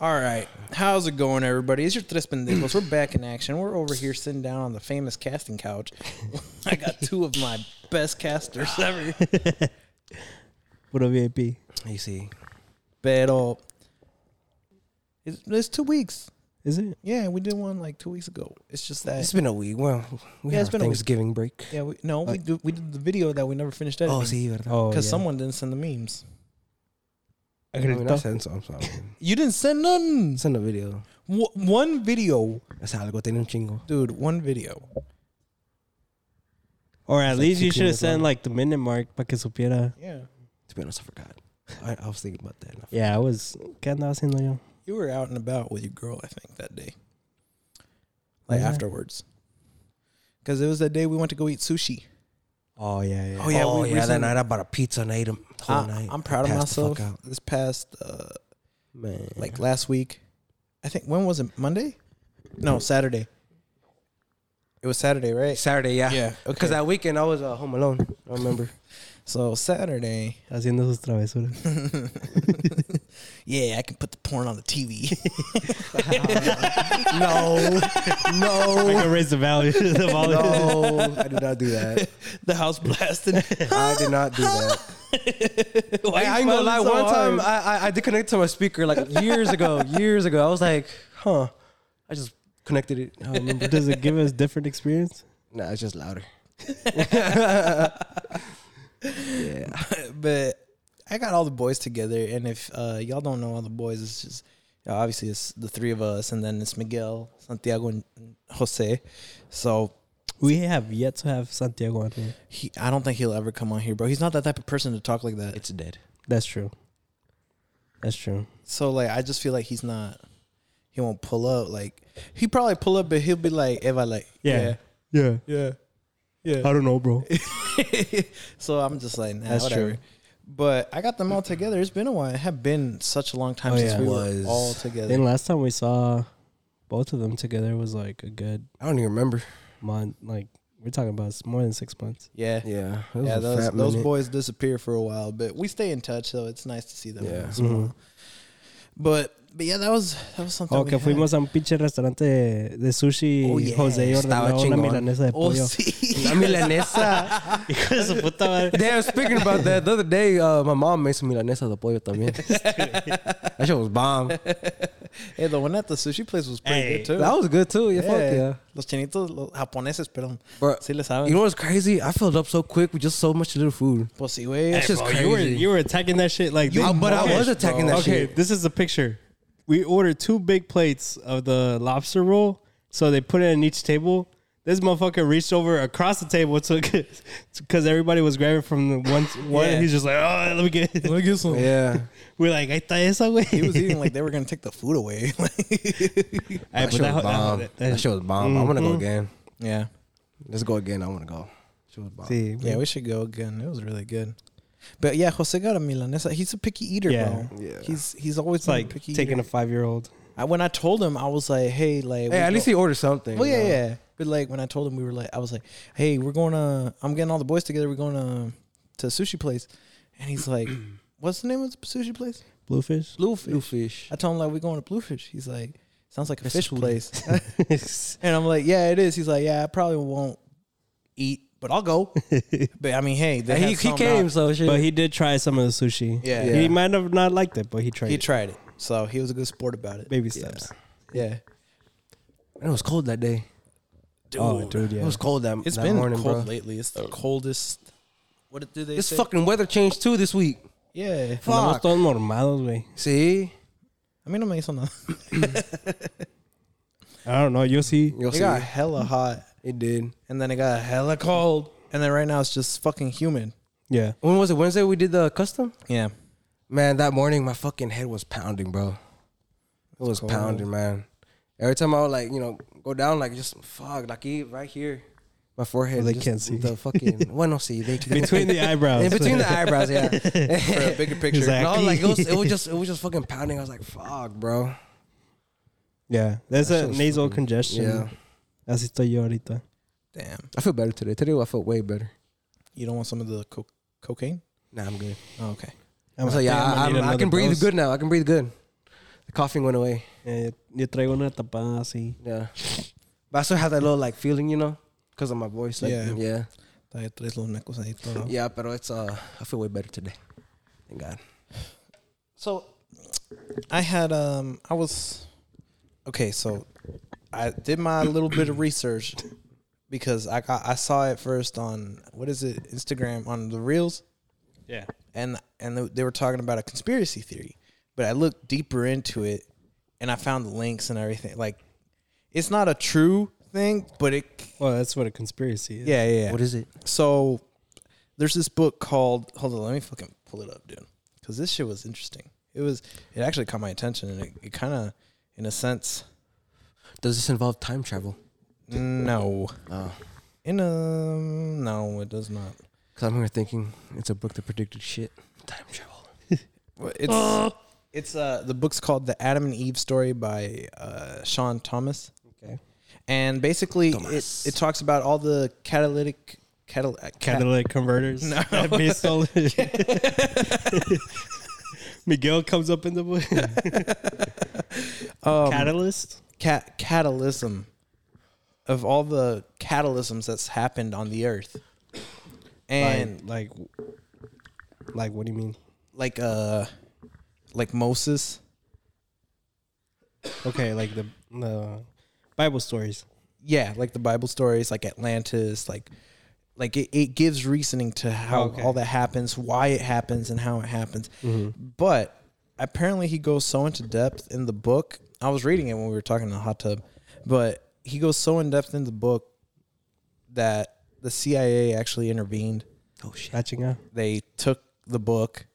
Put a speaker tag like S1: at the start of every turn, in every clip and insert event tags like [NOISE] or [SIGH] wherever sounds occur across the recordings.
S1: All right. How's it going, everybody? It's your Tres Pendejos. We're back in action. We're over here sitting down on the famous casting couch.
S2: [LAUGHS]
S1: I got two of my best
S3: [LAUGHS]
S1: casters ever.
S3: What a VIP.
S2: You see,
S1: Pero it's, it's two weeks.
S3: Is it?
S1: Yeah, we did one like two weeks ago. It's just that.
S2: it's been a week. Well, we
S1: Yeah,
S2: had
S1: it's
S2: our
S1: been a week.
S2: Thanksgiving break.
S1: yeah, we, no, we, do, we did the video that we never finished editing.
S2: Oh, sí, verdad.
S3: Oh,
S1: Because
S3: yeah.
S1: someone didn't send the memes.
S3: I
S2: I
S3: could
S2: mean, I sent some. so-
S1: You didn't send none.
S2: Send a video.
S1: W- one video.
S2: Es algo, tiene un chingo.
S1: Dude, one video.
S3: Or at
S2: It's like
S3: least you
S2: 16
S3: should have
S2: minutes
S3: sent
S2: long.
S3: like the minute mark para que supiera.
S1: Yeah.
S2: To be honest, I forgot. I, I was thinking about that. and I-
S3: Yeah, I was. ¿Qué andaba haciendo yo?
S1: You were out and about with your girl, I think, that day. Like
S3: Was I?
S1: afterwards. Because it was that day we went to go eat sushi.
S3: Oh, yeah, yeah. Ah,
S1: Oh, yeah,
S2: oh
S1: we
S2: yeah. That
S1: recently-
S2: night I bought a pizza and ate 'em whole
S1: I,
S2: night.
S1: I'm proud of
S2: Passed the
S1: myself.
S2: fuck out.
S1: This past, uh,
S2: man.
S1: like last week, I think, when was it? Monday? No, Saturday. It was Saturday, right?
S2: Saturday, yeah.
S1: Yeah, okay.
S2: Because that weekend I was uh, home alone. I remember.
S1: So Saturday,
S3: Haciendo sus travesuras.
S2: [LAUGHS]
S1: yeah, I can put the porn on the TV.
S2: no, [LAUGHS]
S3: I
S2: Oh, no,
S3: can raise the value. The value.
S2: no. I did not do that.
S1: [LAUGHS] the house blasted. [LAUGHS]
S2: I did not do that.
S1: Why
S2: [LAUGHS] Hey,
S1: you
S2: I ain't gonna
S1: smiling
S2: lie.
S1: so
S2: One time,
S1: hard?
S2: I, I I disconnected to my speaker like years ago. Years ago, I was like, huh. I just connected it. I don't remember.
S3: Does it give us different experience?
S2: nah, it's just louder.
S1: but I got all the boys together, and if uh, y'all don't know all the boys, it's just uh, obviously it's the three of us, and then it's Miguel, Santiago, and Jose. So
S3: We have yet to have Santiago on here.
S1: he, I don't think he'll ever come on here, bro. He's not that type of person to talk like that.
S2: It's dead.
S3: That's true. That's true.
S1: So like, I just feel like he's not. He won't pull up. Like he probably pull up, but he'll be like, "If I like,
S3: Yeah. Yeah.
S1: yeah,
S3: I don't know, bro.
S1: [LAUGHS] so I'm just like, nah,
S3: That's
S1: whatever.
S3: true.
S1: But I got them all together. It's been a while. It had been such a long time
S3: Oh,
S1: since
S3: yeah.
S1: we
S2: Was.
S1: were all together.
S3: Then last time we saw both of them together was like a good
S2: I don't even remember.
S3: month. Like, we're talking about s- more than six months.
S1: Yeah.
S2: Yeah, it was
S1: Yeah,
S2: a
S1: those,
S2: fat
S1: those
S2: minute.
S1: boys disappear for a while, but we stay in touch, so it's nice to see them.
S2: Yeah.
S1: once in a
S3: Mhm.
S1: while. But but yeah, that was that was something.
S3: O
S1: we
S3: Oh, que
S1: had.
S3: fuimos a un pinche restaurante de, de sushi
S1: Oh,
S3: y
S1: yeah.
S3: José y
S2: Estaba
S3: ordenó una
S2: chingón.
S3: milanesa de
S1: Oh,
S3: pollo.
S2: [LAUGHS]
S1: sí.
S2: La
S1: [LAUGHS]
S2: milanesa.
S3: Hijo de su puta madre.
S2: Damn, speaking about that, the other day, uh, my mom made some milanesa de
S1: [LAUGHS]
S2: pollo también. that shit was bomb. That
S1: hey, the one at the sushi place was pretty
S3: Hey.
S1: good too.
S2: was good too. Yeah, fuck yeah.
S1: Los chinitos, los japoneses, perdón.
S2: Bro,
S1: Sí le saben.
S2: you know what's crazy? I filled up so quick with just so much little food.
S1: pues sí, güey.
S2: That's just
S3: Bro,
S2: crazy.
S3: You were you were attacking that shit like
S2: You-
S3: this.
S2: but I was attacking that
S3: okay,
S2: shit.
S3: this is the picture. We ordered two big plates of the lobster roll, so they put it in each table. This motherfucker reached over across the table [LAUGHS] took because everybody was grabbing from the one. one
S1: Yeah.
S3: He's just like, oh, let me get. [LAUGHS]
S1: Look at some.
S2: [LAUGHS] Yeah.
S3: We're like, I thought esa way.
S1: He was eating
S2: [LAUGHS]
S1: like they were gonna take the food away. [LAUGHS]
S2: That shit was bomb. That shit was bomb. I want to go again.
S1: yeah,
S2: Let's go again. I want to go. She was bomb.
S3: Sí,
S1: yeah. We should go again. It was really good. But yeah, Jose got a milanesa. He's a picky eater,
S3: Yeah.
S1: bro.
S2: Yeah.
S1: He's he's always
S3: it's like
S1: like picky
S3: taking
S1: eater.
S3: a five year old.
S1: I, when I told him, I was like, "Hey, like,
S2: Hey,
S1: we
S2: at
S1: go-
S2: least he ordered something.
S1: Well, yeah,
S2: you know?
S1: yeah. But like when I told him we were like, I was like, "Hey, we're going to. I'm getting all the boys together. We're going to to a sushi place," and he's
S2: [CLEARS THROAT]
S1: like, "What's the name of the sushi place?
S3: Bluefish.
S1: Bluefish."
S2: Blue fish.
S1: I told him like we're going to Bluefish. He's like, "Sounds like a fish place,"
S2: [LAUGHS]
S3: It's
S1: and I'm like, "Yeah, it is." He's like, "Yeah, I probably won't eat, but I'll
S2: [LAUGHS]
S1: go." but I mean, hey, they
S2: And
S1: had
S2: he, he
S1: something
S2: came,
S1: out.
S2: so
S3: [LAUGHS]
S2: shit.
S3: But he did try some of the sushi.
S1: Yeah.
S3: He
S2: Yeah.
S3: might have not liked it, but he tried
S1: He
S3: it.
S1: tried it, so he was a good sport about it.
S3: Baby steps.
S1: Yeah,
S2: And it was cold that day.
S3: Oh, dude, yeah.
S2: It was cold that,
S1: it's
S2: that
S1: been
S2: morning,
S1: cold
S2: bro.
S1: lately. It's the coldest. What do they
S2: This
S1: say?
S2: fucking weather changed too this week.
S1: yeah.
S3: Andamos
S2: Fuck.
S3: todos mormados, güey.
S2: See?
S1: A mí no me hizo nada.
S3: I don't know. You'll see.
S2: You'll
S1: It
S2: see.
S1: got hella hot,
S2: It did.
S1: and then it got hella cold, and then right now it's just fucking humid.
S3: Yeah.
S2: When was it? Wednesday we did the custom?
S1: Yeah,
S2: Man, that morning my fucking head was pounding, bro. It was
S1: cold.
S2: pounding, man. Every time I would like, you know, go down like just fuck, like he- right here. My forehead.
S3: Well, they
S2: just
S3: can't see.
S2: The fucking [LAUGHS] well no see. They
S3: Between the eyebrows.
S2: in between the eyebrows, [LAUGHS] yeah.
S1: for a bigger picture.
S3: Exact-
S2: No, like it was, [LAUGHS] it was just it was just fucking pounding. I was like, fuck, bro.
S3: yeah. That's
S2: That
S3: a
S2: shit was
S3: nasal
S2: fucking-
S3: congestion.
S2: Yeah.
S3: Así estoy yo ahorita.
S1: Damn,
S2: I feel better today. Today I felt way better.
S1: you don't want some of the co- cocaine?
S2: Nah, I'm good.
S1: Oh, okay.
S3: I'm
S2: so
S3: like,
S2: yeah,
S3: damn,
S2: I,
S3: need
S2: I'm, I
S3: another
S2: can breathe
S3: dose.
S2: good now. I can breathe good. The coughing went away.
S3: Eh, yo traigo una tapada así.
S2: Yeah. But I still had that little like feeling, you know, because of my voice. Like,
S1: Yeah.
S2: yeah. Yeah.
S1: Trae tres lunacos ahí todo.
S2: Yeah, but it's uh, I feel way better today. Thank God.
S1: So I had um I was okay, so I did my little bit of research because I got I saw it first on what is it Instagram on the reels
S3: Yeah.
S1: and and they were talking about a conspiracy theory, but I looked deeper into it and I found the links and everything. Like it's not a true thing, but it
S3: Well, that's what a conspiracy is.
S1: yeah yeah. yeah.
S2: What is it?
S1: So there's this book called Hold on, let me fucking pull it up, dude. Because this shit was interesting. It was it actually caught my attention, and it, it kind of, in a sense,
S2: Does this involve time travel?
S1: no,
S2: Oh.
S1: in a no, it does not.
S2: Because I'm here thinking it's a book that predicted shit. Time travel.
S1: Well, It's [GASPS] it's uh the book's called The Adam and Eve Story by uh, Sean Thomas.
S2: Okay.
S1: And basically, it,
S2: Thomas.
S1: it talks about all the catalytic catal- uh, cat-
S3: Catalytic converters.
S1: No.
S3: [LAUGHS] That'd
S1: [LAUGHS]
S3: be so- Miguel comes up in
S1: [LAUGHS]
S3: the book.
S1: Um,
S3: Catalyst.
S1: cat catalysm of all the catalysms that's happened on the earth. And
S3: like, like, like, what do you mean?
S1: like uh like Moses.
S3: Okay, like the the Bible stories.
S1: Yeah, like the Bible stories, like Atlantis, like like it, it gives reasoning to how
S3: Okay.
S1: all that happens, why it happens and how it happens. But apparently he goes so into depth in the book. I was reading it when we were talking in the hot tub, but he goes so in depth in the book that the CIA actually intervened.
S2: Oh shit.
S3: Catching up.
S1: They took the book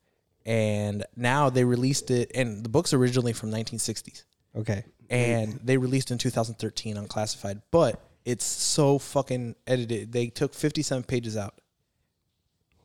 S1: and now they released it and the book's originally from 1960s.
S3: Okay.
S1: and they released in 2013 unclassified but it's so fucking edited they took 57 pages out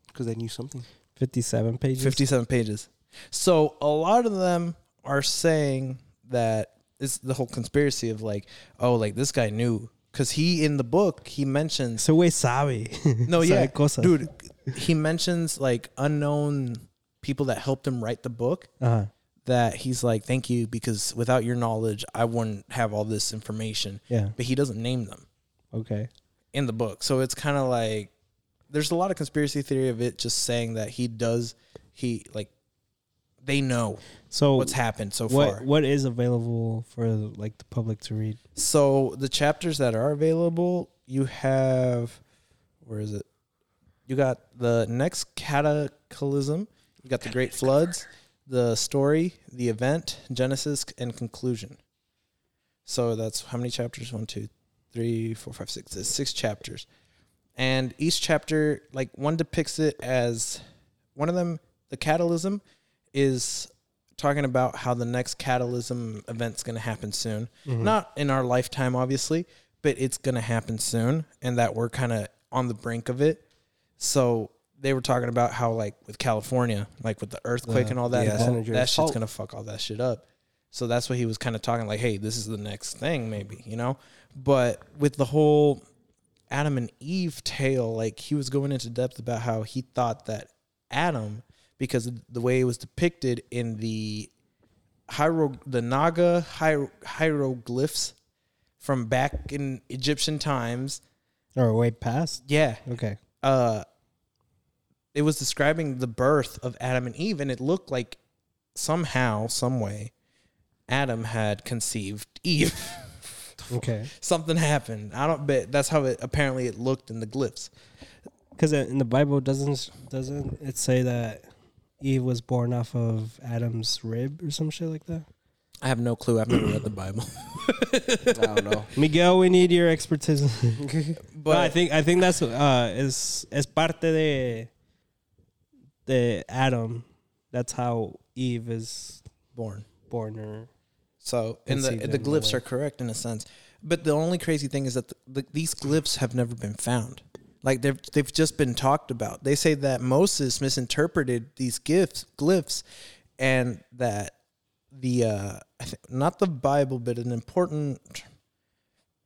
S2: Because they knew something.
S3: 57 pages.
S1: 57 pages so a lot of them are saying that it's the whole conspiracy of like oh like this guy knew because he in the book he mentions
S3: So we sabe.
S1: no
S3: [LAUGHS] Sabe
S1: yeah
S3: cosas.
S1: dude he mentions like unknown people that helped him write the book
S3: Uh-huh.
S1: that he's like thank you because without your knowledge i wouldn't have all this information
S3: Yeah.
S1: but he doesn't name them
S3: Okay.
S1: in the book. So it's kind of like there's a lot of conspiracy theory of it just saying that he does he like they know
S3: So
S1: what's happened so
S3: what
S1: far.
S3: what is available for like the public to read?
S1: So the chapters that are available, you have where is it? You got the next cataclysm, you got the great floods, the story, the event, genesis and conclusion. So that's how many chapters? One, two, three, four, five, six. There's six chapters. And each chapter, like one depicts it as one of them, the catalysm is talking about how the next catalysm event's going to happen soon. Not in our lifetime, obviously, but it's going to happen soon and that we're kind of on the brink of it. So they were talking about how, like, with California, like with the earthquake and all that,
S2: yeah,
S1: that-
S2: San Andreas
S1: that shit's
S2: fault.
S1: going to fuck all that shit up. So that's what he was kind of talking like, hey, this is the next thing, maybe, you know? But with the whole Adam and Eve tale, like he was going into depth about how he thought that Adam, because of the way it was depicted in the hiero- the Naga hier- hieroglyphs from back in Egyptian times,
S3: Or way past?
S1: yeah,
S3: Okay.
S1: uh, it was describing the birth of Adam and Eve, and it looked like somehow, some way, Adam had conceived Eve. [LAUGHS]
S3: Okay.
S1: Something happened. I don't bet. That's how it apparently it looked in the glyphs.
S3: Because in the Bible doesn't doesn't it say that Eve was born off of Adam's rib or some shit like that?
S1: I have no clue. I've never read the Bible,
S2: [LAUGHS] I don't [LAUGHS] know.
S3: Miguel, we need your expertise. [LAUGHS]
S1: but
S3: [CLEARS THROAT] but I think I think that's uh is es parte de the Adam. That's how Eve is
S1: [LAUGHS] born.
S3: born or
S1: So and the
S3: Conceived
S1: the
S3: in the
S1: glyphs
S3: way.
S1: are correct in a sense, but the only crazy thing is that the, the, these glyphs have never been found. Like they've they've just been talked about. They say that Moses misinterpreted these gifts glyphs, and that the uh, I thi- not the Bible, but an important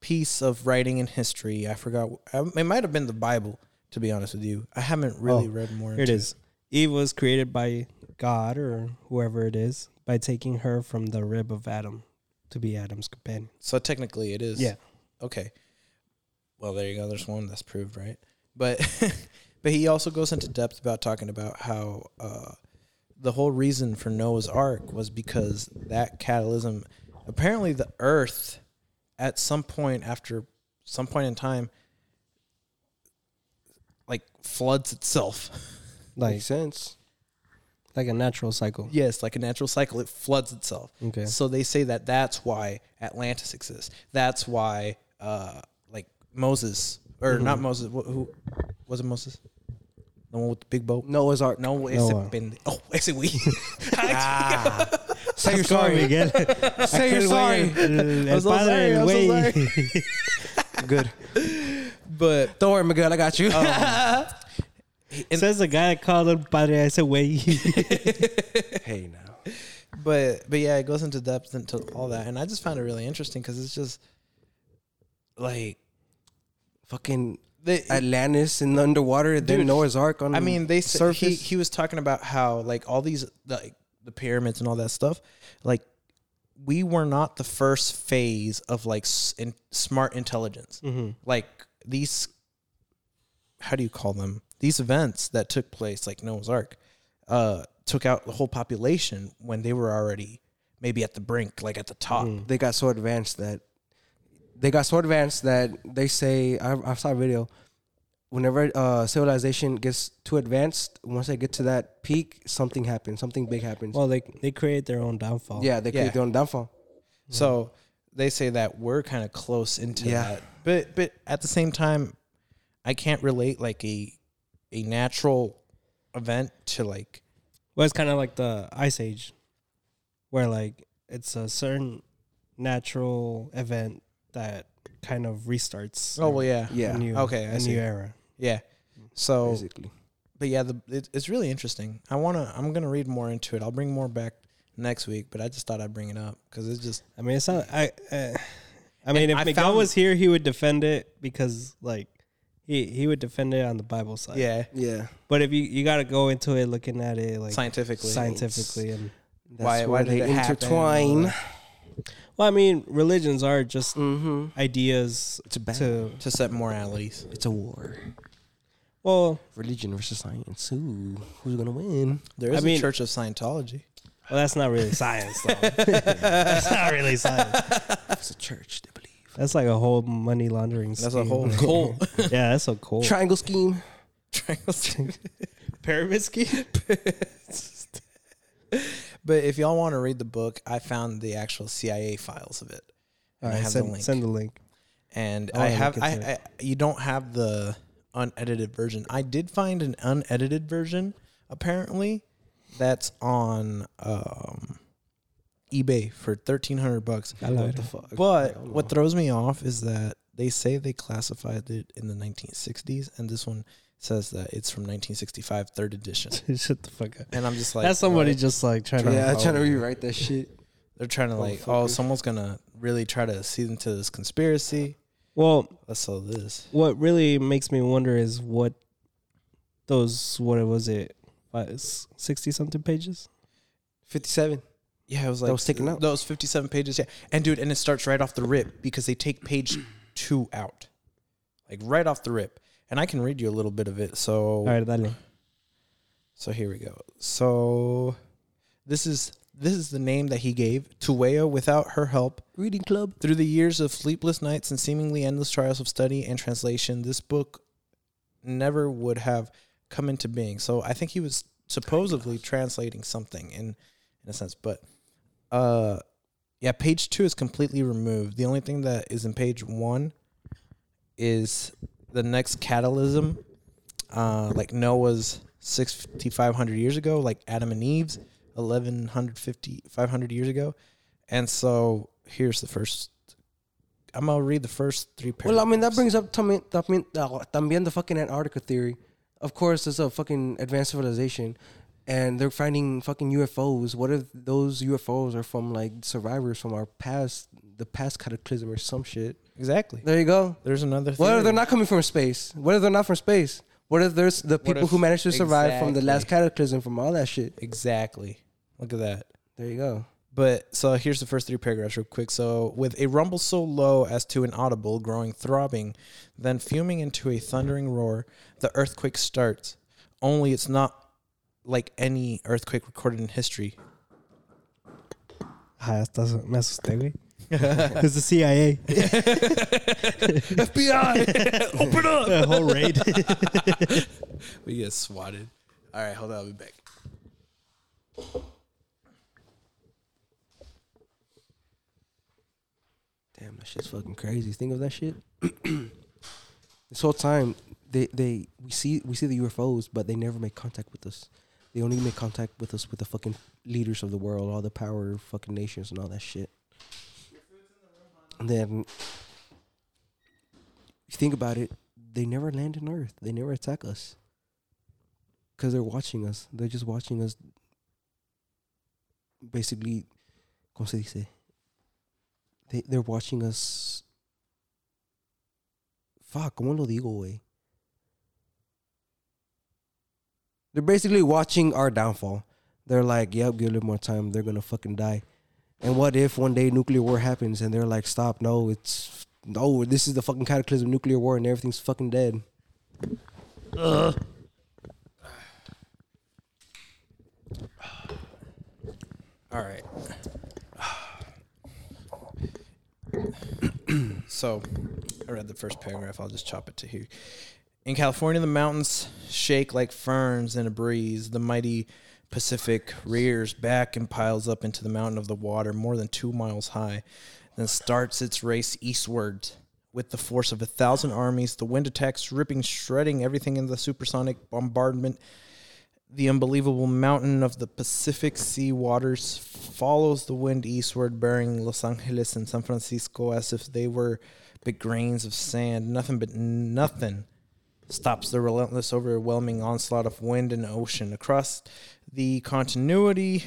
S1: piece of writing in history. I forgot. It might have been the Bible. To be honest with you, I haven't really
S3: Oh,
S1: read more.
S3: Here it
S1: into
S3: is. Eve was created by God or whoever it is, by taking her from the rib of Adam to be Adam's companion.
S1: So technically, it is.
S3: Yeah.
S1: Okay. Well, there you go. There's one that's proved right. But [LAUGHS] but he also goes into depth about talking about how uh, the whole reason for Noah's Ark was because that catalysm. Apparently, the Earth, at some point after some point in time, like floods itself. [LAUGHS]
S3: Like
S2: Makes sense.
S3: like a natural cycle.
S1: Yes, like a natural cycle, it floods itself.
S3: Okay.
S1: So they say that that's why Atlantis exists. That's why, uh, like Moses or not Moses. Wh- who was it? Moses, the one with the big boat.
S2: Noah's Ark.
S1: No, it's
S3: Noah.
S1: been. Oh, [LAUGHS] it's a we.
S2: [LAUGHS] Say
S3: Sorry
S2: you're sorry.
S3: again.
S2: Say you're sorry.
S3: El
S1: so
S3: padre
S1: sorry,
S3: del
S1: I'm so
S3: güey.
S2: Good.
S1: but
S2: Don't worry, Miguel. I got you. [LAUGHS]
S3: Says the guy that called him padre. I said way.
S2: hey, now.
S1: but but yeah, it goes into depth into all that, and I just found it really interesting because it's just like
S2: Fucking
S1: they,
S2: Atlantis and underwater, then
S1: Dude,
S2: Noah's Ark on
S1: I mean, they said he,
S2: surface.
S1: he was talking about how like all these like the pyramids and all that stuff, like we were not the first phase of like s- in, smart intelligence. Like these, how do you call them? These events that took place, like Noah's Ark, uh, took out the whole population when they were already maybe at the brink, like at the top.
S2: they got so advanced that they got so advanced that they say I, I saw a video. Whenever uh, civilization gets too advanced, once they get to that peak, something happens. Something big
S3: [LAUGHS]
S2: happens.
S3: well, they they create their own downfall.
S2: yeah, they create
S1: Yeah.
S2: their own downfall.
S1: So they say that we're kind of close into
S2: Yeah.
S1: that. But but at the same time, I can't relate like a a natural event to like
S3: Well, it's kind of like the Ice Age, where like it's a certain natural event that kind of restarts.
S1: oh well yeah
S3: a
S2: Yeah,
S3: new,
S1: Okay, I
S3: a
S1: see.
S3: new era.
S1: yeah. So
S2: basically.
S1: but yeah, the, it, it's really interesting. I wanna I'm gonna read more into it. I'll bring more back next week. But I just thought I'd bring it up because it's just
S3: I mean, it's not. I. Uh, I mean, if
S1: I
S3: Miguel
S1: found-
S3: was here, he would defend it because like he he would defend it on the Bible side.
S1: yeah
S2: Yeah,
S3: But if you you got to go into it looking at it like
S1: scientifically
S3: scientifically and
S2: that's
S1: Why- why
S2: where
S1: did
S2: they
S1: it happen?
S2: intertwine.
S3: well, I mean, religions are just
S2: Mm-hmm.
S3: ideas
S2: It's a battle.
S3: to
S1: to set moralities.
S2: It's a war.
S3: well.
S2: Religion versus science. Ooh, who's gonna win?
S1: There
S3: I
S1: is
S3: mean-
S1: a Church of Scientology.
S3: Well, that's not really science, though. that's not really science.
S2: It's a church. They believe.
S3: That's like a whole money laundering.
S1: That's a
S3: scheme.
S1: [LAUGHS] whole cult.
S3: [LAUGHS] yeah, that's so cool.
S2: Triangle scheme.
S1: [LAUGHS]
S3: Pyramid scheme.
S1: But if y'all want to read the book, I found the actual CIA files of it.
S3: All
S1: And I
S3: right,
S1: have
S3: send,
S1: the link.
S3: send the link.
S1: and
S3: I'll
S1: I
S3: have
S1: have
S3: a
S1: I,
S3: look into
S1: I you don't have the unedited version. I did find an unedited version apparently that's on um eBay for 1300 bucks.
S3: love it.
S2: fuck?
S1: But what throws me off is that they say they classified it in the 1960s and this one says that it's from 1965 third edition.
S3: [LAUGHS] Shut the fuck up.
S1: And I'm just like
S3: that's somebody
S1: what?
S3: just like trying
S2: yeah,
S3: to.
S2: trying to rewrite that shit.
S1: They're trying to like, oh, someone's gonna really try to see into this conspiracy.
S3: Well,
S1: Let's sell this.
S3: what really makes me wonder is what those what was it, sixty something pages?
S2: Fifty-seven.
S1: Yeah, it was like
S2: was taken out.
S1: Those fifty-seven pages. Yeah, and dude, and it starts right off the rip because they take [CLEARS THROAT] page two out, like right off the rip. And I can read you a little bit of it. So
S3: All right, dale.
S1: So here we go. So this is this is the name that he gave Tuweo without her help.
S2: Reading club.
S1: Through the years of sleepless nights and seemingly endless trials of study and translation, this book never would have come into being. So I think he was supposedly translating something in in a sense, but uh yeah, page 2 is completely removed. The only thing that is in page 1 is the next catalysm uh like Noah's 6500 years ago, like Adam and Eve's 1150 500 years ago. And so here's the first I'm going to read the first three paragraphs.
S2: Well, I mean, that brings up también, también, uh, también the fucking Antarctica theory. Of course, it's a fucking advanced civilization, and they're finding fucking UFOs. What if those UFOs are from like survivors from our past, the past cataclysm or some shit?
S1: Exactly.
S2: There you go.
S1: There's another
S2: What
S1: theory.
S2: if they're not coming from space? What if they're not from space? What if there's the people
S1: if-
S2: who managed to survive from the last
S1: exactly.
S2: cataclysm from all that shit?
S1: Exactly. Look at that.
S2: There you go.
S1: But so here's the first three paragraphs, real quick. So, with a rumble so low as to inaudible, growing throbbing, then fuming into a thundering roar, the earthquake starts. Only it's not like any earthquake recorded in history.
S3: Ah, estás, me asusté, güey. It's the CIA. [LAUGHS]
S1: FBI, open up!
S3: The whole raid. [LAUGHS]
S1: We get swatted. All right, hold on, I'll be back.
S2: Damn, that shit's fucking crazy. Think of that shit. [CLEARS THROAT] this whole time, they they we see we see the UFOs, but they never make contact with us. They only make contact with us with the fucking leaders of the world, all the power fucking nations and all that shit. And then you think about it, they never land on Earth. They never attack us. Cause they're watching us. They're just watching us. Basically, ¿cómo se dice? they, they're watching us. Fuck, ¿cómo lo digo, güey? They're basically watching our downfall. They're like, yep, give it more time. They're gonna fucking die. And what if one day nuclear war happens and they're like, stop, no, it's no, this is the fucking cataclysm nuclear war and everything's fucking dead.
S1: All right. [CLEARS THROAT] so, I read the first paragraph. I'll just chop it to here. In California, the mountains shake like ferns in a breeze. The mighty Pacific rears back and piles up into the mountain of the water more than two miles high, then starts its race eastward. With the force of a thousand armies, the wind attacks, ripping, shredding everything in the supersonic bombardment the unbelievable mountain of the Pacific Sea waters follows the wind eastward, bearing Los Angeles and San Francisco as if they were but grains of sand. Nothing but nothing stops the relentless, overwhelming onslaught of wind and ocean across the continuity.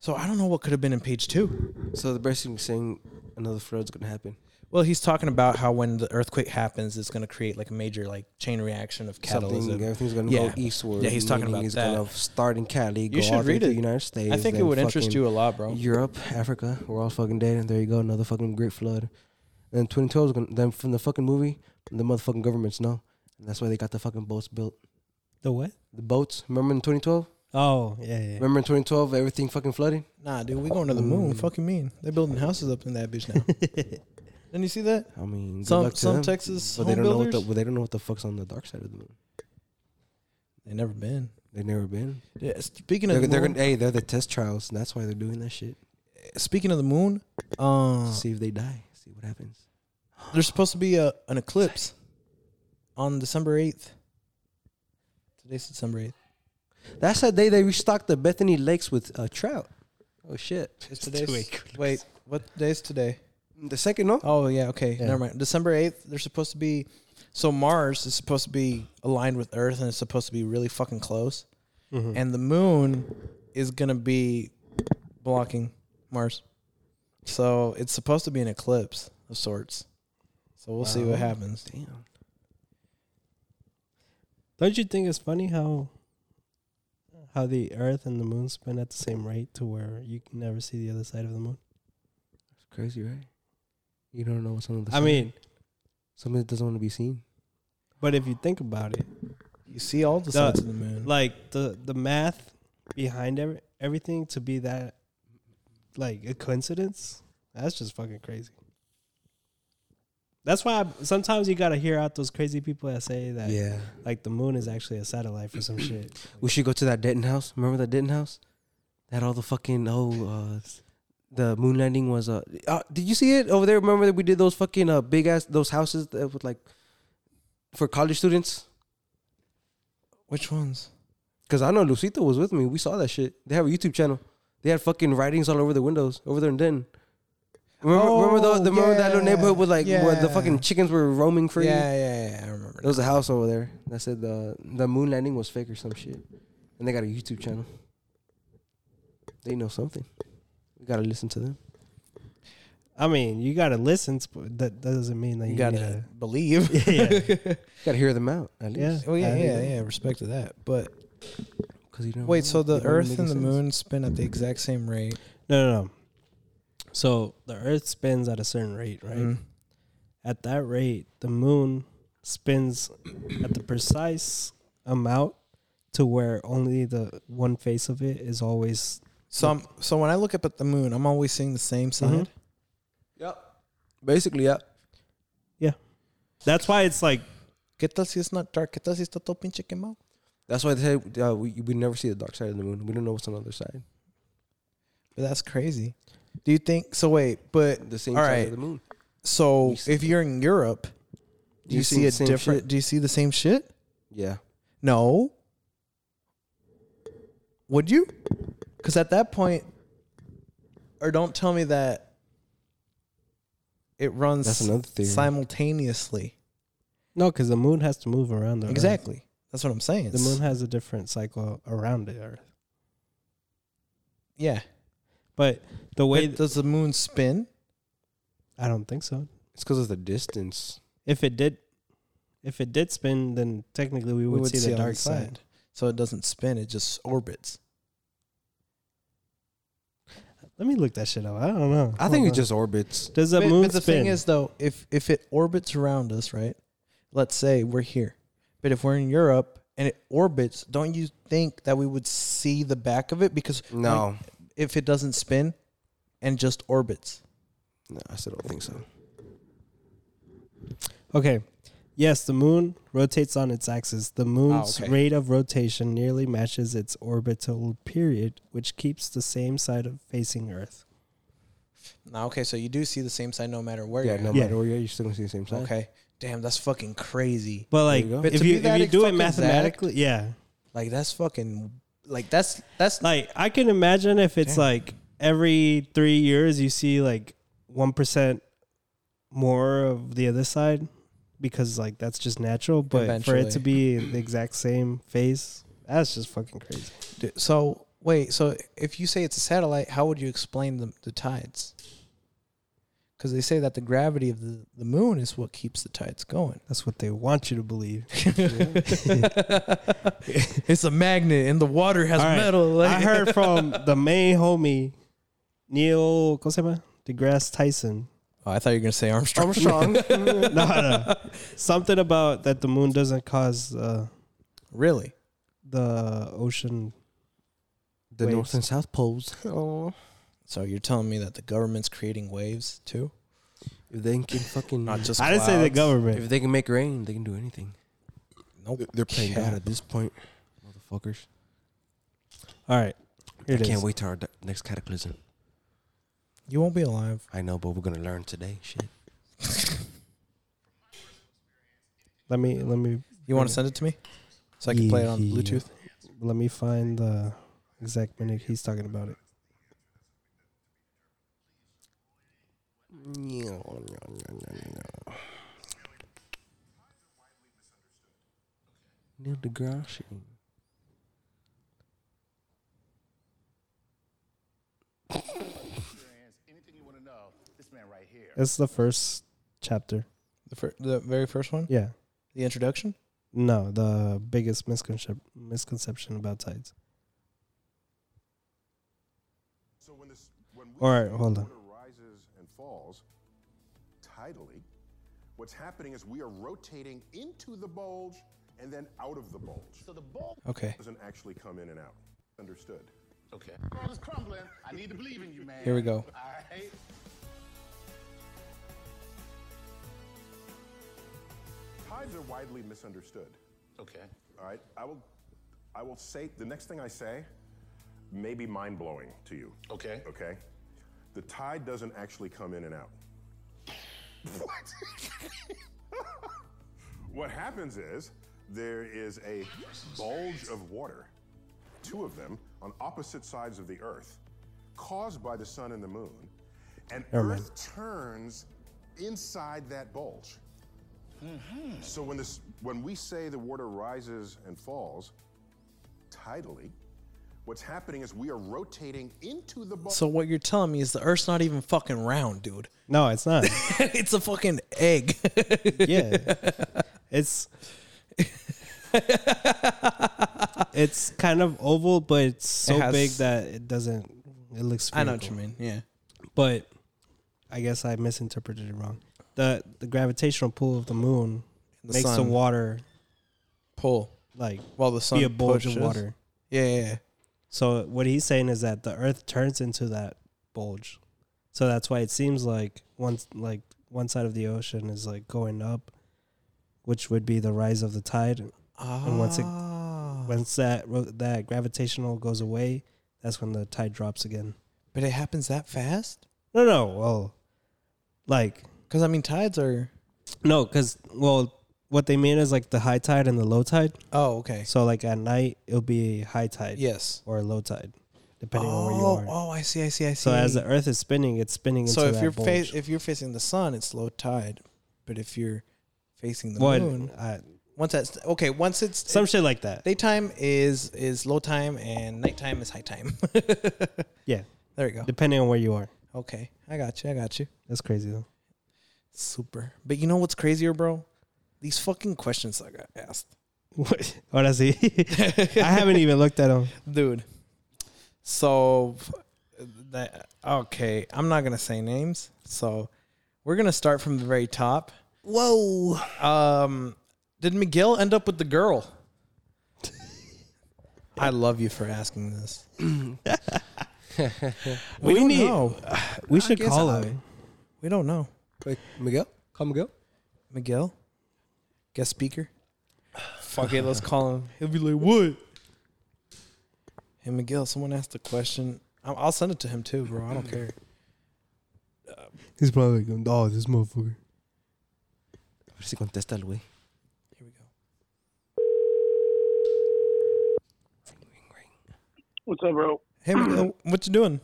S1: So I don't know what could have been in page two.
S2: So they're basically saying another flood's gonna happen.
S1: Well, he's talking about how when the earthquake happens, it's going to create like a major like chain reaction of catalysm.
S2: Something, everything's gonna
S1: Yeah.
S2: go eastward.
S1: Yeah, he's talking
S2: meaning
S1: about
S2: it's
S1: that.
S2: gonna start in Cali, go
S1: should
S2: all the way
S1: read
S2: to
S1: it.
S2: the United States.
S1: I think it
S2: then
S1: would interest
S2: fucking-
S1: you a lot, bro.
S2: Europe, Africa, we're all fucking dead, and there you go, another fucking great flood. And 2012 is gonna, then from the fucking movie, the motherfucking governments know, and that's why they got the fucking boats built.
S3: the what?
S2: The boats, remember in 2012?
S3: Oh, yeah, yeah.
S2: Remember in 2012, everything fucking flooded?
S1: Nah, dude, we going to the moon.
S2: Mm.
S1: Fucking mean. They're building houses up in that bitch
S2: [LAUGHS]
S1: now. Didn't you see that?
S2: I mean, good
S1: Some
S2: luck to
S1: some
S2: them.
S1: Texas
S2: but
S1: home
S2: they don't
S1: builders.
S2: know what the, they don't know what the fuck's on the dark side of the moon.
S1: they never been.
S2: They've never been.
S1: Yeah, speaking of
S2: They're,
S1: the
S2: they're
S1: moon,
S2: gonna, hey, they're the test trials, and that's why they're doing that shit.
S1: speaking of the moon, uh,
S2: See if they die, see what happens.
S1: there's supposed to be a, an eclipse on December eighth. Today's December eighth.
S2: That's the day they restocked the Bethany Lakes with uh, trout. Oh shit!
S1: It's
S3: today's-
S1: today's.
S3: too eclipse.
S1: Wait, what day's today?
S2: The second no.
S1: Oh yeah, okay,
S3: Yeah.
S1: never mind. December eighth. There's supposed to be. So Mars is supposed to be aligned with Earth, and it's supposed to be really fucking close.
S3: Mhm.
S1: and the moon is gonna be blocking Mars. So it's supposed to be an eclipse of sorts. So we'll see
S3: Wow.
S1: what happens.
S2: Damn.
S3: Don't you think it's funny how how the Earth and the Moon spin at the same rate to where you can never see the other side of the Moon?
S2: It's crazy, right? You don't know what's on the
S3: I mean,
S2: something that doesn't want to be seen.
S3: but if you think about it,
S1: You see all the
S3: Duh.
S1: sides of the moon.
S3: like the the math behind every, everything to be that like a coincidence that's just fucking crazy that's why I, sometimes you gotta hear out those crazy people that say that
S2: Yeah.
S3: like the moon is actually a satellite for some shit
S2: We should go to that Denton house. Remember that Denton house? That all the fucking oh uh the moon landing was uh, uh did you see it over there? Remember that we did those fucking uh big ass those houses that with like for college students?
S1: Which ones?
S2: Cause I know Lucito was with me. We saw that shit. They have a YouTube channel. They had fucking writings all over the windows over there in Denton. Remember, remember, the,
S1: Oh,
S2: the, remember that little
S1: yeah,
S2: neighborhood with like where the
S1: yeah.
S2: fucking chickens were roaming free.
S1: Yeah, yeah, yeah. I remember.
S2: There was a house over there that said the the moon landing was fake or some shit, and they got a YouTube channel. They know something. We gotta listen to them.
S3: i mean you gotta listen to, but that doesn't mean
S1: now.
S3: that you,
S1: You
S3: gotta,
S1: gotta
S2: [LAUGHS]
S1: believe. [LAUGHS]
S3: yeah
S2: Gotta hear them out at
S3: yeah
S2: least.
S1: Oh yeah,
S3: I
S1: yeah,
S3: agree.
S1: yeah. Respect to that, but
S2: because you know.
S1: Wait, so the
S2: it wouldn't
S1: Earth
S2: make
S1: and the
S2: sense.
S1: Moon spin at the exact same rate,
S3: No, no, no. So the Earth spins at a certain rate, right?
S1: Mm.
S3: At that rate, the Moon spins at the precise amount to where only the one face of it is always
S1: So I'm, so when I look up at the Moon, I'm always seeing the same side.
S3: Mhm.
S2: Mm-hmm. Basically, yeah.
S3: That's why it's like
S1: ¿Qué tal si es not dark? ¿Qué tal si está todo pinche quemado?
S2: That's why they say uh, we we never see the dark side of the moon. We don't know what's on the other side.
S1: But that's crazy. Do you think? So wait, but
S2: The same
S1: All
S2: side
S1: right.
S2: of the moon.
S1: so
S2: We see-
S1: if you're in Europe, do you,
S2: You see
S1: see
S2: the
S1: a
S2: same
S1: different?
S2: shit?
S1: Do you see the same shit?
S2: Yeah.
S1: No. Would you? Because at that point, or don't tell me that it runs
S2: That's another theory.
S1: simultaneously.
S3: no, because the Moon has to move around the Earth.
S1: Exactly. That's what I'm saying.
S3: The Moon has a different cycle around the Earth,
S1: Yeah.
S3: but the way
S1: Wait, does the moon spin?
S3: I don't think so.
S2: It's because of the distance.
S3: If it did, if it did spin, then technically we would, see, the
S1: on
S3: dark side.
S1: So it doesn't spin, it just orbits.
S3: Let me look that shit up. I don't know.
S2: I think
S3: Hold
S2: it
S3: on.
S2: just orbits.
S3: does the moon
S1: the
S3: spin?
S1: thing is though, if if it orbits around us, right? Let's say we're here. But if we're in Europe and it orbits, don't you think that we would see the back of it? Because
S2: No,
S1: if it doesn't spin and just orbits.
S2: no, I still don't think so.
S3: Okay. Yes, the moon rotates on its axis. The moon's
S1: Oh, okay.
S3: rate of rotation nearly matches its orbital period, which keeps the same side of facing Earth.
S1: Now, okay, so you do see the same side no matter where
S2: Yeah,
S1: you're
S2: no
S1: at.
S3: Yeah.
S2: matter where you're, you're still gonna see the same side.
S1: Okay. Damn, that's fucking crazy.
S3: But
S2: There
S3: like,
S2: you go.
S1: But
S3: if
S1: to
S3: you
S1: be that
S3: if you do it
S1: fucking exact-
S3: mathematically, yeah,
S1: Like that's fucking like that's that's
S3: like I can imagine if it's
S1: Damn.
S3: like every three years you see like one percent more of the other side because like that's just natural. But for it to
S1: Eventually.
S3: be the exact same face, that's just fucking crazy.
S1: D- So wait, so if you say it's a satellite, how would you explain the, the tides? Because they say that the gravity of the, the moon is what keeps the tides going.
S3: That's what they want you to believe.
S1: [LAUGHS] it's a magnet, and the water has
S3: All right.
S1: metal. [LAUGHS]
S3: I
S2: [LAUGHS]
S3: heard from the main homie, Neil, ¿cómo se llama? DeGrasse Tyson.
S1: Oh, I thought you were gonna say Armstrong.
S2: Armstrong.
S3: [LAUGHS] No, no. Something about that the moon doesn't cause uh,
S1: Really?
S3: the ocean.
S2: the
S3: Waves.
S2: north and south poles. Oh,
S1: So you're telling me that the government's creating waves too,
S2: if they can fucking
S1: not just?
S3: I didn't say the
S1: clouds?
S3: government.
S2: if they can make rain, they can do anything.
S1: Nope.
S2: They're playing
S1: Cap.
S2: God at this point, motherfuckers.
S3: All right. Here
S2: I
S3: it is.
S2: can't wait to our d- next cataclysm.
S1: You won't be alive.
S2: I know, but we're gonna learn today. Shit.
S3: Let me let me
S1: You want to send it to me, so I can play it on
S3: Yeah.
S1: Bluetooth.
S3: let me find the exact minute he's talking about it.
S2: Neil deGrasse.
S4: Anything you want to know, this man right here.
S3: It's the first chapter.
S1: The fir- the very first one,
S3: Yeah.
S1: the introduction.
S3: No, the biggest misconception misconception about tides.
S4: So when this, when we
S3: All right, hold on.
S4: water rises and falls, tidally, what's happening is we are rotating into the bulge and then out of the bulge. So the bulge
S1: Okay.
S4: doesn't actually come in and out. Understood.
S5: Okay. World is crumbling. I need to believe in you, man.
S1: Here we go.
S5: All right.
S4: Tides are widely misunderstood.
S5: Okay.
S4: All right, I will, I will say the next thing I say may be mind blowing to you.
S5: Okay.
S4: Okay. The tide doesn't actually come in and out. What? [LAUGHS] what happens is there is a bulge of water, two of them on opposite sides of the Earth, caused by the sun and the moon, and Earth turns inside that bulge. So when this, when we say the water rises and falls, tidally, what's happening is we are rotating into the bulge.
S1: So what you're telling me is the Earth's not even fucking round, dude. [LAUGHS]
S3: No, it's not.
S1: [LAUGHS] it's a fucking egg.
S3: yeah. It's it's kind of oval, but it's so
S1: It has-
S3: big that it doesn't. It looks.
S1: [LAUGHS] I know what you
S3: spherical.
S1: mean. Yeah.
S3: but I guess I misinterpreted it wrong. the The gravitational pull of the moon
S1: The
S3: makes the
S1: sun.
S3: water
S1: Pull
S3: like
S1: while the sun
S3: be a bulge
S1: pushes.
S3: of water.
S1: Yeah, yeah, yeah.
S3: So what he's saying is that the Earth turns into that bulge. So that's why it seems like one like one side of the ocean is like going up, which would be the rise of the tide. And once it
S1: Ah.
S3: once that ro- that gravitational goes away, that's when the tide drops again.
S1: But it happens that fast?
S3: No, no, well, like
S1: Because I mean, tides are.
S3: no, because well, what they mean is like the high tide and the low tide.
S1: Oh, okay.
S3: So like at night, it'll be high tide
S1: Yes.
S3: or low tide, depending on where you
S1: Oh,
S3: are.
S1: oh, I see, I see, I see.
S3: So as the Earth is spinning, it's spinning
S1: So
S3: into
S1: if
S3: that
S1: you're
S3: bulge.
S1: fa- if you're facing the sun, it's low tide. But if you're facing the
S3: What-
S1: moon,
S3: I-
S1: once that's okay, once it's
S3: some shit
S1: [LAUGHS]
S3: like that.
S1: daytime is is low time and nighttime is high time. [LAUGHS]
S3: yeah,
S1: there you go.
S3: depending on where you are.
S1: Okay, I got you. I got you.
S3: That's crazy
S1: [LAUGHS]
S3: though.
S1: Super. But you know what's crazier, bro? These fucking questions I got asked,
S3: What? Oh, that's it.
S1: [LAUGHS]
S3: I haven't even looked at them.
S1: dude. So f- that okay, I'm not gonna say names. So we're gonna start from the very top.
S3: Whoa.
S1: Um, did Miguel end up with the girl? I love you for asking this. we, don't
S3: need-
S1: know.
S3: We should
S2: guess
S3: call
S2: I-
S3: him.
S1: We don't know.
S2: Wait, Miguel, call Miguel.
S1: Miguel, guest speaker. Fuck it, let's call him. He'll be like, "What?" Hey, Miguel. Someone asked a question. I'll, I'll send it to him too, bro. I don't [LAUGHS] care.
S3: He's probably going, oh, this motherfucker.
S2: A ver si contesta el güey.
S1: Here we go.
S6: What's up, bro?
S1: Hey, Miguel, what you doing?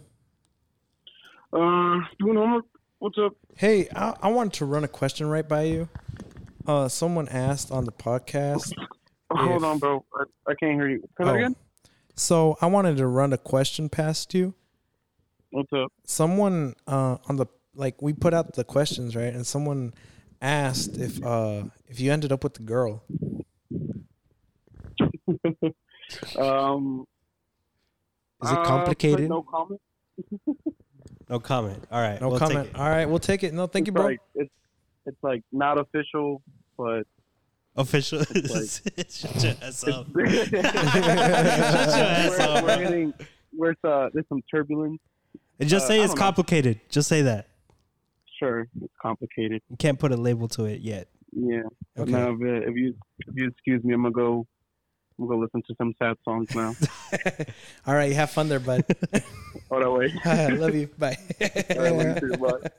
S6: Uh, doing homework? What's up?
S1: Hey, I, I wanted to run a question right by you. Uh, someone asked on the podcast
S6: Oh, Hold
S1: If-
S6: on, bro. I, I can't hear you. Come
S1: Oh.
S6: again?
S1: So I wanted to run a question past you.
S6: What's up?
S1: Someone uh, on the like we put out the questions right, and someone asked if uh, if you ended up with the girl.
S6: Um,
S2: Is it
S6: uh,
S2: complicated?
S6: no comment.
S3: No comment. All right.
S1: No
S3: we'll take
S1: comment.
S3: it.
S1: All right, we'll take it. No, thank
S6: it's
S1: you, bro.
S6: Like, it's it's like not official, but [LAUGHS]
S3: Official. [LAUGHS] Shut your ass up.
S6: we're,
S3: ass up,
S6: we're
S3: bro.
S6: getting where's uh there's some turbulence.
S3: And just
S6: Uh,
S3: say
S6: I
S3: it's
S6: don't know.
S3: complicated. Just say that.
S6: Sure, it's complicated.
S3: You can't put a label to it yet.
S6: Yeah.
S1: Okay.
S6: Now, if, uh, if you if you excuse me, I'm gonna go. I'm gonna go listen to some sad
S1: [LAUGHS]
S6: songs now.
S1: All right, you have fun there, bud.
S6: oh, that way.
S1: [LAUGHS] Love you. Bye.
S6: All right, love you
S1: [LAUGHS]
S6: too, bye.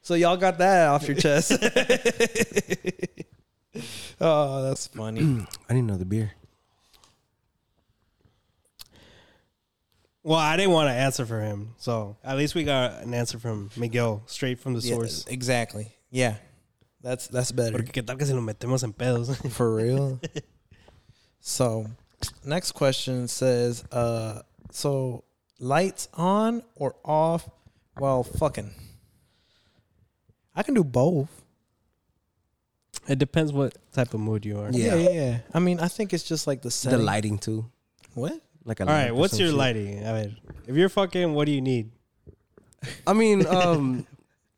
S1: so y'all got that off your chest. [LAUGHS] oh, that's funny.
S2: I need another beer.
S3: [LAUGHS] Well, I didn't want to answer for him. So at least we got an answer from Miguel straight from the
S1: Yeah,
S3: source.
S1: exactly. Yeah, that's that's better.
S3: Porque qué tal que se nos metemos en pedos. [LAUGHS]
S1: For real. [LAUGHS] so, next question says, uh, so lights on or off while fucking? I can do both.
S3: it depends what type of mood you are.
S1: Yeah,
S2: Yeah.
S1: yeah. yeah. I mean, I think it's just like the
S2: The
S1: setting.
S2: lighting too.
S1: What?
S2: Like a
S3: All
S2: lamp
S3: right,
S2: or
S3: what's
S2: some
S3: your
S2: shit.
S3: lighting? I mean, if you're fucking, what do you need?
S2: I mean, [LAUGHS] um,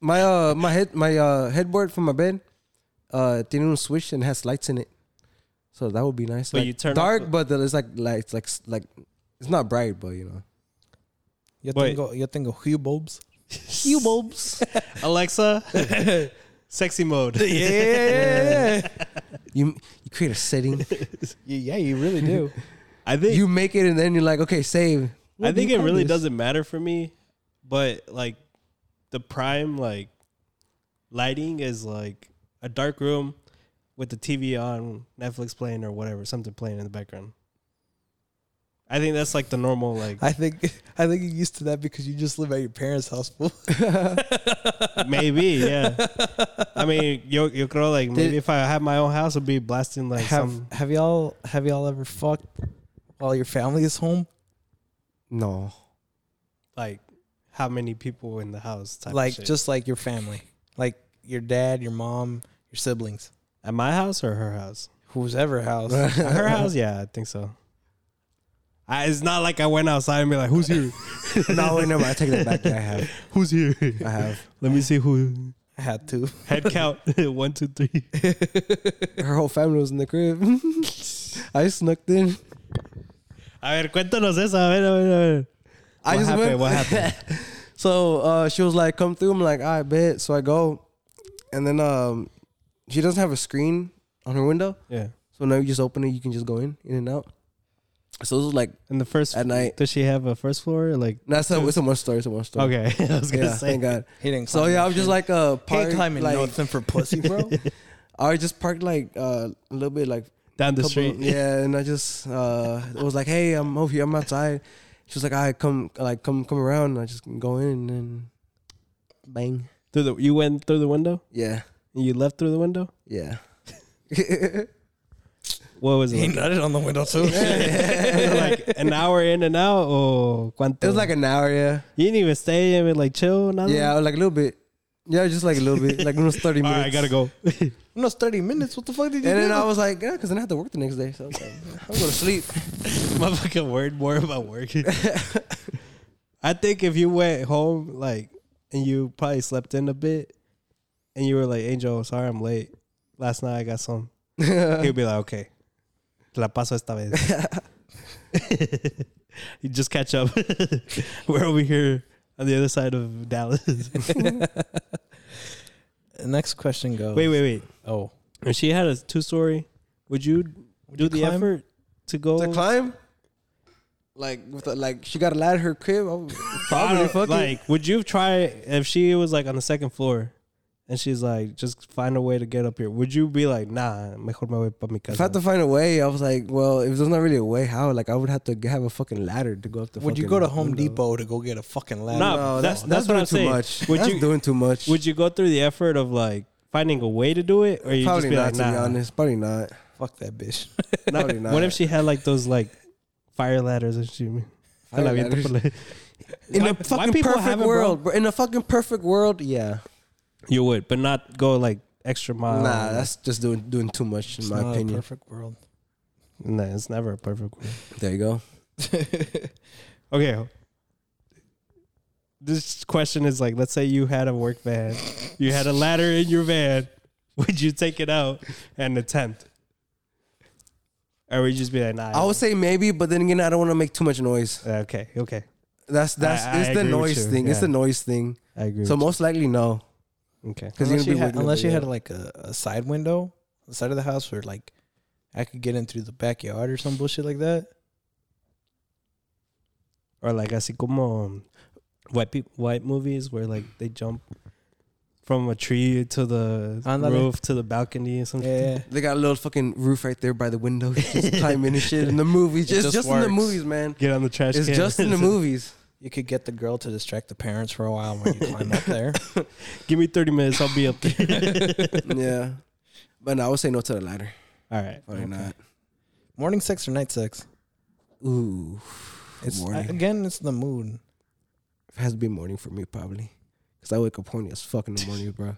S2: my uh, my head, my uh, headboard for my bed, uh, tiene un switch and has lights in it, so that would be nice.
S3: But
S2: Like,
S3: you turn off
S2: dark,
S3: the-
S2: but there is like lights, like s- like it's not bright, but you know,
S1: Yo
S3: Wait.
S1: tengo, yo tengo hue bulbs.
S3: Hue bulbs. [LAUGHS] Alexa, sexy mode.
S1: Yeah.
S2: you you create a setting,
S1: [LAUGHS] yeah, you really do.
S3: [LAUGHS] I think
S2: you make it, and then you're like, okay, save.
S3: I think
S1: you
S3: it
S1: call
S3: really
S1: this?
S3: doesn't matter for me, but like the prime like lighting is like a dark room with the TV on, Netflix playing or whatever, something playing in the background. I think that's like the normal
S1: [LAUGHS]
S3: like
S1: I think I think you're used to that because you just live at your parents' house. [LAUGHS] fool.
S3: maybe, yeah. I mean, yo yo creo like maybe if I had my own house, I'd be blasting like
S1: have
S3: some
S1: have y'all have y'all ever fucked while your family is home?
S2: No, [LAUGHS]
S3: like how many people in the house type of
S1: like
S3: shit.
S1: just like your family, like your dad, your mom, your siblings, [LAUGHS]
S3: at my house or her house?
S1: Who's ever house? Her house?
S3: Yeah, I think so. I, it's not like I went outside and be like, "Who's here?
S2: no, wait, never. mind. I take that back. I have.
S3: Who's here?
S2: I have.
S3: Ah, Let me see who."
S1: I had to.
S3: Head count [LAUGHS] one, two, three.
S2: Her whole family was in the crib. [LAUGHS] I snuck in.
S3: A ver, cuéntanos esa. A ver, a ver, a ver.
S2: I
S3: What
S2: just
S3: happened?
S2: went.
S3: What [LAUGHS] happened?
S2: so uh, she was like, "Come through." I'm like, "I bet." So I go, and then um, she doesn't have a screen on her window,
S3: Yeah.
S2: so now you just open it. You can just go in, in and out. So this was like,
S3: And the first
S2: At night.
S3: Does she have a first floor? Like
S2: no, it's a, it's a one story. It's a one story.
S3: okay, [LAUGHS] I was gonna
S2: Yeah,
S3: say.
S2: thank God.
S1: He didn't.
S2: So
S1: climb
S2: yeah,
S1: that
S2: I was just
S1: shit.
S2: like uh,
S1: He ain't
S2: parked
S1: climbing
S2: like [LAUGHS]
S1: nothing for pussy,
S3: [LAUGHS]
S1: bro.
S2: I just parked like uh, a little bit like
S3: Down the
S2: couple-
S3: street.
S2: Yeah, and I just uh was like, "Hey, I'm over here. I'm outside." She was like, "I come, like, come, come around." And I just go in and then bang.
S3: Through the you went through the window.
S2: Yeah,
S3: And you left through the window.
S2: yeah.
S3: [LAUGHS]
S2: [LAUGHS]
S3: What was
S1: He
S3: [LAUGHS] it? Like,
S1: nutted on the window too. [LAUGHS]
S3: like an hour in and out, or cuánto?
S2: It was like an hour. Yeah,
S3: you didn't even stay and like chill. Nothing?
S2: yeah, like a little bit. Yeah, just like a little bit, like almost
S3: [LAUGHS]
S2: thirty
S3: All
S2: minutes.
S3: right, I gotta go.
S1: no, it's thirty minutes. What the fuck did you
S2: And
S1: do?
S2: then I was like, yeah, because then I had to work the next day, so I was like, I'm gonna go to sleep. [LAUGHS]
S3: [LAUGHS] Motherfucking word more about work. I think if you went home like and you probably slept in a bit and you were like, Angel, sorry I'm late. Last night I got some. He'll be like, Okay. Te la paso esta vez. you just catch up. [LAUGHS] we're over here on the other side of Dallas.
S1: Next question goes.
S3: wait, wait, wait.
S1: Oh,
S3: If she had a two story, would you do
S1: you
S3: the
S1: climb?
S3: effort to go
S2: To climb, like, with the, like she got a ladder at her crib.
S3: [LAUGHS]
S2: I was
S3: I
S2: probably
S3: don't-
S2: fucking.
S3: like, would you try if she was like on the second floor and she's like, just find a way to get up here? Would you be like, nah, mejor me voy pa mi
S2: If I had to
S3: casa?
S2: find a way, I was like, well, if there's not really a way, how? Like, I would have to g- have a fucking ladder to go up the.
S1: would you
S2: fucking
S1: go to Home
S2: window.
S1: Depot to go get a fucking ladder?
S3: Nah,
S2: [LAUGHS] No,
S3: that's, that's, what
S2: that's, doing
S3: I'm
S2: too
S3: saying.
S2: much.
S3: Would
S2: that's
S3: you
S2: doing too much.
S3: would you go through the effort of like finding a way to do it, or you just
S2: Probably
S3: be
S2: not.
S3: like,
S2: to be
S3: nah?
S2: honest,
S3: [LAUGHS]
S2: probably not.
S1: Fuck that bitch.
S2: Probably not.
S3: What if she had like those like fire ladders and shit?
S2: Fire
S3: Te la aviento por la-
S2: in
S3: Why-
S2: a
S3: why
S2: fucking
S3: people
S2: perfect
S3: haven't, bro?
S2: world? bro, In a fucking perfect world, yeah.
S3: You would, but not go like extra mile.
S2: nah, that's just doing doing too much in
S1: It's
S2: my
S1: not a
S2: opinion.
S1: perfect world.
S3: nah, it's never a perfect. World.
S2: There you go.
S3: Okay. This question is like, let's say you had a work van, you had a ladder in your van. [LAUGHS] Would you take it out and attempt? Or would you just be like, nah?
S2: I would say maybe, but then again, I don't want to make too much noise.
S3: Okay, okay.
S2: That's that's
S3: I- I
S2: it's the
S3: agree with
S2: noise
S3: you,
S2: thing. It's
S3: yeah.
S2: the noise thing.
S3: I agree.
S2: So most likely no,
S3: okay.
S2: because
S1: unless you had, unless you had like a, a side window, the side of the house where like I could get in through the backyard or some bullshit like that.
S3: Or like, así como um, white peop white movies where like they jump from a tree to the
S1: Ándale.
S3: roof to the balcony and something.
S1: Yeah,
S2: They got a little fucking roof right there by the window. Just climbing and shit in the movies. Just,
S1: just
S2: just, in the
S1: works.
S2: movies, man.
S3: Get on the trash
S2: It's
S3: can. [LAUGHS]
S2: just in the movies.
S1: you could get the girl to distract the parents for a while when [LAUGHS] you climb up there.
S3: Give me 30 minutes. I'll be up there.
S2: yeah. But no, I would say no to the ladder.
S3: All right.
S2: Probably not.
S1: Morning sex or night sex?
S2: Ooh.
S1: It's
S2: Morning.
S1: again, it's the mood.
S2: It has to be morning for me, probably. Because I wake up horny as fuck in the morning, bro.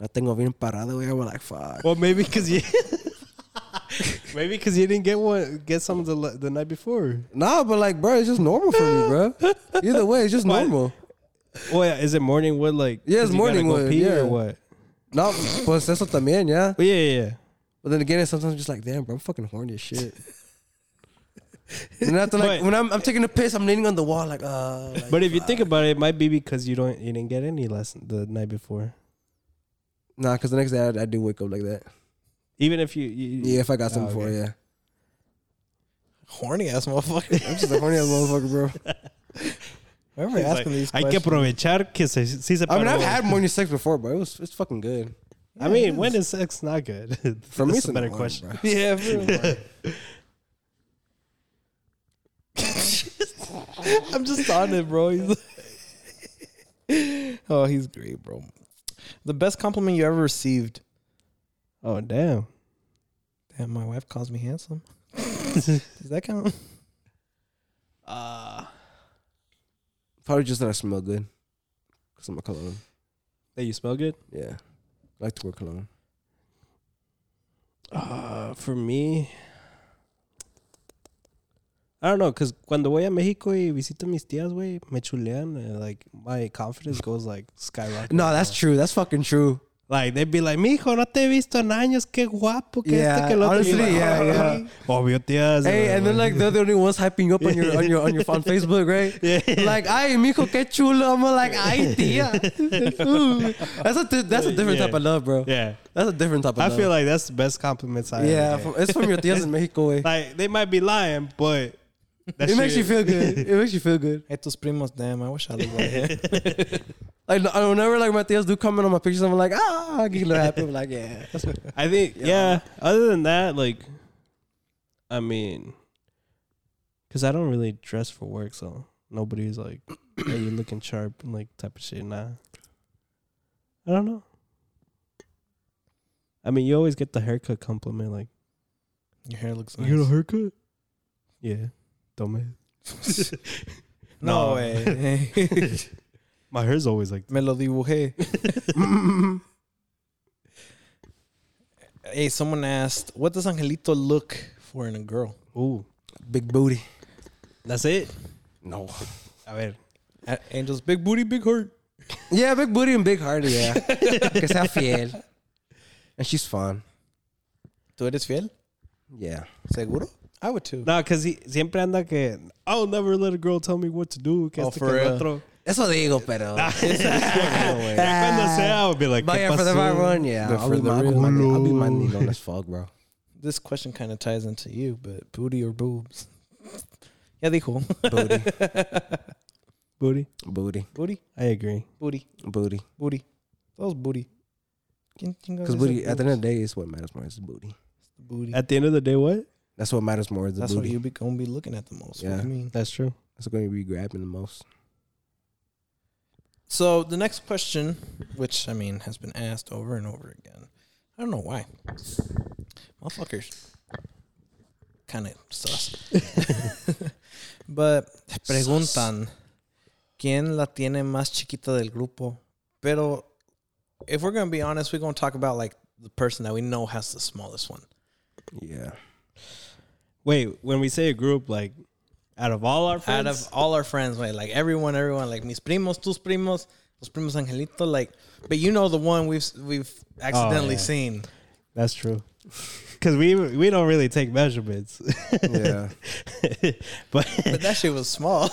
S2: I tengo bien parado, güey. I was like, fuck.
S3: Well, maybe because you, [LAUGHS] maybe 'cause you didn't get one, get some the le- the night before.
S2: Nah, but like, bro, it's just normal for me, bro. Either way, it's just
S3: What?
S2: normal.
S3: Oh yeah, is it morning wood? Like
S2: Yeah,
S3: 'cause
S2: it's
S3: you gotta
S2: morning
S3: go
S2: wood,
S3: Pee
S2: yeah.
S3: or what?
S2: No, pues eso también, yeah.
S3: Oh, yeah, yeah, yeah.
S2: But then again, it's sometimes just like, damn, bro, I'm fucking horny as shit. and after like,
S3: But-
S2: when I'm, I'm taking a piss, I'm leaning on the wall, like, uh. Like,
S3: But if you think about it, it might be because you don't you didn't get any last the night before.
S2: nah, because the next day I, I do wake up like that.
S3: Even if you, you
S2: Yeah,
S3: [LAUGHS]
S2: if I got something
S3: Oh,
S2: for
S3: okay.
S2: it, yeah.
S1: Horny ass motherfucker. [LAUGHS]
S2: I'm just a horny ass motherfucker, bro.
S1: Whoever asking these
S3: Hay
S1: questions.
S3: que aprovechar que se, si se
S2: I mean,
S3: paró.
S2: I've had morning sex before, but it was it's fucking good.
S3: I
S2: [LAUGHS]
S3: mean, when is sex not good? [LAUGHS]
S2: For me,
S3: That's
S2: it's
S3: a better
S2: annoying,
S3: question.
S2: bro.
S1: yeah, for
S3: [LAUGHS]
S1: real. I'm just on it, bro. He's like- [LAUGHS] oh, he's great, bro. The best compliment you ever received.
S3: Oh damn!
S1: Damn, my wife calls me handsome. [LAUGHS] Does that [LAUGHS] count? Uh,
S2: Probably just that I smell good, cause I'm a cologne.
S3: That you smell good.
S2: Yeah, I like to wear cologne.
S3: Uh, Uh, for me,
S2: I don't know, cause cuando voy a México y visito mis tías, güey, me chulean,
S3: eh,
S2: and like my confidence goes like skyrocket.
S3: No,
S2: No, that's true. That's fucking true.
S3: like they'd be like, "Mijo, no te he visto en años. Qué guapo que este
S2: Yeah,
S3: que lo otro."
S2: honestly,
S3: Y like,
S2: yeah, yeah.
S3: [LAUGHS] Obvio, tías.
S2: Hey,
S3: uh,
S2: and then like they're the only ones hyping you up on your on your on your on Facebook, right?
S3: [LAUGHS] Yeah.
S2: Like, ay, mijo, qué chulo. I'm like, ay,
S3: [LAUGHS]
S2: tía. Ooh. that's a di- that's a different
S3: Yeah.
S2: type of love, bro.
S3: yeah.
S2: That's a different type of
S3: I
S2: love.
S3: feel like that's the best compliments I. ever
S2: yeah,
S3: get.
S2: from, it's from your tías in Mexico, way.
S3: like they might be lying, but that
S2: It makes you
S3: shit-
S2: feel good. It makes you feel good.
S1: Estos primos, damn, I wish I lived like that.
S2: Like, no- I don't never like my tías do comment on my pictures. I'm like, ah, I get a little happy. I'm like, yeah. That's what,
S3: I think yeah. Other than that, like, I mean, because I don't really dress for work, so nobody's like, [CLEARS THROAT] "Hey, you're looking sharp," and like type of shit. Nah, I don't know. I mean, you always get the haircut compliment, like,
S1: Your hair looks
S3: "You got a
S1: nice.
S3: haircut?" Yeah, don't
S1: No
S3: No.
S1: way.
S3: My hair's always like,
S1: eh, [LAUGHS] Me lo dibujé. Hey, someone asked, what does Angelito look for in a girl?
S3: "Ooh,
S2: big booty.
S3: that's it."
S2: No.
S3: A ver,
S1: A- Angel's big booty, big heart.
S2: Yeah, big booty and big heart. Yeah, [LAUGHS] que sea fiel. And she's fun.
S1: ¿Tú eres fiel?
S2: Yeah.
S1: ¿Seguro? I would too.
S3: nah, cause he siempre anda que I'll never let a girl tell me what to do. Que
S1: Oh,
S3: este,
S1: for
S3: que el
S1: real?
S3: otro."
S2: [LAUGHS] Eso digo, pero.
S3: Ya cuando sea, I would be like,
S2: But
S3: "¿Qué
S2: yeah, Ah. for the
S3: pasó?"
S2: right one, yeah.
S1: The-
S2: I'll,
S1: for
S2: be
S1: the
S2: my,
S1: real
S2: I'll, be, I'll be
S3: one.
S2: minding known as fuck, bro.
S1: This question kind of ties into you, but booty or boobs? [LAUGHS] Ya dijo. [LAUGHS]
S3: Booty.
S2: Booty, booty,
S1: Booty,
S3: I agree.
S1: booty,
S2: booty.
S1: booty. Those booty. ¿Quién chingados
S2: Because
S1: dice
S2: booty, at the end
S1: boobs?
S2: of the day, it's what matters more. It's the booty.
S1: booty.
S3: At the end of the day, what?
S2: That's what matters more. Is the
S1: That's what
S2: booty.
S1: you be gonna be looking at the most. What
S2: Yeah.
S1: do you mean?
S3: That's true.
S2: That's going to be grabbing the most.
S1: So the next question, which I mean has been asked over and over again, I don't know why. Motherfuckers, kind of sus. [LAUGHS] But preguntan, ¿quién la tiene más chiquita del grupo? Pero if we're gonna be honest, we're gonna talk about like the person that we know has the smallest one.
S2: [LAUGHS] Yeah.
S3: Wait, when we say a group, like, out of all our friends,
S1: out of all our friends, like, like everyone, everyone, like mis primos, tus primos, los primos angelito, like, but you know the one we've we've accidentally
S3: Oh,
S1: seen.
S3: yeah. that's [LAUGHS] true. Because we we don't really take measurements, [LAUGHS]
S2: Yeah.
S3: but
S1: But that shit was small.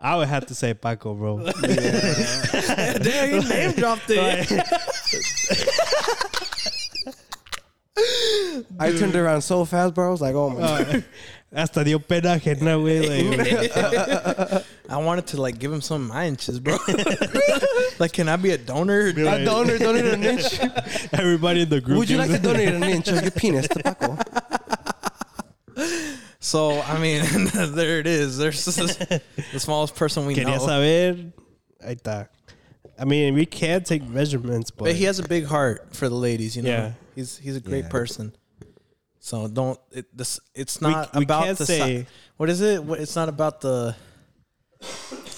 S3: I would have to say Paco, bro.
S1: Damn, you name dropped it.
S2: I turned around so fast, bro. I was like, oh my. God.
S3: [LAUGHS] Hasta dio pena que no, güey. Like,
S1: I wanted to like give him some of my inches, bro. like, can I be a donor?
S2: I donor, donate an [LAUGHS] inch.
S3: [LAUGHS] everybody in the group.
S2: Would you like
S3: gives
S2: to
S3: it-
S2: donate an inch of your penis to Paco?
S1: So I mean, [LAUGHS] there it is. There's [LAUGHS] this- the smallest person we
S3: Quería
S1: know.
S3: saber. Ahí está. I mean, we can take measurements, but,
S1: But he has a big heart for the ladies, you know.
S3: Yeah.
S1: He's he's a great
S2: Yeah.
S1: person. So don't it, this it's not
S3: we
S1: about
S3: can't
S1: the
S3: say-
S1: si- what is it? What, it's not about the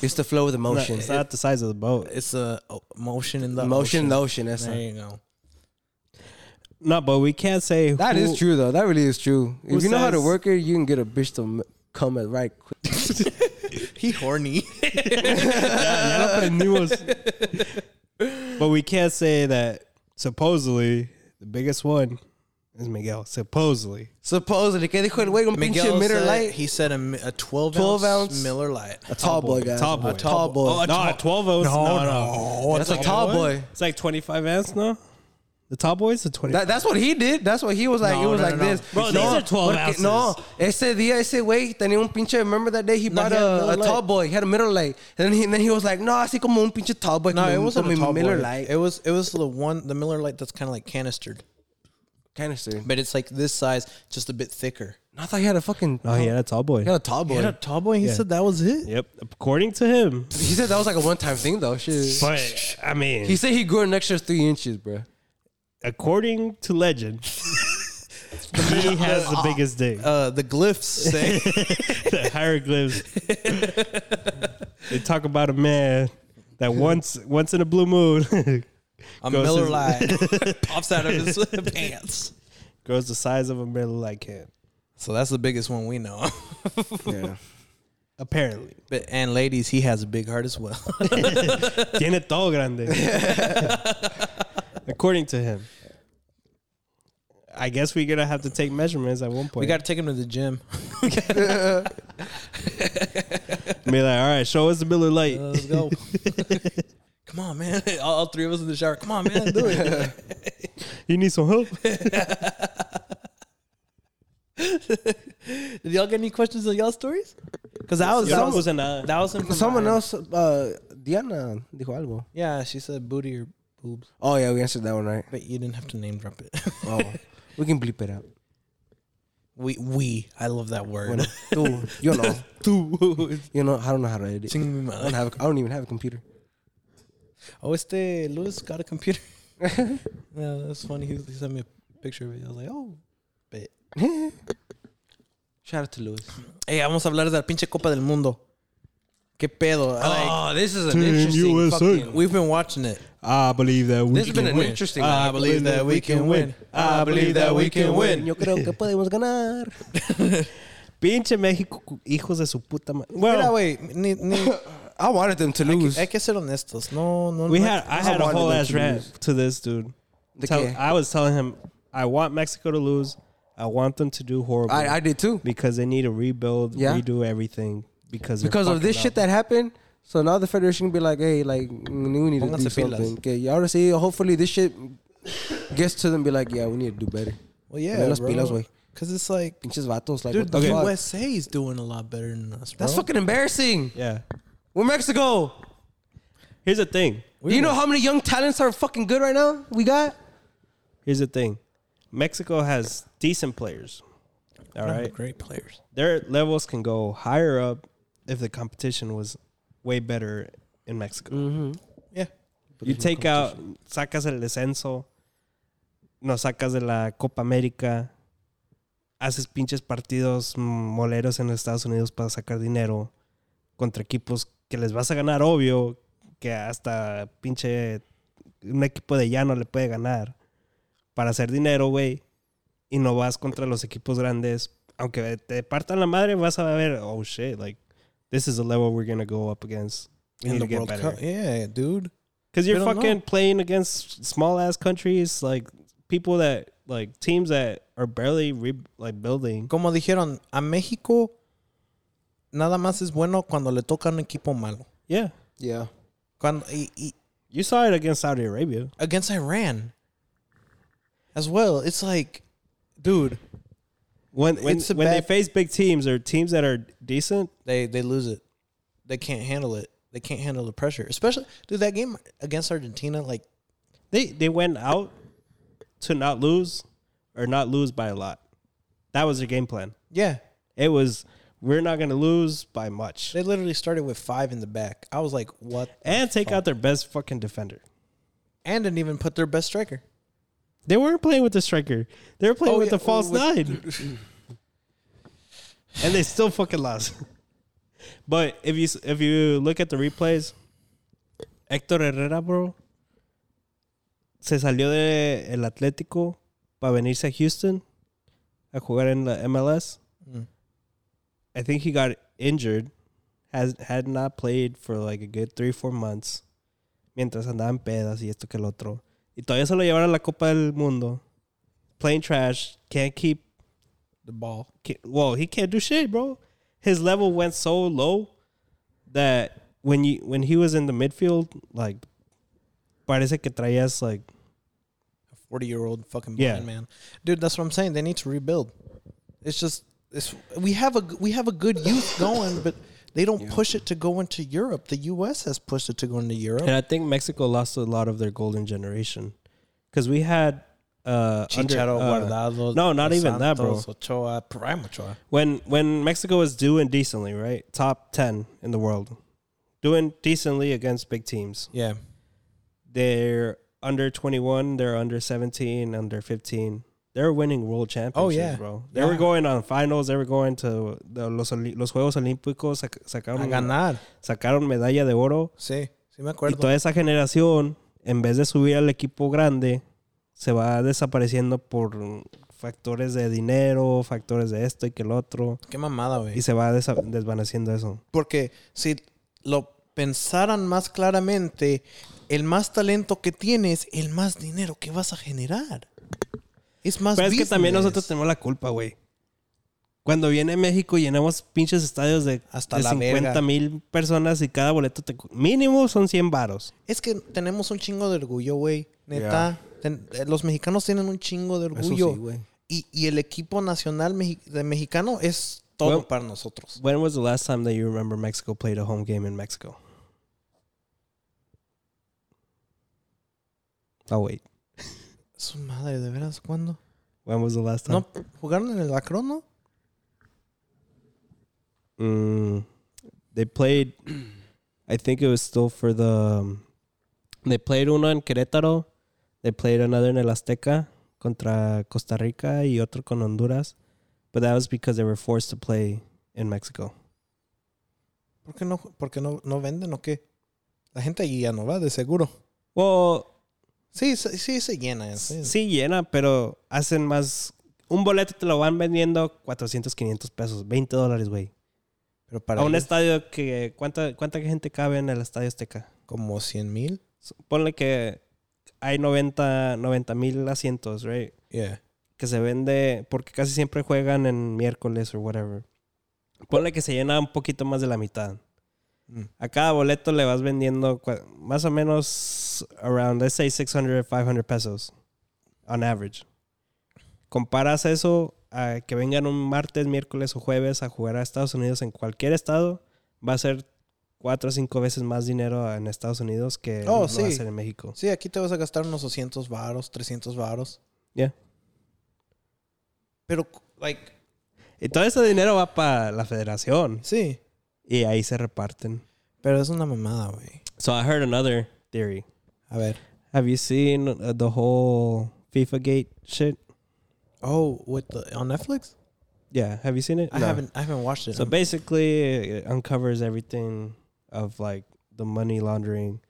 S2: It's the flow of the
S3: it's
S2: motion.
S3: not, it's not the size of the boat.
S1: it's a o- motion in the
S2: motion,
S1: ocean.
S2: in the ocean. That's
S1: There
S2: not-
S1: you go.
S3: No, but we can't say
S2: That is true though. That really is true. If you
S3: who
S2: know how to
S3: says-
S2: work it, you can get a bitch to m- come at right quick.
S1: He horny.
S3: [LAUGHS] but we can't say that supposedly the biggest one is Miguel. Supposedly.
S2: Supposedly, que dijo el güey un pinche
S1: Miguel
S2: Miller
S1: said,
S2: Lite.
S1: He said a, mi- a 12, ounce,
S2: 12 ounce.
S1: Miller Light.
S2: a tall boy, guys.
S3: Tall boy.
S2: A tall boy.
S3: Oh, no, a 12 ounce. No, no.
S2: that's a tall boy.
S3: It's like 25 ounce, no? The tall boy is a 20.
S2: That, that's what he did. That's what he was like.
S1: No,
S2: it was
S1: no,
S2: like
S1: no, no.
S2: this.
S3: Bro, these are 12
S2: porque-
S3: ounces.
S2: No, ese día, ese güey tenía un pinche. Remember that day he
S1: No,
S2: bought
S1: he had a
S2: a,
S1: Miller
S2: a tall
S1: Lite.
S2: boy. He had a middle light. And then he, and then he was like, no, así como un pinche tall boy.
S1: No,
S2: como-
S1: it wasn't
S2: como
S1: a tall
S2: Miller
S1: boy.
S2: Lite.
S1: It was it was the one the Miller Light that's kind of like canistered,
S2: Canister.
S1: but it's like this size, just a bit thicker.
S2: No, I thought he had a fucking.
S3: oh, yeah, a tall boy.
S2: He had a tall boy.
S1: He had a tall boy. He said that was it.
S3: Yep. According to him.
S2: He said that was like a one time thing though. Shit.
S3: But, I mean,
S2: He said he grew an extra three inches, bro.
S3: according to legend, [LAUGHS] he has the biggest
S2: [LAUGHS]
S3: dick.
S1: Uh, the glyphs [LAUGHS] say
S3: the hieroglyphs.
S2: [LAUGHS]
S3: they talk about a man that once once in a blue moon [LAUGHS]
S1: A
S3: Gross
S1: Miller
S3: is-
S1: Lite [LAUGHS] pops out of his pants.
S3: Grows the size of a Miller Lite can.
S1: So that's the biggest one we know. of. [LAUGHS]
S2: Yeah.
S3: Apparently.
S1: But and ladies, he has a big heart as well. [LAUGHS]
S3: Tiene todo grande. According to him. I guess we're gonna have to take measurements at one point.
S1: we got to take him to the gym.
S3: be like, all right, show us the Miller
S1: [LAUGHS]
S3: Lite.
S1: Uh, let's go. [LAUGHS] Come on, man. [LAUGHS] All, all three of us in the shower. Come on, man. Do it.
S3: you need some help?
S1: [LAUGHS] Did y'all get any questions on y'all stories? Because that was that
S3: Someone
S1: was,
S3: was in a-
S1: that was him from
S2: Someone
S1: my-
S2: else, uh, Diana dijo algo.
S1: Yeah, she said booty or boobs,
S2: Oh yeah, we answered that one right.
S1: but you didn't have to name [LAUGHS] drop it.
S2: Oh, we can bleep it out.
S1: we we I love that word. [LAUGHS]
S2: Bueno, tú, yo no, you know, I don't know how to edit.
S1: Sing me
S2: I don't
S1: my.
S2: have. A, I don't even have a computer.
S1: Oh, it's the Lewis got a computer. yeah, that's funny. He, he sent me a picture of it. I was like, oh, bet.
S2: Shout out to Louis.
S1: Hey, vamos a hablar de la pinche Copa del Mundo. ¿Qué pedo? I Like,
S7: oh, this is an
S3: Team
S7: interesting
S3: USA.
S7: fucking.
S1: we've been watching it.
S3: I believe that we
S7: This has
S3: can
S7: been an
S3: win.
S7: interesting.
S1: I
S7: one.
S1: believe that we can win. I believe that we can win.
S2: Yo creo que podemos ganar.
S3: Pinche México, cu- hijos de su puta madre. Well,
S1: Mira, güey, ni, ni,
S2: I wanted them to lose.
S1: hay que ser honestos. No, no.
S3: we
S1: no-
S3: had I
S2: I
S3: had a
S2: wanted
S3: whole
S2: them
S3: ass
S2: to
S3: rant
S2: lose.
S3: to this dude.
S2: ¿De
S3: Tell-
S2: qué?
S3: I was telling him I want Mexico to lose. I want them to do horrible
S2: I, I did too.
S3: because they need to rebuild,
S2: Yeah.
S3: redo everything because they're
S2: because of
S3: fucking
S2: this
S3: up.
S2: shit that happened. So now the federation can be like, hey, like mm, we need to do
S1: Pónganse pilas.
S2: something. Okay, y'all see. Hopefully this shit gets to them. Be like, yeah, we need to do better.
S1: Well, yeah,
S2: Poner las pilas, güey.
S1: Because it's like,
S2: Pinches vatos, like
S1: dude,
S2: what the
S1: the
S2: fuck?
S1: USA is doing a lot better than us. Bro.
S2: That's fucking embarrassing.
S3: Yeah.
S2: We're Mexico.
S3: Here's the thing.
S2: Do you know how many young talents are fucking good right now? We got.
S3: Here's the thing. Mexico has decent players. All right.
S1: Great players.
S3: Their levels can go higher up if the competition was way better in Mexico.
S1: Yeah. Pues
S3: you take out sacas el descenso, no sacas de la Copa América, haces pinches partidos moleros en los Estados Unidos para sacar dinero contra equipos que les vas a ganar, obvio, que hasta pinche un equipo de llano le puede ganar para hacer dinero, güey, y no vas contra los equipos grandes, aunque te partan la madre, vas a ver, oh shit, like this is the level we're gonna go up against. We
S1: In
S3: need
S1: the
S3: to get
S1: World
S3: better.
S1: Cup. Yeah, dude.
S3: Because
S1: We
S3: you're
S1: don't know.
S3: fucking playing against small ass countries, like people that like teams that are barely re- like building.
S1: Como dijeron, a México nada más es bueno cuando le toca un equipo malo.
S3: Yeah,
S2: Yeah.
S1: Cuando, y, y-
S3: you saw it against Saudi Arabia.
S1: against Iran as well. It's like, dude,
S3: When when,
S1: It's a
S3: when they
S1: bad-
S3: face big teams or teams that are decent,
S1: they, they lose it. They can't handle it. They can't handle the pressure. Especially, dude, that game against Argentina, like,
S3: they they went out to not lose or not lose by a lot. That was their game plan.
S1: yeah,
S3: It was we're not gonna lose by much
S1: they literally started with five in the back. I was like, what?
S3: and take out their best fucking defender.
S1: And didn't even put their best striker.
S3: They weren't playing with the striker. They were playing
S1: Oh,
S3: with
S1: yeah,
S3: the false
S1: with-
S3: nine.
S1: [LAUGHS]
S3: and they still fucking lost. [LAUGHS] But if you if you look at the replays, Héctor Herrera, bro, se salió de el Atlético para venirse a Houston a jugar en la MLS.
S1: Mm.
S3: I think he got injured, has had not played for like a good three four months, mientras andaban pedas y esto que el otro. Y todavía se lo llevaron a la Copa del Mundo. Playing trash, can't keep
S1: The ball.
S3: can't, well, he can't do shit, bro. His level went so low that when you when he was in the midfield, like parece que traías like
S1: 40 year old fucking
S3: Yeah.
S1: blind man. Dude, that's what I'm saying. They need to rebuild. It's just it's we have a g- we have a good youth going, but they don't push it to go into Europe. The US has pushed it to go into Europe.
S3: and I think Mexico lost a lot of their golden generation because we had uh, under-
S1: Chicharito,
S3: uh,
S1: Guardado,
S3: no, not even that, bro.
S1: Santos, Ochoa, Prime Ochoa.
S3: when when Mexico was doing decently, right, top ten in the world, doing decently against big teams,
S1: Yeah.
S3: they're under 21, they're under 17, under 15. They're winning world championships,
S1: Oh, yeah.
S3: bro. They
S1: Yeah.
S3: were going on finals. They were going to the, los, Oli- los Juegos Olímpicos. Sac,
S1: A
S3: sacaron,
S1: ganar.
S3: sacaron medalla de oro.
S1: Sí, sí me
S3: Y
S1: acuerdo.
S3: toda esa generación en vez de subir al equipo grande, se va desapareciendo por factores de dinero, factores de esto y que el otro,
S1: Qué mamada, güey.
S3: y se va desa- desvaneciendo eso.
S1: Porque si lo pensaran más claramente, el más talento que tienes, el más dinero que vas a generar. Es más
S3: Pero es que también
S1: business.
S3: nosotros tenemos la culpa, güey. Cuando viene México llenamos pinches estadios de
S1: Hasta
S3: de
S1: la
S3: 50
S1: verga.
S3: mil personas y cada boleto te cu- mínimo son 100 varos.
S1: Es que tenemos un chingo de orgullo, güey. Neta. Ten- eh, los mexicanos tienen un chingo de
S2: Eso
S1: orgullo.
S2: sí, güey.
S1: y, y el equipo nacional mexi- de mexicano es todo
S3: Bueno.
S1: para nosotros.
S3: When was the last time that you remember Mexico played a home game in Mexico? Oh wait,
S1: Su madre, ¿de veras cuándo?
S3: when was the last time?
S1: ¿No jugaron en el Acron, no?
S3: Mm, they played. [CLEARS THROAT] I think it was still for the. um, they played uno en Querétaro. They played another en el Azteca contra Costa Rica y otro con Honduras. But that was because they were forced to play in Mexico.
S1: ¿Por qué no, porque no, no venden o qué? La gente allí ya no va, de seguro.
S3: Well,
S1: Sí, se- sí se llena. sí.
S3: sí llena, pero hacen más. Un boleto te lo van vendiendo 400, 500 pesos, 20 dólares, güey.
S1: Pero para
S3: A un
S1: ir
S3: estadio que. ¿cuánta, ¿Cuánta gente cabe en el estadio Azteca?
S1: como 100 mil.
S3: Ponle que hay 90 mil asientos, right?
S1: Yeah.
S3: que se vende, porque casi siempre juegan en miércoles o whatever. Ponle que se llena un poquito más de la mitad.
S1: Mm.
S3: A cada boleto le vas vendiendo cua- más o menos around, let's say 600, 500 pesos on average. Comparas eso a que vengan un martes, miércoles o jueves a jugar a Estados Unidos en cualquier estado, va a ser cuatro o cinco veces más dinero en Estados Unidos que
S1: Oh,
S3: lo va a
S1: sí.
S3: ser en México.
S1: Sí, aquí te vas a gastar unos 200 varos, 300 varos.
S3: Yeah.
S1: Pero, like,
S3: Y todo ese dinero va para la federación
S1: sí.
S3: y ahí se reparten.
S1: Pero es una mamada, güey.
S3: So I heard another theory.
S1: A ver.
S3: Have you seen uh, the whole FIFA gate shit?
S1: Oh, with the, on Netflix?
S3: Yeah, have you seen it?
S1: I haven't I haven't watched it.
S3: So basically, it uncovers everything of like the money laundering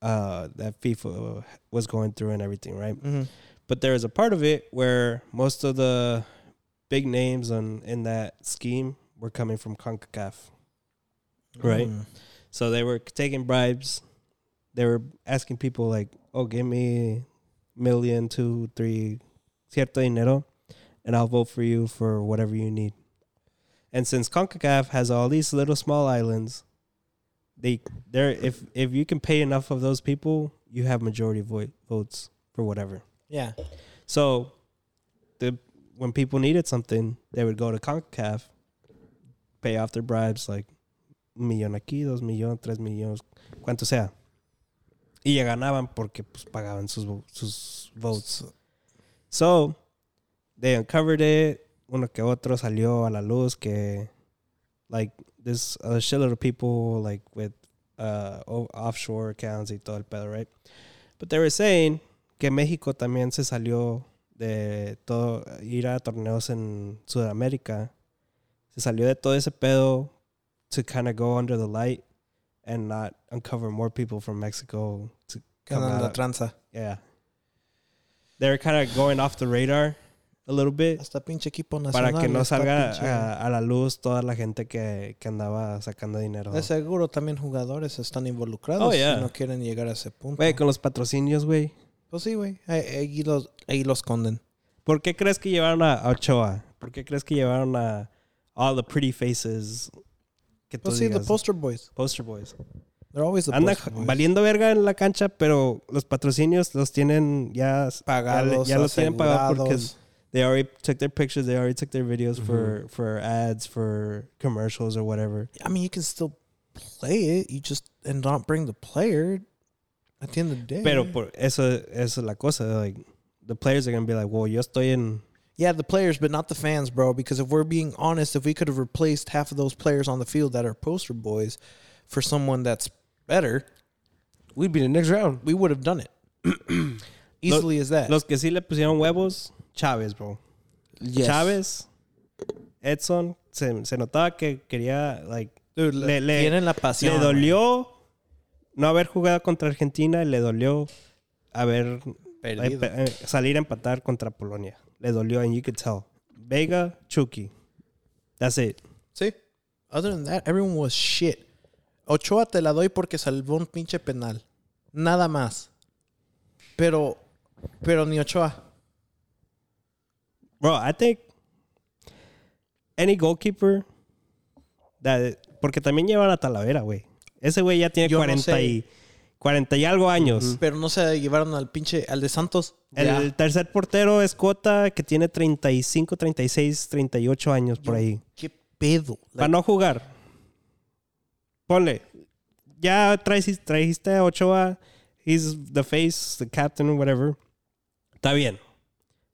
S3: uh, that FIFA was going through and everything, right?
S1: Mhm.
S3: But there is a part of it where most of the big names on in that scheme were coming from CONCACAF, right?
S1: Mm.
S3: So they were taking bribes. They were asking people like, "Oh, give me million, two, three, cierto dinero, and I'll vote for you for whatever you need." And since Concacaf has all these little small islands, they there if if you can pay enough of those people, you have majority vo- votes for whatever.
S1: Yeah.
S3: So, the when people needed something, they would go to Concacaf, pay off their bribes, like un millón aquí, dos millón, tres millones, cuanto sea. Y ya ganaban porque pues, pagaban sus, vo- sus votes. So, they uncovered it. Uno que otro salió a la luz que, like, this a shitload of people, like, with uh, o- offshore accounts y todo el pedo, right? But they were saying que México también se salió de todo, ir a torneos en Sudamérica. Se salió de todo ese pedo to kind of go under the light and not uncover more people from Mexico to come
S1: Ganando la
S3: out.
S1: tranza.
S3: Yeah. They're kind of going off the radar a little bit
S1: Hasta pinche equipo nacional.
S3: para que no
S1: está
S3: salga
S1: pinche-
S3: a, a la luz toda la gente que, que andaba sacando dinero.
S1: De seguro también jugadores están involucrados
S3: Oh, yeah.
S1: y no quieren llegar a ese punto.
S3: Güey, con los patrocinios, güey.
S1: Pues sí, güey. Ahí, ahí los, ahí los conden.
S3: ¿Por qué crees que llevaron a a Ochoa? ¿Por qué crees que llevaron a all the pretty faces que tú
S1: Pues sí, the
S3: digas?
S1: poster boys.
S3: poster boys.
S1: They're always the
S3: Anda
S1: poster boys.
S3: valiendo verga en la cancha, pero los patrocinios los tienen ya
S1: Pagados,
S3: Ya, ya los tienen pagados porque
S1: asegurados.
S3: they already took their pictures, they already took their videos for for ads, for commercials or whatever.
S1: I mean, you can still play it. You just and not bring the player at the end of the day.
S3: Pero por eso, eso es la cosa. Like, the players are going to be like, well, yo estoy en.
S1: yeah, the players, but not the fans, bro. Because if we're being honest, if we could have replaced half of those players on the field that are poster boys for someone that's better,
S2: We'd be the next round.
S1: we would have done it
S3: [CLEARS THROAT]
S1: easily as that.
S3: Los que sí le pusieron huevos, Chávez, bro.
S2: Yes.
S3: Chávez, Edson, se, se notaba que quería, like,
S1: Dude, le-
S3: le, le-
S1: tienen la
S3: le
S1: pasión.
S3: dolió no haber jugado contra Argentina le dolió haber
S1: Perdido.
S3: eh, pe- eh, salir a empatar contra Polonia. Le dolió, and you could tell. Vega, Chucky. That's it.
S1: Sí. Other than that, everyone was shit. Ochoa te la doy porque salvó un pinche penal. Nada más. Pero, pero ni Ochoa.
S3: Bro, I think any goalkeeper that- porque también lleva la Talavera, güey. Ese güey ya tiene
S1: Yo no
S3: 40
S1: sé.
S3: y 40 y algo años.
S1: Pero no se llevaron al pinche, al de Santos.
S3: El
S1: Ya.
S3: tercer portero es Cota, que tiene 35, 36, 38 años por ahí.
S1: ¿Qué pedo?
S3: Para no jugar. Ponle. Ya traes- trajiste a Ochoa. He's the face, the captain, whatever. Está bien.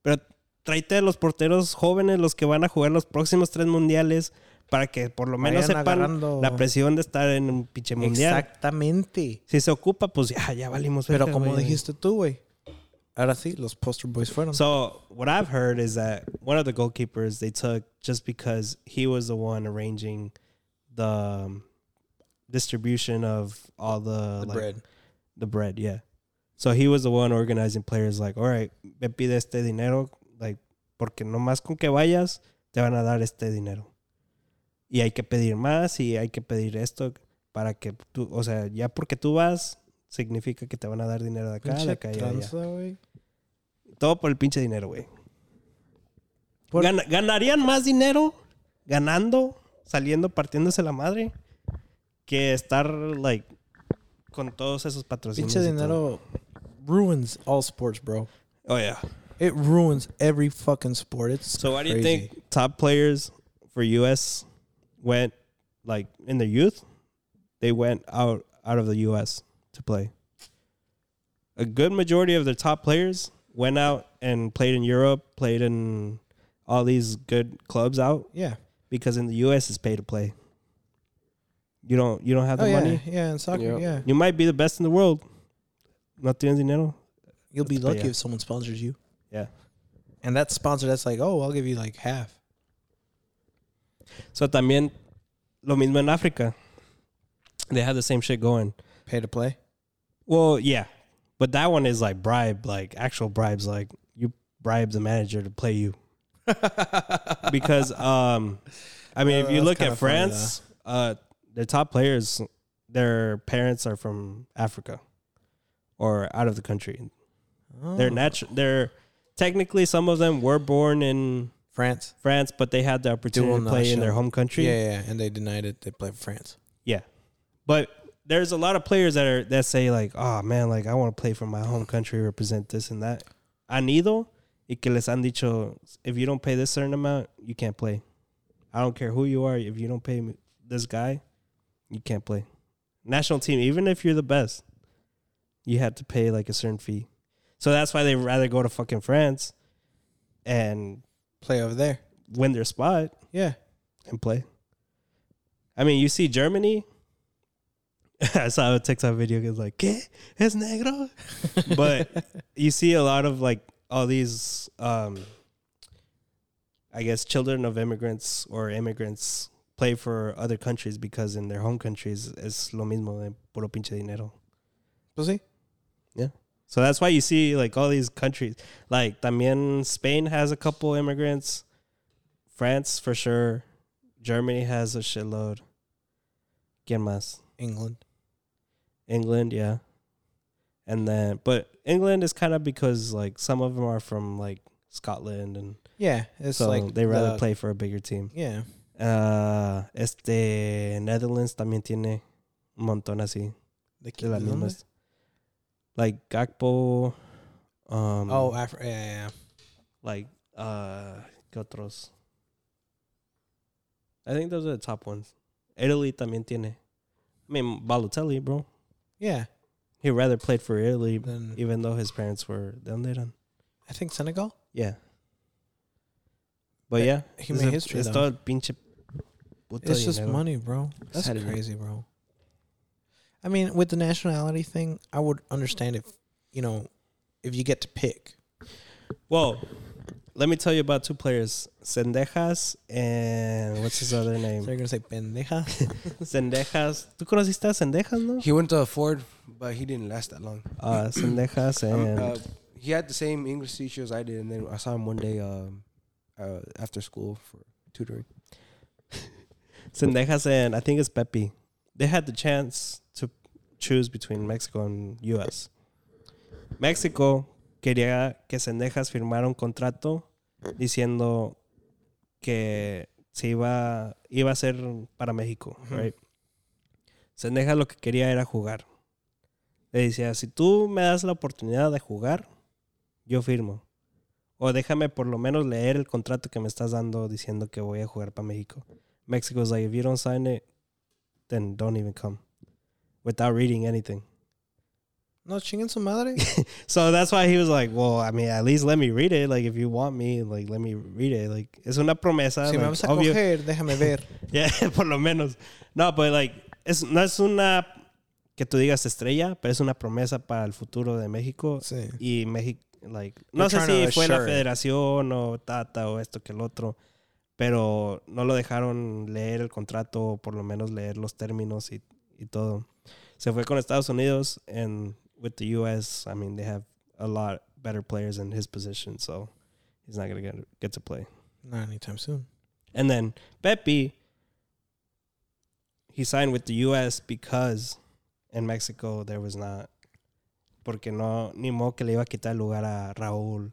S3: Pero tráete a los porteros jóvenes, los que van a jugar los próximos tres mundiales, para que por lo
S1: Vayan
S3: menos sepan
S1: agarrando-
S3: la presión de estar en un pinche mundial.
S1: Exactamente.
S3: Si se ocupa, pues ya, ya valimos.
S1: Pero
S3: verga,
S1: como
S3: güey.
S1: dijiste tú, güey. Ahora sí, los poster boys fueron.
S3: So what I've heard is that one of the goalkeepers they took just because he was the one arranging the um, distribution of all the,
S1: the
S3: like,
S1: bread.
S3: The bread, yeah. So he was the one organizing players. Like, all right, me pide este dinero, like, porque no más con que vayas te van a dar este dinero. Y hay que pedir más y hay que pedir esto para que tú, o sea, ya porque tú vas significa que te van a dar dinero de acá, de
S1: Pinche
S3: acá y de allá.
S1: tranza, güey.
S3: Todo por el pinche dinero, güey.
S1: Por-
S3: Gana- ¿Ganarían más dinero ganando, saliendo, partiéndose la madre? Que estar, like, con todos esos patrocinios.
S1: Pinche
S3: y todo.
S1: dinero ruins all sports, bro.
S3: Oh, yeah.
S1: It ruins every fucking sport. It's
S3: So, why do you
S1: crazy.
S3: think top players for U.S. went, like, in the youth? They went out, out of the U.S. to play. A good majority of their top players went out and played in Europe, played in all these good clubs out.
S1: Yeah.
S3: because in the U.S. it's pay to play. You don't you don't have the
S1: Oh, yeah.
S3: money.
S1: Yeah, in soccer,
S2: Yeah.
S1: yeah.
S3: You might be the best in the world. No tienes dinero.
S1: You'll be
S3: That's- but
S1: lucky
S3: yeah.
S1: if someone sponsors you.
S3: Yeah.
S1: And that sponsor that's like, oh, I'll give you like half.
S3: So también lo mismo en África. They have the same shit going.
S1: Pay to play.
S3: Well, yeah, but that one is like bribe, like actual bribes, like you bribe the manager to
S1: [LAUGHS]
S3: play you. because um, I mean,
S1: Uh,
S3: if you
S1: that's
S3: look
S1: kinda
S3: at
S1: funny,
S3: France, uh, their top players, their parents are from Africa or out of the country. They're
S1: Oh.
S3: natural. They're technically some of them were born in
S1: France.
S3: France, but they had the opportunity
S1: Dual
S3: to play in their
S1: national.
S3: home country.
S1: Yeah, yeah, yeah. And they denied it. They played for France.
S3: Yeah. But there's a lot of players that are that say like, oh man, like I want to play for my home country, represent this and that. Han ido y que les han dicho, if you don't pay this certain amount, you can't play. I don't care who you are, if you don't pay me this guy, you can't play. National team, even if you're the best, you have to pay like a certain fee. So that's why they rather go to fucking France and
S1: Play over there.
S3: win their spot
S1: Yeah.
S3: and play. I mean, you see Germany. [LAUGHS] I saw a TikTok video. It's like, ¿qué? Es negro. [LAUGHS] but you see a lot of like all these, um, I guess, children of immigrants or immigrants play for other countries because in their home countries es lo mismo de puro pinche dinero.
S1: Pues sí.
S3: Yeah. So that's why you see like all these countries. Like también Spain has a couple immigrants. France for sure. Germany has a shitload. ¿Quién más?
S1: England.
S3: England, yeah. And then but England is kind of because like some of them are from like Scotland and
S1: Yeah. It's
S3: so
S1: like
S3: they rather
S1: the-
S3: play for a bigger team.
S1: Yeah.
S3: Uh este Netherlands también tiene un montón así.
S1: They
S3: de
S1: keep
S3: las
S1: it on
S3: mismas. Like Gakpo um
S1: there. Oh, Afri- yeah, yeah, yeah.
S3: like uh ¿qué otros? I think those are the top ones. Italy también tiene. I mean Balotelli, bro.
S1: Yeah.
S3: He rather played for Italy
S1: Then-
S3: even though his parents were ¿de dónde eran?
S1: I think Senegal.
S3: Yeah. But
S1: Eh,
S3: yeah,
S1: he
S3: it's
S1: made
S3: a-
S1: history,
S3: it's
S1: though.
S3: todo el pinche puto
S1: It's just
S3: dinero.
S1: money, bro. That's
S3: Sad, isn't it?
S1: crazy, bro. I mean, with the nationality thing, I would understand if you know if you get to pick.
S3: Well, Let me tell you about two players, Sendejas and what's his other
S1: So
S3: name?
S1: you're gonna say pendeja? [LAUGHS]
S3: Sendejas. ¿Tú conociste a Sendejas, no?
S2: He went to Ford, but he didn't last that long.
S3: Uh, Sendejas and
S2: Uh, he had the same English teacher as I did, and then I saw him one day um, uh, after school for tutoring.
S3: Sendejas and I think it's Pepe. They had the chance to choose between Mexico and US. México quería que Sendejas firmara un contrato diciendo que se iba, iba a ser para México. right? Sendejas lo que quería era jugar. Le decía, si tú me das la oportunidad de jugar, yo firmo. O déjame por lo menos leer el contrato que me estás dando diciendo que voy a jugar para México. Mexico's like, if you don't sign it, then don't even come without reading anything.
S1: no chinguen su [LAUGHS] madre.
S3: So that's why he was like, well, I mean, at least let me read it. Like, if you want me, like, let me read it. Like, es una promesa.
S1: Si me
S3: like,
S1: vas a
S3: obvio-
S1: coger, déjame [LAUGHS] ver.
S3: [LAUGHS] Yeah, por lo menos. No, but like, es, no es una que tú digas estrella, pero es una promesa para el futuro de México.
S1: Sí.
S3: Y México, like, no
S1: You're
S3: sé
S1: trying to
S3: si fue la
S1: assure it.
S3: federación o Tata o esto que el otro, pero no lo dejaron leer el contrato o por lo menos leer los términos y, y todo. Se fue con Estados Unidos and with the US, I mean, they have a lot better players in his position, so he's not going to get, get to play.
S1: Not anytime soon.
S3: And then Pepe, he signed with the U.S. because in Mexico there was not. Porque no, ni modo que le iba a quitar el lugar a Raúl,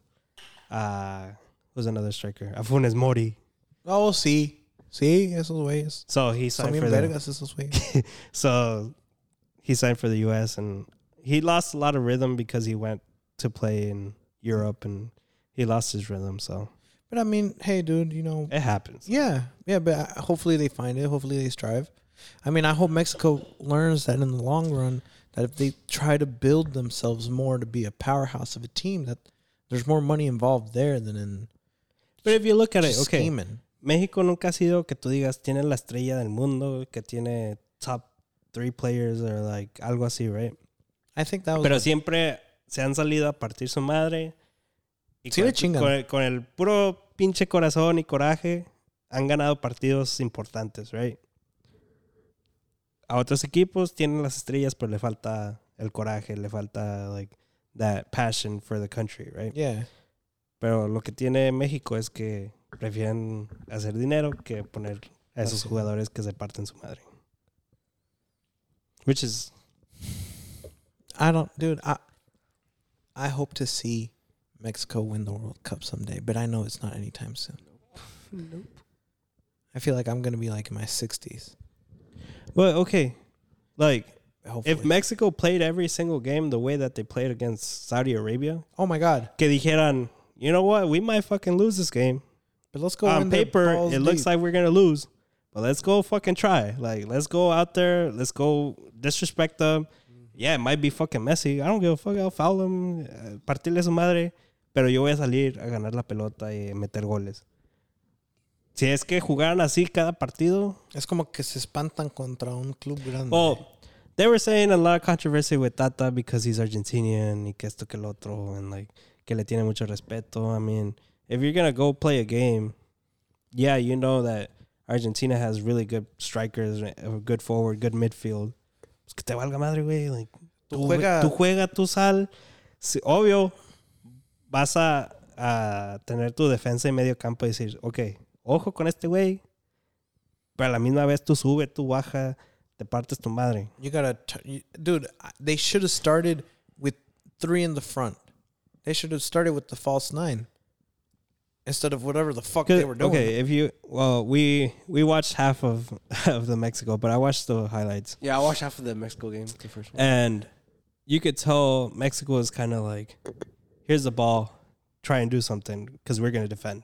S3: a. Who's another striker? A Funes Mori.
S1: Oh, sí. Sí, esos güeyes.
S3: So he
S1: Son
S3: signed
S1: bien
S3: for the,
S1: vergas esos [LAUGHS] güeyes.
S3: So he signed for the U.S. and he lost a lot of rhythm because he went to play in Europe and he lost his rhythm. So
S1: But I mean, hey, dude, you know,
S3: it happens.
S1: Yeah, yeah, but I- hopefully they find it. Hopefully they strive. I mean, I hope Mexico learns that in the long run, that if they try to build themselves more to be a powerhouse of a team, that there's more money involved there than in
S3: But if you look at it,
S1: just
S3: okay.
S1: scheming.
S3: México nunca ha sido que tú digas tiene la estrella del mundo, que tiene top three players or like algo así, right?
S1: I think that was.
S3: Pero siempre se han salido a partir su madre. Y
S1: Sí
S3: con,
S1: le chingan.
S3: con el, con el puro pinche corazón y coraje han ganado partidos importantes, right? A otros equipos tienen las estrellas, pero le falta el coraje, le falta like that passion for the country, right?
S1: yeah,
S3: Pero lo que tiene México es que prefieren hacer dinero que poner a esos
S1: Así.
S3: jugadores que se parten su madre. Which is
S1: I don't, dude. I I hope to see Mexico win the World Cup someday, but I know it's not anytime soon. Nope. I feel like I'm gonna be like in my 60s.
S3: but okay. Like
S1: Hopefully.
S3: if Mexico played every single game the way that they played against Saudi Arabia,
S1: oh my God,
S3: que dijeran, you know what, we might fucking lose this game.
S1: but let's go
S3: On
S1: win their
S3: paper,
S1: balls
S3: it looks
S1: deep.
S3: like we're gonna lose. But let's go fucking try. Like let's go out there, let's go disrespect them. Yeah, it might be fucking messy. I don't give a fuck. I'll foul them, eh, partirle su madre. Pero yo voy a salir a ganar la pelota y meter goles. Si es que jugaran así cada partido.
S1: Es como que se espantan contra un club grande.
S3: Well, they were saying a lot of controversy with Tata because he's Argentinian y que esto que el otro and like que le tiene mucho respeto. I mean, if you're gonna go play a game, yeah, you know that Argentina has really good strikers, eh, a good forward, good midfield. Pues que te valga madre, güey. Like,
S1: Tú
S3: tú,
S1: juega-
S3: juega, tú juega, tú sal. Sí, obvio, vas a, a tener tu defensa y medio campo y decir, ok, ojo con este güey. Pero a la misma vez tú sube, tú baja, te partes tu madre.
S1: you gotta, t- you, dude. I- They should have started with three in the front. They should have started with the false nine instead of whatever the fuck they were doing.
S3: Okay, if you well, we we watched half of [LAUGHS] of the Mexico, but I watched the highlights,
S2: Yeah, I watched half of the Mexico game, the first one.
S3: and you could tell Mexico is kind of like, here's the ball, try and do something because we're gonna defend.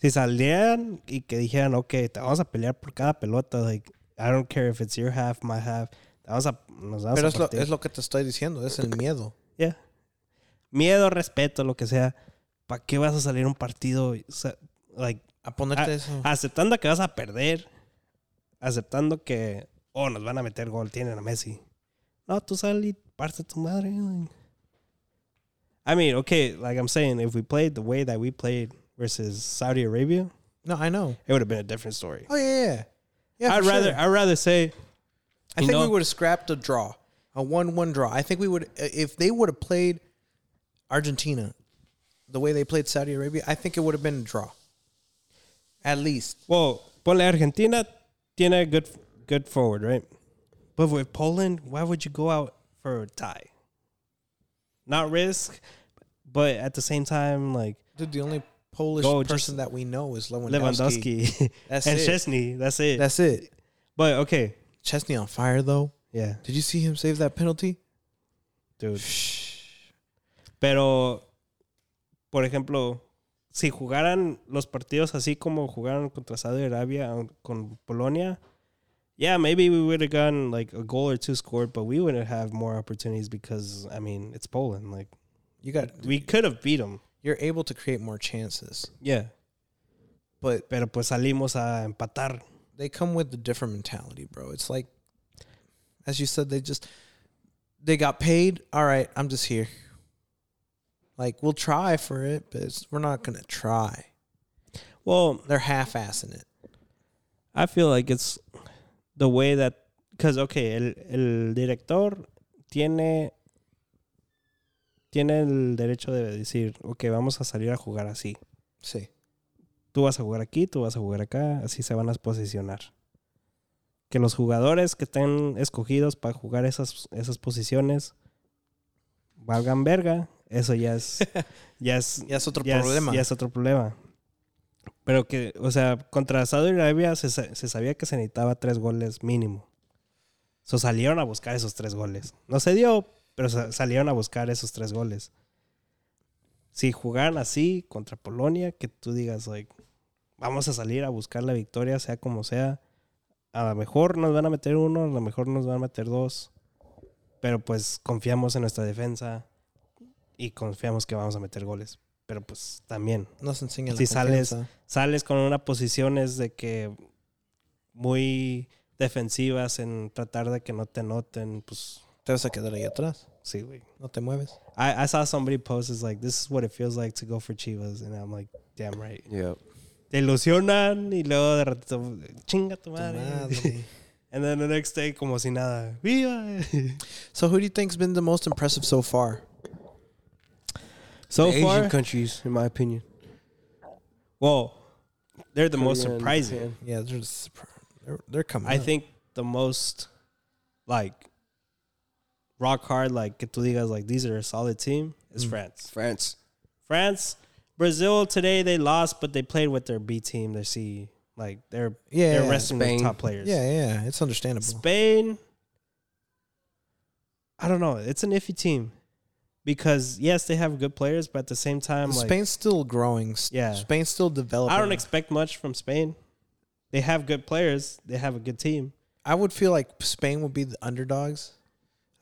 S3: Si salían y que dijeran, okay, te vamos a pelear por cada pelota, like I don't care if it's your half, my half, te vamos a nos vamos
S1: Pero
S3: a
S1: es lo,
S3: partir.
S1: es lo que te estoy diciendo. Es el miedo.
S3: Yeah. Miedo, respeto, lo que sea. ¿Para qué vas a salir a un partido? O sea, like
S1: A ponerte
S3: a-
S1: eso.
S3: Ah, aceptando que vas a perder, aceptando que, oh, nos van a meter gol, tienen a Messi. No, tú sal y parte tu madre. güey. I mean, okay, like I'm saying, if we played the way that we played versus Saudi Arabia,
S1: No, I know.
S3: it would have been a different story.
S1: Oh yeah, yeah. yeah
S3: I'd
S1: for
S3: rather
S1: sure.
S3: I'd rather say
S1: I
S3: you
S1: think we
S3: know-
S1: would have scrapped a draw, a one-one draw. I think we would if they would have played Argentina the way they played Saudi Arabia. I think it would have been a draw, at least.
S3: Well, ponle Argentina tiene a good good forward, right? But with Poland, why would you go out for a tie? Not risk, but at the same time, like
S1: Dude, the only Polish
S3: Go,
S1: person
S3: just-
S1: that we know is Lewandowski.
S3: [LAUGHS] Lewandowski
S1: That's
S3: and
S1: it.
S3: Chesney. That's it.
S1: That's it.
S3: but okay,
S1: Chesney on fire though.
S3: yeah,
S1: Did you see him save that penalty?
S3: dude. Pero, por ejemplo, si jugaran los partidos así como jugaron contra Saudi Arabia um, con Polonia, yeah, maybe we would have gotten like a goal or two scored, but we wouldn't have more opportunities because I mean it's Poland. Like
S1: You got.
S3: we could have beat 'em. them.
S1: You're able to create more chances,
S3: Yeah,
S1: but
S3: pero pues salimos a empatar.
S1: they come with a different mentality, bro. It's like, as you said, they just they got paid. All right, I'm just here. Like we'll try for it, but it's, we're not gonna try.
S3: Well,
S1: They're half-assing it.
S3: I feel like it's the way that because okay, el, el director tiene tiene el derecho de decir, ok, vamos a salir a jugar así.
S1: See,
S3: Tú vas a jugar aquí, tú vas a jugar acá, así se van a posicionar. Que los jugadores que estén escogidos para jugar esas, esas posiciones valgan verga, eso ya es ya es
S1: ya es otro
S3: ya es-
S1: problema.
S3: ya es otro problema. Pero que, o sea, contra Saudi Arabia se, sa- se sabía que se necesitaba tres goles mínimo. So, salieron a buscar esos tres goles. No se dio, pero sa- salieron a buscar esos tres goles. Si jugaran así contra Polonia, que tú digas, like, vamos a salir a buscar la victoria, sea como sea. A lo mejor nos van a meter uno, a lo mejor nos van a meter dos. Pero pues confiamos en nuestra defensa y confiamos que vamos a meter goles. Pero pues también
S1: Nos enseñan la
S3: Si sales-
S1: confianza.
S3: sales con una posición es de que muy defensivas en tratar de que no te noten, pues
S1: te vas a quedar ahí atrás.
S3: sí, güey.
S1: No te mueves.
S3: I, I saw somebody post is like this is what it feels like to go for Chivas and I'm like damn right.
S2: Yep.
S3: Te ilusionan y luego de ratito chinga
S1: Tu
S3: tu madre.
S1: madre.
S3: [LAUGHS] And then the next day como si nada. Viva. [LAUGHS]
S1: so, who do you think's been the most impressive so far?
S3: so
S2: the
S3: far,
S2: Asian countries, in my opinion.
S3: well, they're the most
S2: Korea and
S3: surprising.
S2: Japan.
S1: Yeah, they're just, they're, they're coming.
S3: I
S1: up.
S3: think the most like rock hard, like que tú digas, like these are a solid team
S1: Mm.
S3: is France.
S2: France.
S3: France, Brazil today they lost, but they played with their B team, their C. Like they're
S1: Yeah,
S3: they're resting their
S2: Spain.
S3: top players.
S1: Yeah, yeah, it's understandable.
S3: Spain. I don't know. It's an iffy team because yes, they have good players, but at the same time, like
S1: Spain's still growing. S-
S3: Yeah.
S1: Spain's still developing.
S3: I don't expect much from Spain. They have good players. They have a good team.
S1: I would feel like Spain would be the underdogs.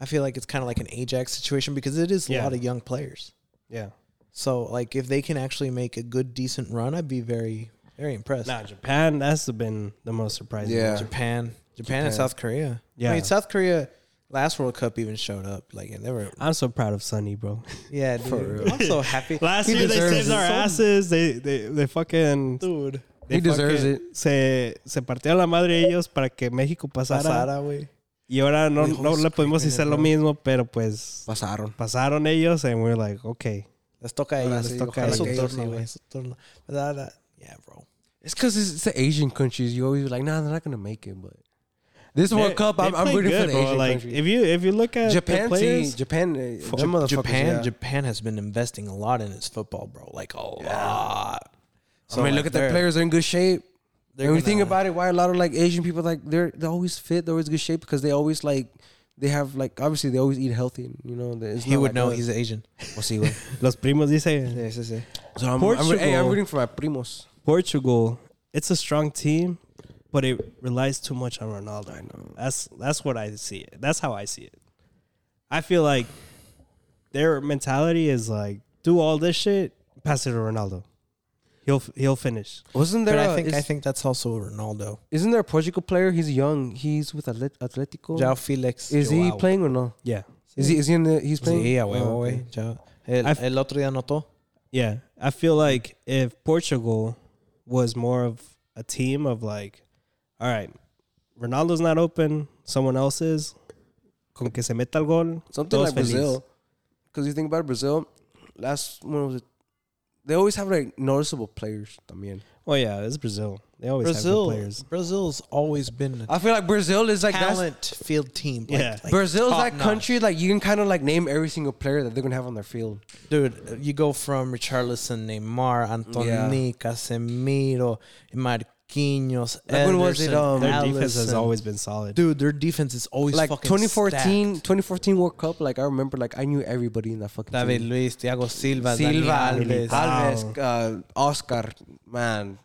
S1: I feel like it's kind of like an Ajax situation because it is a
S3: Yeah.
S1: lot of young players.
S3: Yeah.
S1: So, like, if they can actually make a good, decent run, I'd be very, very impressed.
S3: Nah, Japan. That's been the most surprising.
S2: Yeah.
S1: Japan, Japan, and South Korea. I
S3: Yeah.
S1: mean, South Korea last World Cup even showed up. Like, and they were,
S3: I'm so proud of Sonny, bro.
S1: [LAUGHS] yeah, dude. I'm so happy.
S3: [LAUGHS] Last
S1: He
S3: year they
S1: deserves
S3: saved
S1: it.
S3: our
S1: So-
S3: asses. They they they fucking
S1: dude.
S3: they
S2: He deserves
S3: fucking- Se se partieron la madre ellos para que México pasara.
S1: Pasada, güey.
S3: Y ahora no
S1: Hijos
S3: no le
S1: creeping
S3: podemos
S1: in,
S3: hacer lo
S1: bro.
S3: mismo, pero pues
S2: Pasaron.
S3: pasaron ellos and we're like, okay.
S1: Les toca a
S2: Ahora
S1: ellos.
S2: sí,
S1: Les toca a
S2: ojalá
S1: ellos.
S2: que
S1: Es
S2: ellos
S1: su
S2: sí,
S1: turno,
S2: güey.
S1: güey. Es su turno. Da, da. Yeah, bro.
S2: It's because it's, it's the Asian countries. You always like, nah, they're not gonna make it. But this World
S3: They-
S2: Cup,
S3: they
S2: I'm, I'm
S3: played
S2: rooting for
S3: good,
S2: the
S3: bro.
S2: Asian
S3: like,
S2: countries.
S3: If you if you look at Japan
S2: Japan team,
S3: players,
S2: Japan, uh, them motherfuckers,
S1: Japan,
S2: yeah.
S1: Japan has been investing a lot in its football, bro. Like a lot. So
S2: I mean,
S1: like,
S2: look at their
S1: they're-
S2: players; they're in good shape.
S1: they're
S2: and we
S1: gonna-
S2: think about it, why a lot of like Asian people like they're they're always fit, they're always good shape because they always like they have like obviously they always eat healthy. And, you know, it's
S1: He
S2: not
S1: would
S2: like
S1: know
S2: us.
S1: he's Asian.
S2: We'll see. What.
S3: los primos dice
S1: Yeah, yeah, yeah.
S2: [LAUGHS] So I'm, I'm, hey, I'm
S3: Portugal.
S2: rooting for my primos.
S3: Portugal, it's a strong team, but it relies too much on Ronaldo.
S2: I know.
S3: That's that's what I see. It. That's how I see it. I feel like their mentality is like do all this shit, pass it to Ronaldo. He'll he'll finish.
S2: Wasn't
S1: But
S2: there?
S1: I
S2: a-
S1: think I
S2: is-
S1: think that's also Ronaldo.
S2: isn't there a Portugal player? He's young. He's with Atlet- Atletico.
S1: Jao Felix.
S2: Is he
S3: Joao.
S2: playing or no?
S3: Yeah.
S2: Is he? Is he in the? He's
S1: Yeah,
S2: playing.
S1: yeah, wait,
S2: Oh,
S1: wait,
S2: okay.
S1: wait. Jao- El,
S3: I've-
S1: el otro día anotó.
S3: Yeah, I feel like if Portugal was more of a team of like, all right, Ronaldo's not open, someone else is. Con que se meta el gol,
S2: Something
S3: todos
S2: like
S3: feliz.
S2: Brazil, because you think about Brazil, last when was it? They always have like noticeable players. También.
S3: Oh yeah, it's Brazil. They always
S1: Brazil.
S3: have good players.
S1: Brazil's always been a
S2: I feel like Brazil is like that's-
S1: talent field team. Like,
S3: Yeah.
S1: like
S2: Brazil is
S1: top
S2: that
S1: notch.
S2: country like you can kind of like name every single player that they're gonna have on their field.
S1: dude. You go from Richarlison, Neymar, Antony, Casemiro, Marquinhos.
S2: Like, when was it,
S1: Ederson,
S2: um,
S3: Their defense has
S1: Alisson.
S3: always been solid.
S1: dude. Their defense is always
S2: Like
S1: fucking
S2: 2014,
S1: stacked.
S2: 2014 World Cup. Like I remember, like I knew everybody in that fucking
S1: David
S2: team.
S1: Luis, Thiago Silva,
S2: Silva,
S1: Dani
S2: Alves,
S1: Alves.
S2: Alves uh, Oscar, man.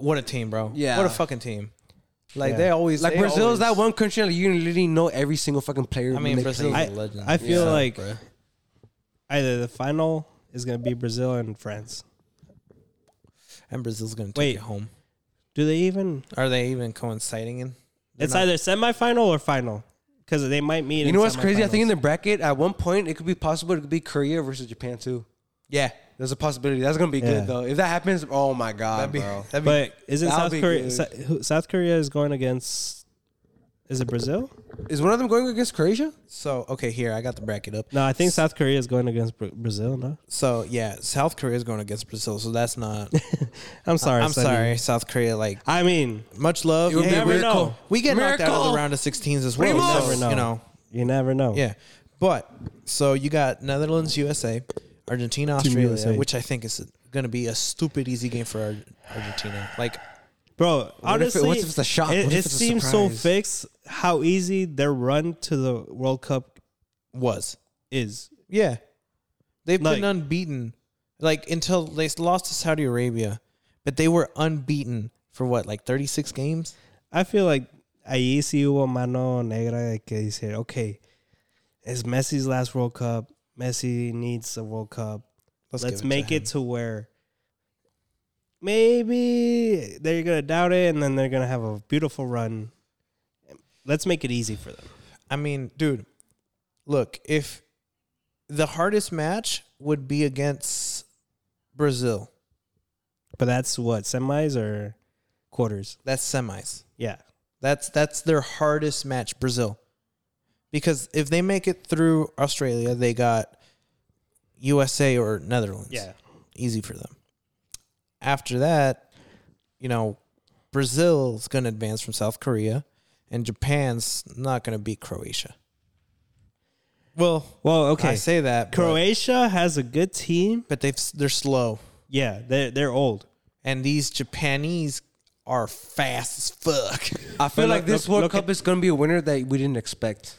S1: What a team, bro.
S2: Yeah.
S1: What a fucking team. Like
S3: Yeah.
S1: they always
S2: Like
S1: they
S2: Brazil
S1: always-
S2: is that one country like you literally know every single fucking player.
S1: I
S2: when
S1: mean,
S2: they
S1: Brazil.
S2: play.
S3: I,
S1: legend.
S3: I feel
S1: Yeah,
S3: like
S1: bruh.
S3: either the final is gonna be Brazil and France.
S1: and Brazil's gonna take
S3: Wait.
S1: it home.
S3: Do they even?
S1: Are they even coinciding in? They're
S3: it's
S1: not-
S3: either semifinal or final because they might meet.
S2: You
S3: in
S2: know what's crazy? I think in
S3: semifinals.
S2: the bracket at one point it could be possible. It could be Korea versus Japan too.
S1: Yeah,
S2: There's a possibility. That's gonna be
S3: Yeah.
S2: good though. If that happens, oh my god,
S1: that'd be
S2: bro.
S1: that'd be
S3: But isn't
S2: That'll
S3: South
S2: be
S3: Korea
S2: good.
S3: Sou- who- South Korea is going against? Is it Brazil?
S2: Is one of them going against Croatia?
S1: so. Okay, here I got the bracket up.
S3: No, I think South Korea is going against Bra- Brazil. No,
S1: So yeah, South Korea is going against Brazil, so that's not.
S3: [LAUGHS] I'm sorry.
S1: I'm
S3: Sonny.
S1: sorry, South Korea. Like
S3: I mean,
S1: much love.
S2: would
S1: Hey,
S2: be
S1: we-
S2: a
S3: never
S2: miracle.
S3: know.
S1: We get knocked out of
S2: Miracle.
S1: the round of 16s as well.
S2: Primo.
S1: so,
S3: Never know.
S1: You know,
S3: you never know.
S1: yeah. But so you got Netherlands, USA, Argentina, Australia,
S3: USA.
S1: which I think is going to be a stupid easy game for Ar- Argentina. Like
S3: bro.
S2: if it-
S3: Honestly,
S2: what if it's a shock?
S3: It,
S2: What if
S3: it
S2: it's a
S3: seems so
S2: surprise?
S3: fixed how easy their run to the World Cup
S1: was
S3: is.
S1: yeah, they've
S3: Like-
S1: been unbeaten. Like until they lost to Saudi Arabia, but they were unbeaten for what like 36 games.
S3: I feel like ahí sí hubo mano negra de que dice, okay, it's Messi's last World Cup. Messi needs a World Cup. Let's,
S1: give
S3: make
S1: to him.
S3: it to where maybe they're gonna doubt it, and then they're gonna have a beautiful run. Let's make it easy for them.
S1: I mean, dude, look, if the hardest match would be against Brazil,
S3: But that's what semis or quarters.
S1: that's semis.
S3: Yeah,
S1: That's that's their hardest match, Brazil. Because if they make it through Australia, they got USA or Netherlands.
S3: yeah.
S1: Easy for them. After that, you know, Brazil's going to advance from South Korea and Japan's not going to beat Croatia. Well,
S3: Well, okay.
S1: I say that but-
S3: Croatia has a good team.
S1: but they've they're slow.
S3: Yeah, they're they're old.
S1: and these Japanese are fast as fuck. [LAUGHS]
S2: I feel
S3: But
S2: like
S3: look-
S2: this
S3: look-
S2: World
S3: look
S2: Cup is gonna be a winner that we didn't expect.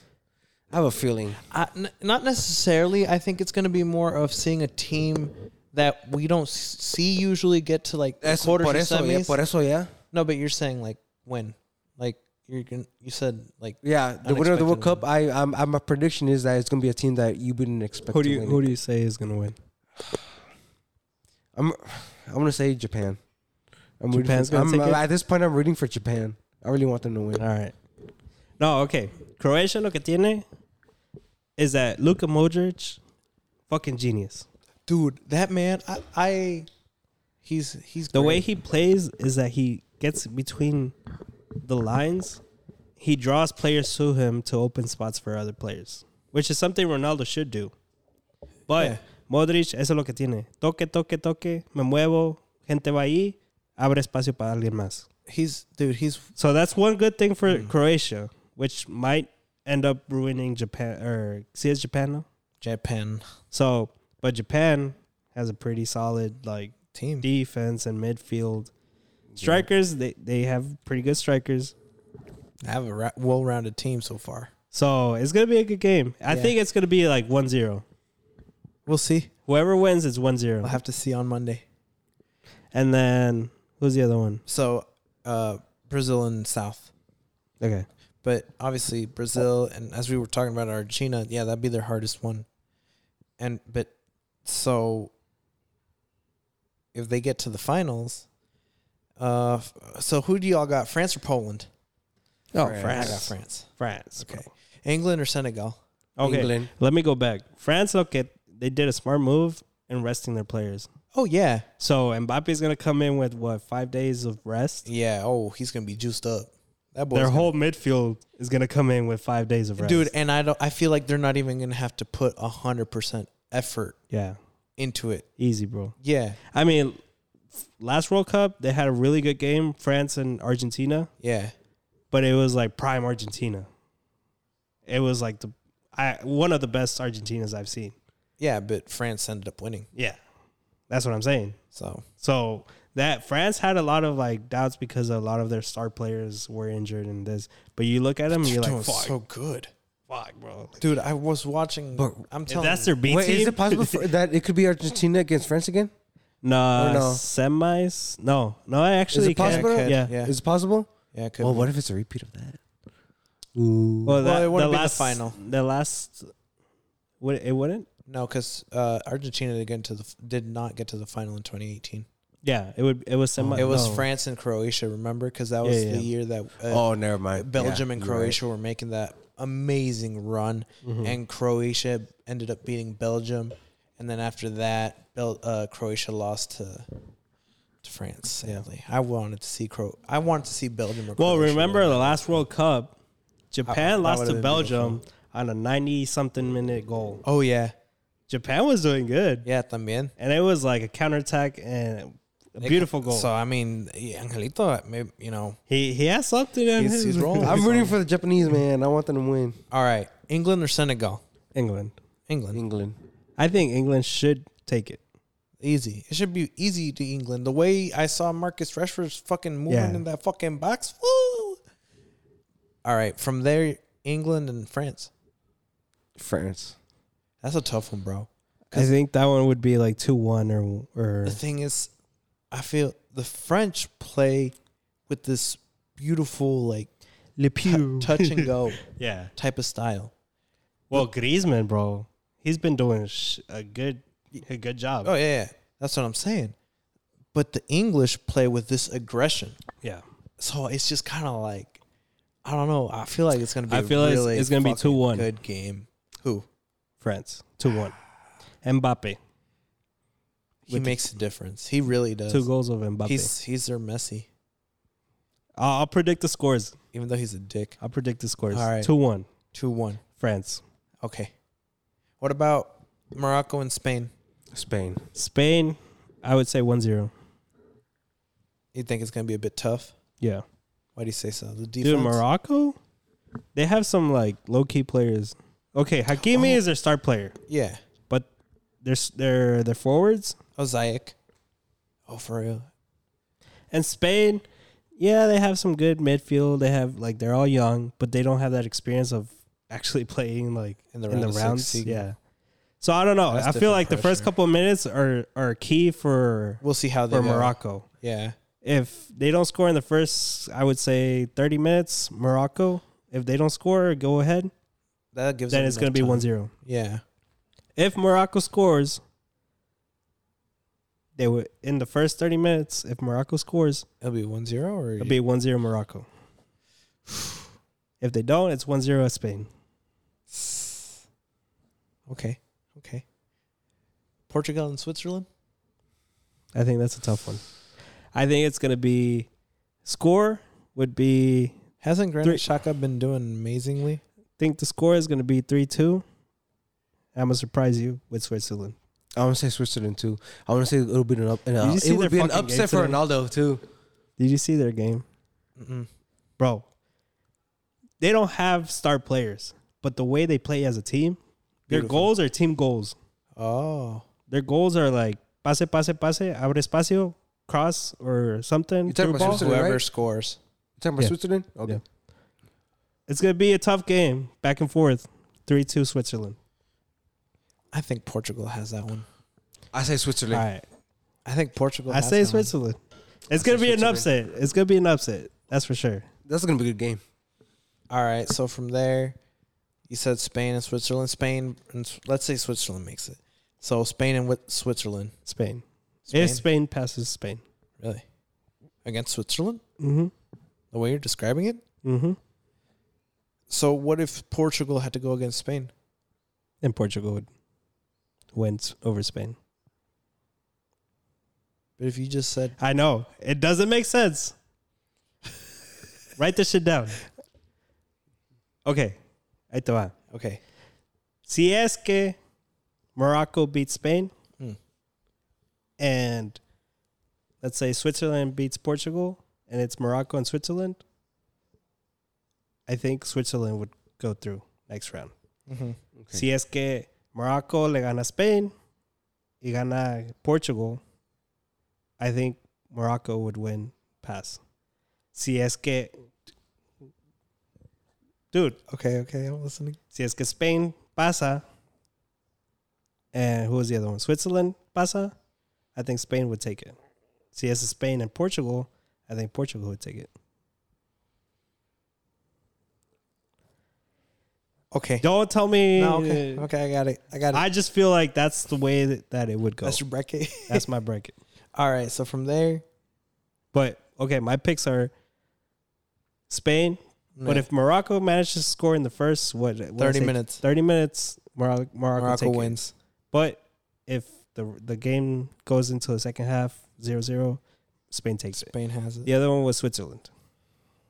S2: I have a feeling.
S1: I, n- not necessarily. I think it's going to be more of seeing a team that we don't s- see usually get to like the
S2: Eso,
S1: quarters
S2: por
S1: or
S2: eso, yeah,
S1: semis.
S2: por eso, yeah.
S1: no, but you're saying like when, like you're going you said like
S2: Yeah, the winner of
S1: Unexpected
S2: the World Cup. I, I'm, i my prediction is that it's gonna be a team that you wouldn't expect.
S3: Who
S2: to
S3: do you
S2: win
S3: who
S2: it.
S3: do you say is gonna win?
S2: I'm, I'm gonna say Japan. I'm rooting
S3: Japan's
S2: for,
S3: gonna
S2: I'm,
S3: take it?
S2: At this point, I'm rooting for Japan. I really want them to win.
S3: All right. No, okay. Croatia lo que tiene is that Luka Modric, fucking genius.
S1: dude, that man, I, I he's he's
S3: The
S1: great.
S3: way he plays is that he gets between the lines. He draws players to him to open spots for other players, which is something Ronaldo should do. But
S1: Yeah.
S3: Modric, eso es lo que tiene. Toque, toque, toque. Me muevo. Gente va ahí. Abre espacio para alguien más.
S1: he's dude, he's
S3: So that's one good thing for
S1: Mm-hmm.
S3: Croatia, which might end up ruining Japan or see it's Japan now.
S1: Japan
S3: So, but Japan has a pretty solid like
S1: team.
S3: defense and midfield. Strikers, they, they have pretty good strikers.
S1: I have a ra- well-rounded team so far.
S3: So it's gonna be a good game. I
S1: Yeah.
S3: think it's gonna be like 1-0.
S1: We'll see.
S3: Whoever wins, it's 1-0.
S1: We'll have to see on Monday.
S3: and then who's the other one?
S1: So, uh, Brazil and South.
S3: Okay.
S1: But obviously Brazil and as we were talking about Argentina, yeah, that'd be their hardest one. And but so if they get to the finals, uh, f- so who do y'all got? France or Poland?
S2: Oh,
S1: I got France.
S3: France.
S1: Okay.
S3: Okay.
S1: England or Senegal?
S3: Okay.
S2: England.
S3: Let me go back. France, okay. they did a smart move in resting their players.
S1: Oh yeah,
S3: So Mbappe's gonna come in with what five days of rest.
S1: yeah. Oh, he's gonna be juiced up. That boy.
S3: Their whole midfield is gonna come in with five days of rest,
S1: dude, and I don't. I feel like they're not even gonna have to put hundred percent effort
S3: Yeah,
S1: into it.
S3: easy, bro.
S1: Yeah,
S3: I mean, f- last World Cup they had a really good game, France and Argentina,
S1: yeah.
S3: but it was like prime Argentina. It was like the I one of the best Argentinas I've seen.
S1: Yeah, but France ended up winning.
S3: Yeah, that's what I'm saying.
S1: So
S3: So that France had a lot of like doubts because a lot of their star players were injured and this. But you look at them, and you're
S1: Doing
S3: like, fuck,
S1: so good,
S3: fuck, bro. Like,
S1: dude. I was watching. I'm
S3: if
S1: telling
S3: that's
S1: you,
S3: their B
S2: Wait,
S3: team.
S2: is it possible for, that it could be Argentina against France again?
S3: Nah,
S2: Or no?
S3: semis. No, no. I actually
S2: Is it possible?
S1: could,
S3: Yeah.
S1: yeah.
S2: Is it possible?
S1: yeah. it Could
S2: Well,
S1: be.
S2: what if it's a repeat of that? Ooh.
S3: Well, that,
S1: it wouldn't
S3: the
S1: be the
S3: last
S1: final.
S3: The last. Would it wouldn't?
S1: No, because uh, Argentina did, get to the, did not get to the final in 2018.
S3: Yeah, it would. It was semi.
S1: It was
S3: no.
S1: France and Croatia, remember? Because that was
S3: Yeah,
S1: the
S3: yeah.
S1: year that uh,
S2: oh, never mind.
S1: Belgium
S2: Yeah,
S1: and
S2: you're right. Mm-hmm.
S1: Croatia were making that amazing run, and Croatia ended up beating Belgium, and then after that, Bel- uh, Croatia lost to to France. Sadly, I wanted to see Cro. I wanted to see Belgium. Or
S3: Well,
S1: Croatia
S3: remember
S1: win.
S3: the last World Cup, Japan
S1: that
S3: lost
S1: would've
S3: to
S1: been
S3: Belgium on a ninety-something minute goal.
S1: Oh yeah,
S3: Japan was doing good.
S1: yeah, también.
S3: and it was like a counterattack and a beautiful goal.
S1: So I mean, yeah, Angelito, maybe you know,
S3: he he has something in
S1: he's,
S3: his
S1: he's rolling.
S2: I'm rooting for the Japanese man. I want them to win.
S1: All right, England or Senegal?
S3: [LAUGHS] England.
S1: England.
S2: England.
S3: I think England should take it.
S1: Easy. It should be easy to England. The way I saw Marcus Rashford's fucking moving
S3: Yeah.
S1: in that fucking box. Woo! All right. From there, England and France.
S2: France.
S1: That's a tough one, bro.
S3: I think that one would be like two one or or
S1: The thing is, I feel the French play with this beautiful, like,
S3: Le
S1: tou- touch and
S3: [LAUGHS]
S1: go
S3: yeah.
S1: type of style.
S3: Well, Griezmann, bro, he's been doing sh- a good a good job.
S1: Oh, yeah, yeah. That's what I'm saying. But the English play with this aggression.
S3: yeah.
S1: so it's just kind of like I don't know. I feel like it's gonna be.
S3: I feel
S1: a
S3: like it's-
S1: really
S3: it's gonna be
S1: fucking
S3: 2-1.
S1: Good game. Who
S3: France two one. [SIGHS] Mbappe
S1: he makes a difference. He really does.
S3: two goals of Mbappe.
S1: He's he's their Messi,
S3: I'll, I'll predict the scores.
S1: even though he's a dick.
S3: I'll predict the scores.
S1: All right.
S3: Two one
S1: Two one.
S3: France.
S1: Okay. What about Morocco and Spain?
S2: Spain.
S3: Spain, I would say 1-0.
S1: You think it's gonna be a bit tough?
S3: Yeah.
S1: Why do you say so? The defense.
S3: Dude, Morocco, they have some like low key players. Okay, Hakimi
S1: Oh.
S3: is their star player,
S1: yeah.
S3: but their s- their their forwards
S1: Oh, Zayek. Oh, for real.
S3: and Spain. Yeah, they have some good midfield. They have like they're all young, but they don't have that experience of actually [LAUGHS] playing like in
S1: In
S3: the,
S1: the round of
S3: rounds.
S1: 16.
S3: Yeah. So I don't know.
S1: That's
S3: I feel
S1: different
S3: like the first
S1: pressure.
S3: couple of minutes are are key for
S1: We'll see how they
S3: for
S1: go.
S3: Morocco.
S1: Yeah.
S3: If they don't score in the first, I would say 30 minutes, Morocco. If they don't score, go ahead.
S1: That gives.
S3: Then
S1: them
S3: it's going to
S1: enough
S3: be
S1: time.
S3: 1 0.
S1: Yeah.
S3: if Morocco scores, they would in the first 30 minutes. If Morocco scores,
S1: It'll be one zero or
S3: it'll be 1 0 Morocco. If they don't, it's 1 0 Spain.
S1: okay. Okay. Portugal and Switzerland.
S3: I think that's a tough one. I think it's going to be score would be,
S1: Hasn't
S3: Three-
S1: Granite Shaka been doing amazingly?
S3: I think the score is going to be 3 2. I'm going to surprise you with Switzerland.
S2: I want to say Switzerland too. I want to say it'll be an up. An, uh,
S3: you see
S2: it would
S3: their
S2: be an
S3: fucking
S2: upset
S3: gates
S2: for
S3: today?
S2: Ronaldo too.
S3: Did you see their game?
S1: Mm-mm.
S3: Bro, they don't have star players, but the way they play as a team, their
S1: Beautiful.
S3: goals are team goals.
S1: Oh,
S3: their goals are like pase, pase, pase, abre espacio, cross or something.
S2: You talking
S3: through
S2: about
S3: ball.
S2: Switzerland?
S1: whoever
S2: right?
S1: scores.
S2: You talking about
S3: Yeah.
S2: Switzerland? Okay.
S3: Yeah. It's gonna be a tough game, back and forth, three two Switzerland.
S1: I think Portugal has that one.
S2: I say
S3: All
S2: Switzerland.
S3: right,
S1: I think Portugal.
S3: I
S1: has
S3: say
S1: that one.
S3: Switzerland. It's gonna be an upset. It's gonna be an upset. That's for sure.
S2: That's gonna be a good game.
S1: All right. So from there, you said Spain and Switzerland. Spain and S- let's say Switzerland makes it. So Spain and Wi- Switzerland.
S3: Spain.
S1: Spain,
S3: If Spain passes Spain,
S1: really against Switzerland.
S3: Mhm.
S1: The way you're describing it.
S3: mm-hmm.
S1: So what if Portugal had to go against Spain?
S3: and Portugal would went over Spain.
S1: But if you just said
S3: I know it doesn't make sense. [LAUGHS] Write this shit down. Okay, ahí te va.
S1: okay,
S3: Si es que Morocco beats Spain,
S1: Mm.
S3: and let's say Switzerland beats Portugal, and it's Morocco and Switzerland, I think Switzerland would go through next round. Si es que Morocco le gana a Spain y gana Portugal, I think Morocco would win pass. Si es que. Dude,
S1: okay, okay, I'm listening.
S3: Si es que Spain pasa, and who was the other one? Switzerland pasa. I think Spain would take it. Si es Spain and Portugal, I think Portugal would take it.
S1: Okay,
S3: Don't tell me.
S1: no, okay, okay, I got it, I got it.
S3: I just feel like that's the way that, that it would go.
S1: That's your bracket.
S3: [LAUGHS]
S1: [LAUGHS]
S3: that's my bracket.
S1: All right, so from there,
S3: But okay, my picks are Spain. But if Morocco manages to score in the first what what did I
S1: 30
S3: say?
S1: minutes.
S3: thirty minutes, Morocco, Morocco,
S1: Morocco
S3: take it.
S1: wins.
S3: But if the the game goes into the second half 0-0, Spain takes it.
S1: Spain has it.
S3: The other one was Switzerland.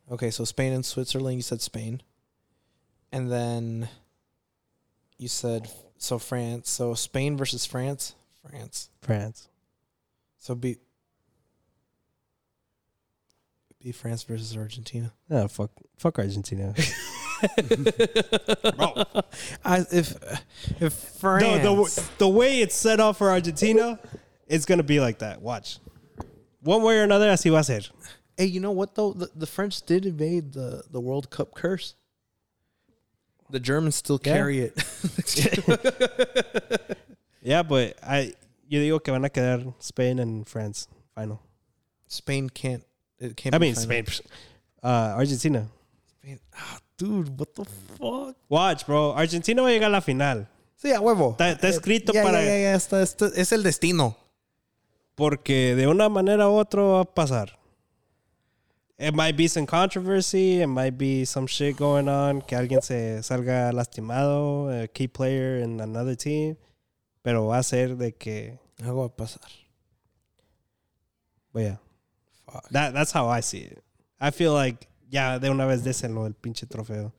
S1: Okay, so Spain and Switzerland. You said Spain, and then you said so France. So Spain versus France. France.
S3: France.
S1: So be be France versus Argentina.
S3: Oh, fuck fuck
S1: [LAUGHS]
S3: Argentina. [LAUGHS]
S1: I, if if
S3: no,
S1: France,
S3: the w- the way it's set up for Argentina, it's going to be like that. Watch. One way or another, así va a ser.
S1: hey, you know what though? The, the French did evade the the World Cup curse. The Germans still
S3: Yeah.
S1: carry it. [LAUGHS]
S3: Yeah, but I yo digo que van a quedar Spain and France final.
S1: Spain can't. It can't.
S3: I
S1: be
S3: mean
S1: final.
S3: Spain. Uh, Argentina.
S1: Spain. Ah, dude, what the fuck?
S3: Watch, bro. Argentina va a llegar a la final.
S1: Sí, a huevo.
S3: Está- está
S1: Eh,
S3: escrito
S1: ya,
S3: para-
S1: Ya, ya, ya, está- está- es el [LAUGHS] destino.
S3: porque de una manera u otra va a pasar. It might be some controversy, it might be some shit going on, que alguien se salga lastimado, a key player in another team, pero va a ser de que,
S1: Algo va a pasar.
S3: but yeah,
S1: Fuck.
S3: that, that's how I see it. I feel like, yeah, de una vez désenlo el pinche trofeo.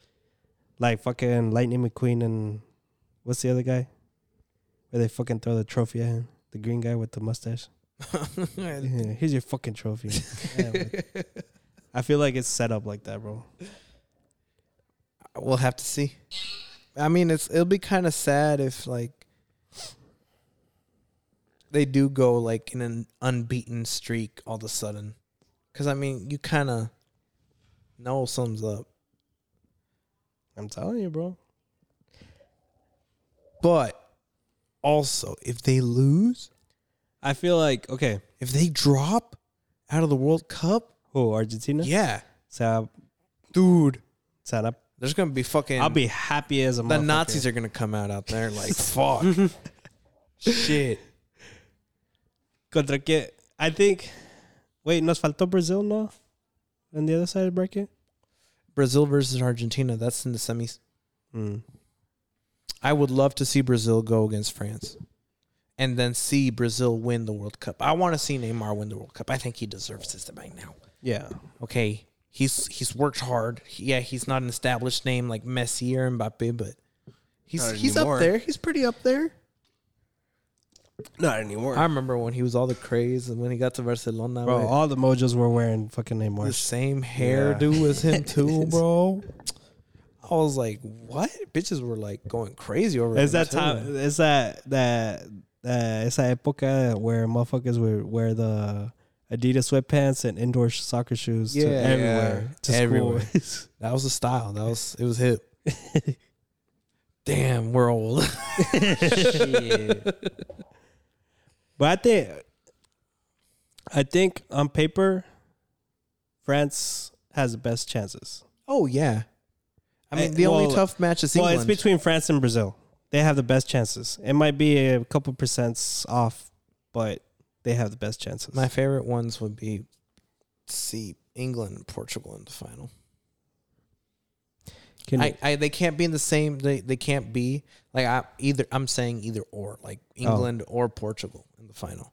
S3: Like fucking Lightning McQueen and what's the other guy? Where they fucking throw the trophy at him, the green guy with the mustache. Yeah, here's your fucking [LAUGHS] trophy. Yeah, but I feel like it's set up like that, bro.
S1: we'll have to see. I mean, it's it'll be kind of sad if like they do go like in an unbeaten streak all of a sudden, because I mean, you kind of know sums up,
S3: I'm telling you, bro.
S1: but also if they lose,
S3: I feel like okay.
S1: if they drop out of the World Cup,
S3: Who Argentina? ah,
S1: yeah,
S3: So,
S1: dude,
S3: so I-
S1: there's gonna be fucking.
S3: ah, I'll be happy as a
S1: the Nazis are gonna come out out there
S3: [LAUGHS]
S1: like fuck, shit.
S3: contra que I think. Wait, nos faltó Brazil, no? On the other side of the bracket.
S1: Brazil versus Argentina. That's in the semis.
S3: Mm.
S1: I would love to see Brazil go against France, and then see Brazil win the World Cup. I want to see Neymar win the World Cup. I think he deserves this by now.
S3: Yeah,
S1: Okay, he's he's worked hard. Yeah, he's not an established name like Messi or Mbappe, but he's
S2: Not
S1: he's up
S2: anymore.
S1: there. He's pretty up there.
S2: Not anymore.
S1: I remember when he was all the craze, and when he got to Barcelona,
S3: bro.
S1: with
S3: All the mojos were wearing fucking
S1: the
S3: Neymar.
S1: same hairdo as him too,
S3: [LAUGHS]
S1: bro. I was like, what? Bitches were like going crazy over.
S3: Is
S1: him,
S3: that
S1: too.
S3: time? Is that that that esa época where motherfuckers would wear the Adidas sweatpants and indoor sh- soccer shoes
S1: Yeah.
S3: to everywhere to
S1: Everywhere.
S3: school?
S1: [LAUGHS] That was the style. That was it was hip. [LAUGHS] Damn, we're old. [LAUGHS]
S3: but I think I think on paper, France has the best chances.
S1: oh yeah. I mean,
S3: Eh,
S1: the only
S3: well,
S1: tough match is
S3: Well,
S1: England.
S3: it's between France and Brazil. They have the best chances. It might be a couple percents off, but they have the best chances.
S1: My favorite ones would be see England and Portugal in the final.
S3: Can
S1: I, I they can't be in the same they, they can't be like I either I'm saying either or like England or Portugal in the final.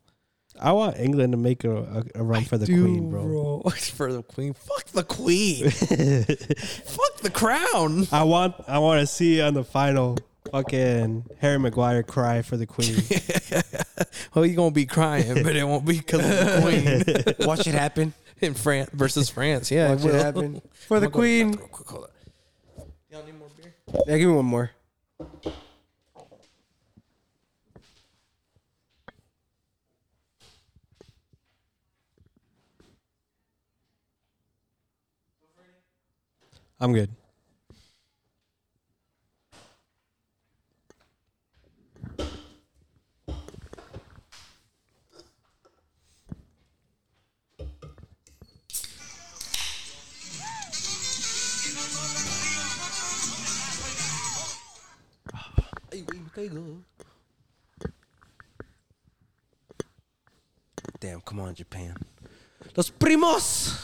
S3: I want England to make a, a, a run for the Queen, bro.
S1: [LAUGHS] For the Queen. Fuck the [LAUGHS] Queen. Fuck the crown.
S3: I want I want to see on the final fucking Harry Maguire cry for the Queen.
S1: Well, you're Oh, gonna be crying, but it won't be because of [LAUGHS] the Queen
S2: [LAUGHS] Watch it happen.
S1: in France versus France. Yeah,
S2: Watch it
S1: will.
S2: happen for the
S1: I'll go to the
S2: queen.
S1: bathroom real quick. Hold on. Y'all need more beer?
S2: Yeah, give me one more.
S3: I'm good.
S2: Damn, come on, Japan. Los primos.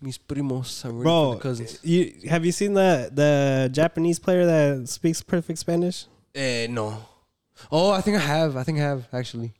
S2: Mis primos. I'm ready for
S3: Bro,
S2: the cousins.
S3: you have you seen the the Japanese player that speaks perfect Spanish?
S2: Eh, no. Oh, I think I have. I think I have actually.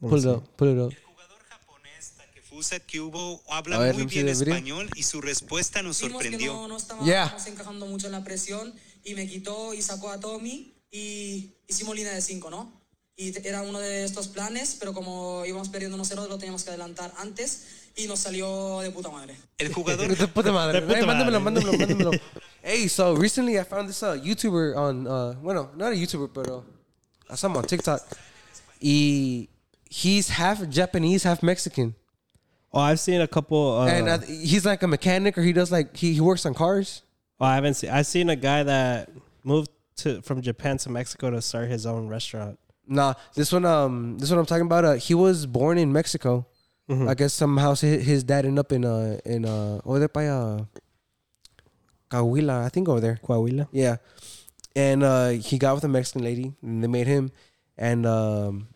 S2: Pull it up. Pull it up.
S7: El jugador japonés Takefusa Kyubo habla
S2: A ver, let
S7: muy
S2: me see
S7: bien
S2: the video.
S7: español y su respuesta nos
S8: Vimos que
S7: sorprendió.
S8: no, no estábamos
S2: Yeah.
S8: encajando mucho en la presión y me quitó y sacó a Tommy y hicimos línea de 5, ¿no? Y te- era uno de estos planes, pero como íbamos perdiendo 1-0, lo teníamos que adelantar antes y nos salió de puta madre.
S2: [LAUGHS]
S7: El jugador
S2: De [LAUGHS] puta madre.
S3: De puta
S2: Hey, mándamelo,
S3: madre.
S2: mándamelo, mándamelo. [LAUGHS] hey, so recently I found this uh, YouTuber on, uh, bueno, not a YouTuber, but uh, I saw him on TikTok. He, he's half Japanese, half Mexican.
S3: Oh, I've seen a couple. Uh,
S2: and uh, he's like a mechanic or he does like, he, he works on cars.
S3: oh, I haven't seen. I've seen a guy that moved to from Japan to Mexico to start his own restaurant.
S2: Nah, this one, um, this one I'm talking about. Uh, he was born in Mexico. I guess somehow hi- his dad ended up in uh in uh over there by uh Coahuila, I think over there.
S3: Coahuila.
S2: Yeah, and uh, he got with a Mexican lady, and they made him. And um,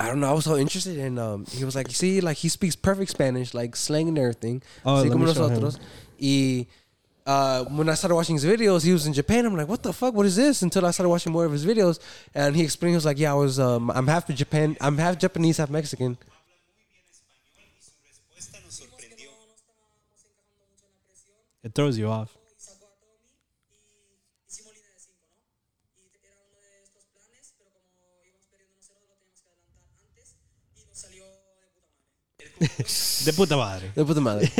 S2: I don't know, I was so interested, and um, he was like, "See, like he speaks perfect Spanish, like slang and everything."
S3: Oh,
S2: Así
S3: let
S2: como
S3: me show him.
S2: nosotros. Y, uh, when I started watching his videos, he was in Japan. I'm like, "What the fuck? What is this?" Until I started watching more of his videos, and he explained, he was like, "Yeah, I was, um, I'm half Japan, I'm half Japanese,
S3: [LAUGHS]
S2: half Mexican."
S3: It throws you off. De puta madre.
S2: De puta madre.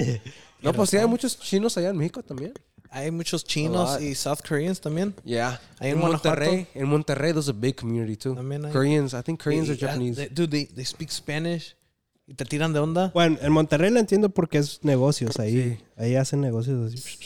S2: No, pues sí, hay muchos chinos allá en México también.
S1: Hay muchos chinos
S2: lot.
S1: y South Koreans también.
S2: Yeah.
S1: Ahí
S2: in
S1: en Guanajuato.
S2: Monterrey, in Monterrey, there's a big community too.
S1: También hay-
S2: Koreans, I think Koreans
S1: Y-
S2: are
S1: y-
S2: Japanese.
S1: they- dude, they, they speak Spanish. Y te tiran de onda.
S3: Bueno, en Monterrey lo entiendo porque es negocios ahí. Ahí hacen negocios así.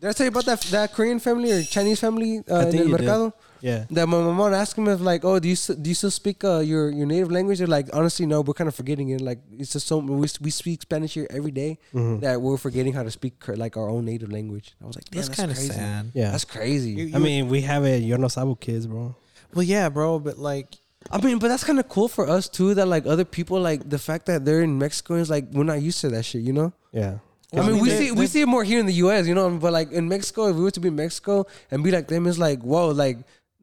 S2: Did I tell you about that that Korean family or Chinese family uh, in
S3: think
S2: El
S3: you did.
S2: Mercado?
S3: Yeah.
S2: That my my mom asked him if like, oh, do you s- do you still speak uh, your your native language? They're like, honestly, no, we're kind of forgetting it. Like, it's just so we, s- we speak Spanish here every day
S3: Mm-hmm.
S2: that we're forgetting how to speak cor- like our own native language. I was like, damn,
S1: That's
S2: that's,
S1: kinda
S2: crazy.
S1: sad.
S3: Yeah.
S2: that's crazy.
S1: You-
S3: I mean, we have it. Yo no sabo kids, bro.
S1: Well, yeah, bro, but like,
S2: I mean, but that's kind of cool for us too. That like other people, like the fact that they're in Mexico is like we're not used to that shit. You know.
S3: Yeah.
S2: I mean,
S1: mean,
S2: we
S1: they-
S2: see we see it more here in the U.S., you know. But like in Mexico, if we were to be in Mexico and be like them, it's like whoa, like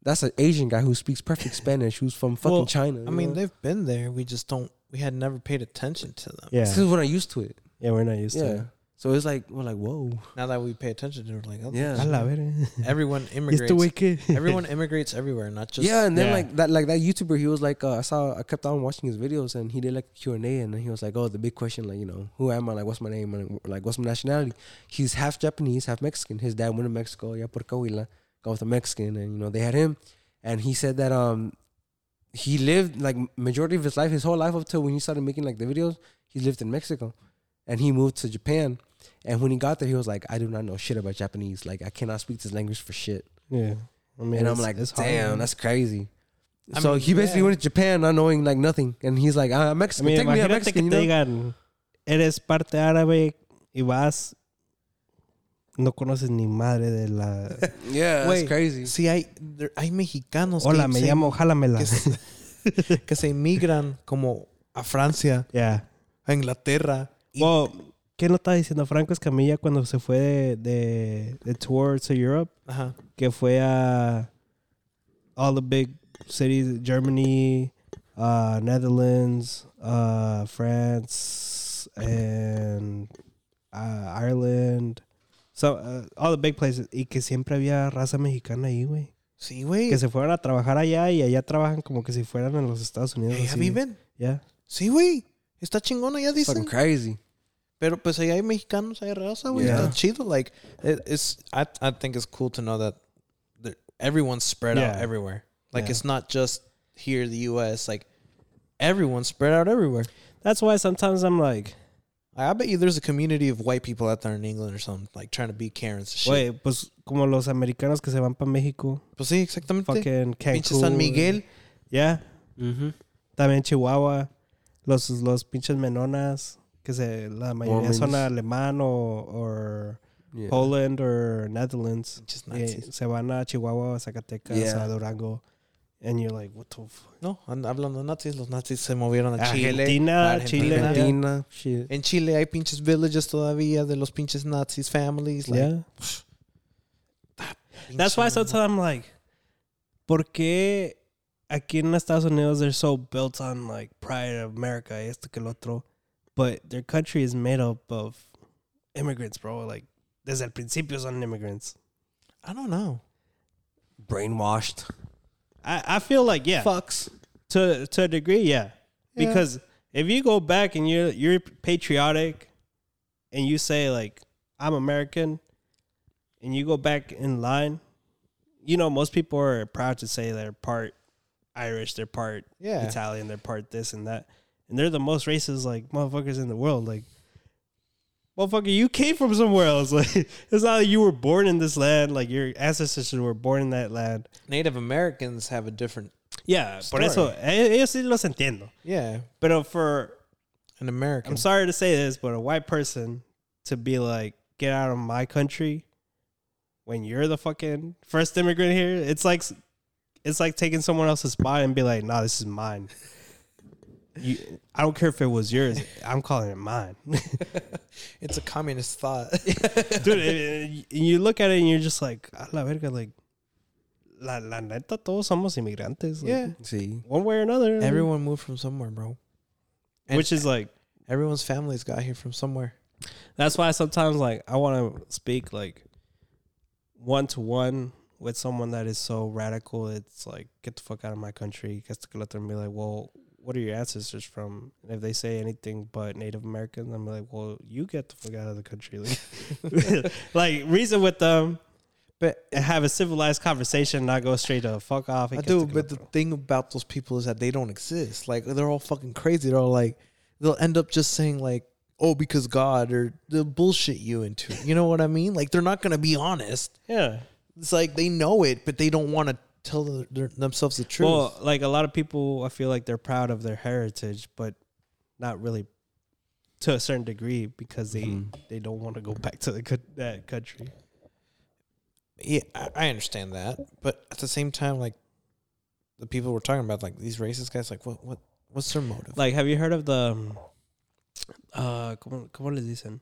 S2: that's an Asian guy who speaks perfect Spanish, who's from fucking
S1: well,
S2: China.
S1: I mean, they've been there. We just don't. We had never paid attention to them.
S2: this
S3: Yeah.
S2: is when I used to it.
S3: Yeah, we're not used
S2: Yeah.
S3: to it.
S2: So it's like we're like whoa.
S1: Now that we pay attention to, it, we're like, oh,
S2: Yeah.
S3: A la verga.
S1: [LAUGHS]
S3: este
S1: everyone
S3: It's
S1: immigrates.
S3: the wicked.
S1: Everyone immigrates everywhere, [LAUGHS] not just
S2: yeah, and then
S3: yeah.
S2: like that, like that YouTuber, he was like, uh, I saw, I kept on watching his videos, and he did like Q and A, and then he was like, oh, the big question, like you know, who am I? Like, what's my name? And like, what's my nationality? He's half Japanese, half Mexican. His dad went to Mexico, yeah, por Coahuila, got with a Mexican, and you know they had him, and he said that um, he lived like majority of his life, his whole life up till when he started making like the videos, he lived in Mexico, and he moved to Japan, and when he got there, he was like, I do not know shit about Japanese, like I cannot speak this language for shit
S3: [LAUGHS] Yeah. I mean,
S2: and I'm
S3: it's-
S2: like,
S3: it's hard,
S2: damn,
S3: man.
S2: that's crazy.
S1: I
S2: so
S1: mean,
S2: he basically
S1: yeah.
S2: went to Japan not knowing like nothing, and he's like, "I'm
S3: I
S2: Mexican.
S3: mean,
S2: Take me, I'm
S3: imagínate que
S2: Mexican." You
S3: te digan,
S2: know?
S3: eres parte árabe y vas, no conoces ni madre de
S2: [LAUGHS]
S3: la.
S2: yeah,
S1: Wait,
S2: that's crazy.
S1: Si hay, there- hay mexicanos
S3: Hola,
S1: que,
S3: me
S1: se,
S3: llamo, jálamela.
S1: que se- que se emigran como a Francia,
S3: [LAUGHS] yeah.
S1: a Inglaterra. y-
S3: Well, ¿Qué no está diciendo Franco Escamilla cuando se fue de, de, de tour to Europe?
S1: Ajá.
S3: Que fue a all the big cities, Germany, uh, Netherlands, uh, France, and uh, Ireland. So, uh, all the big places. Y que siempre había raza mexicana ahí, güey.
S1: Sí, güey.
S3: Que se fueron a trabajar allá y allá trabajan como que si fueran en los Estados Unidos.
S1: Allá
S3: así.
S1: viven.
S3: Ya.
S1: Sí, güey. Está chingón allá, dicen.
S2: Fucking crazy.
S1: Pero pues allá hay mexicanos, hay raza, güey.
S2: Yeah.
S1: Está chido. Like, it- it's, I, I think it's cool to know that the- everyone's spread out
S3: Yeah.
S1: everywhere. Like,
S3: Yeah.
S1: it's not just here in the U.S. Like, everyone's spread out everywhere.
S3: That's why sometimes I'm like,
S1: I, I bet you there's a community of white people out there in England or something, like trying to be Karens and shit.
S3: güey, pues como los americanos que se van para México.
S1: Pues sí, exactamente.
S3: Fucking Cancún.
S1: Pinche San Miguel.
S3: Ya.
S1: Mm-hmm.
S3: También Chihuahua. Los, los pinches menonas. Que se, la mayoría son
S2: Mormons.
S3: alemán o
S2: Yeah.
S3: Poland o Netherlands.
S1: Pinches
S3: Y
S1: nazis.
S3: se van a Chihuahua, a Zacatecas,
S2: Yeah.
S3: a Durango. And you're like, what the fuck?
S1: No, and- hablando de nazis, los nazis se movieron a Chile.
S3: Argentina,
S1: a
S3: Chile,
S1: ya.
S2: Argentina, shit.
S1: En Chile hay pinches villages todavía de los pinches nazis families. Like,
S3: yeah. That's why sometimes I'm like, ¿por qué aquí en Estados Unidos they're so built on like pride of America, esto que lo otro, but their country is made up of immigrants, bro. Like, desde el principio son immigrants.
S1: I don't know.
S2: Brainwashed.
S3: I, I feel like yeah,
S1: Fucks.
S3: to to a degree, yeah.
S1: Yeah.
S3: Because if you go back and you're you're patriotic, and you say like I'm American, and you go back in line, you know most people are proud to say they're part Irish, they're part
S1: Yeah.
S3: Italian, they're part this and that, and they're the most racist like motherfuckers in the world. Like, motherfucker, you came from somewhere else. [LAUGHS] Like, it's not like you were born in this land. Like your ancestors were born in that land.
S1: Native Americans have a different.
S3: Yeah, por eso eh, ellos sí los entiendo.
S1: Yeah.
S3: But for
S1: An American.
S3: I'm sorry to say this, but a white person to be like, get out of my country when you're the fucking first immigrant here, it's like it's like taking someone else's spot and be like, nah, this is mine. You, I don't care if it was yours. I'm calling it mine, [LAUGHS]
S1: Um, It's a communist thought.
S3: dude. And and you look at it and you're just like, a la verga, like, la, la neta, todos somos inmigrantes.
S1: [LAUGHS]
S3: Like, [LAUGHS]
S1: yeah.
S2: See,
S3: one way or another.
S1: Everyone moved from somewhere, bro. and-
S3: which is like,
S1: Everyone's families got here from somewhere.
S3: That's why sometimes like I want to speak like one to one with someone that is so radical. It's like get the fuck out of my country. Just to let them be like, well, what are your ancestors from? And if they say anything but Native American, I'm like, well, you get the fuck out of the country. [LAUGHS] Like, like reason with them
S1: But
S3: and have a civilized conversation, not go straight to fuck off.
S1: I
S3: and
S1: do,
S3: get
S1: but the
S3: the
S1: thing about those people is that they don't exist. Like they're all fucking crazy. They're all like, they'll end up just saying like, "Oh, because God," or they'll bullshit you into. it. You know what I mean? Like they're not gonna be honest.
S3: yeah.
S1: It's like they know it, but they don't want to tell the, their, themselves the truth.
S3: Well, like a lot of people, I feel like they're proud of their heritage, but not really to a certain degree because they they don't want to go back to the co- that country.
S1: yeah, I, I understand that, but at the same time, like the people we're talking about, like these racist guys, like what, what, what's their motive?
S3: Like, have you heard of the um, uh, como, como les dicen?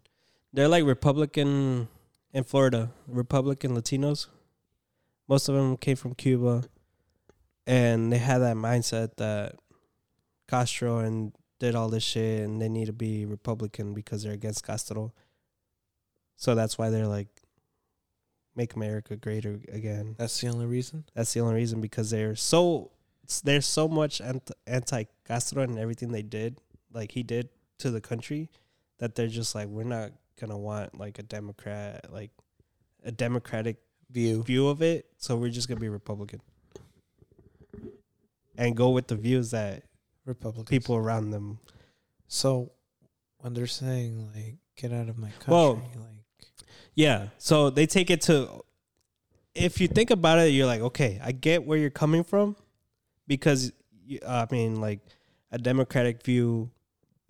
S3: They're like Republican in Florida, Republican Latinos. Most of them came from Cuba, and they had that mindset that Castro and did all this shit, and they need to be Republican because they're against Castro. So that's why they're like, make America greater again.
S1: That's the only reason.
S3: That's the only reason because they're so there's so much anti Castro and everything they did, like he did to the country, that they're just like we're not gonna want like a Democrat like a democratic
S1: View.
S3: view of it, so we're just gonna be Republican and go with the views that
S1: Republicans.
S3: people around them.
S1: So when they're saying like, "Get out of my country,"
S3: Well,
S1: like.
S3: Yeah, so they take it to. If you think about it, you're like, okay, I get where you're coming from, because you- I mean, like a democratic view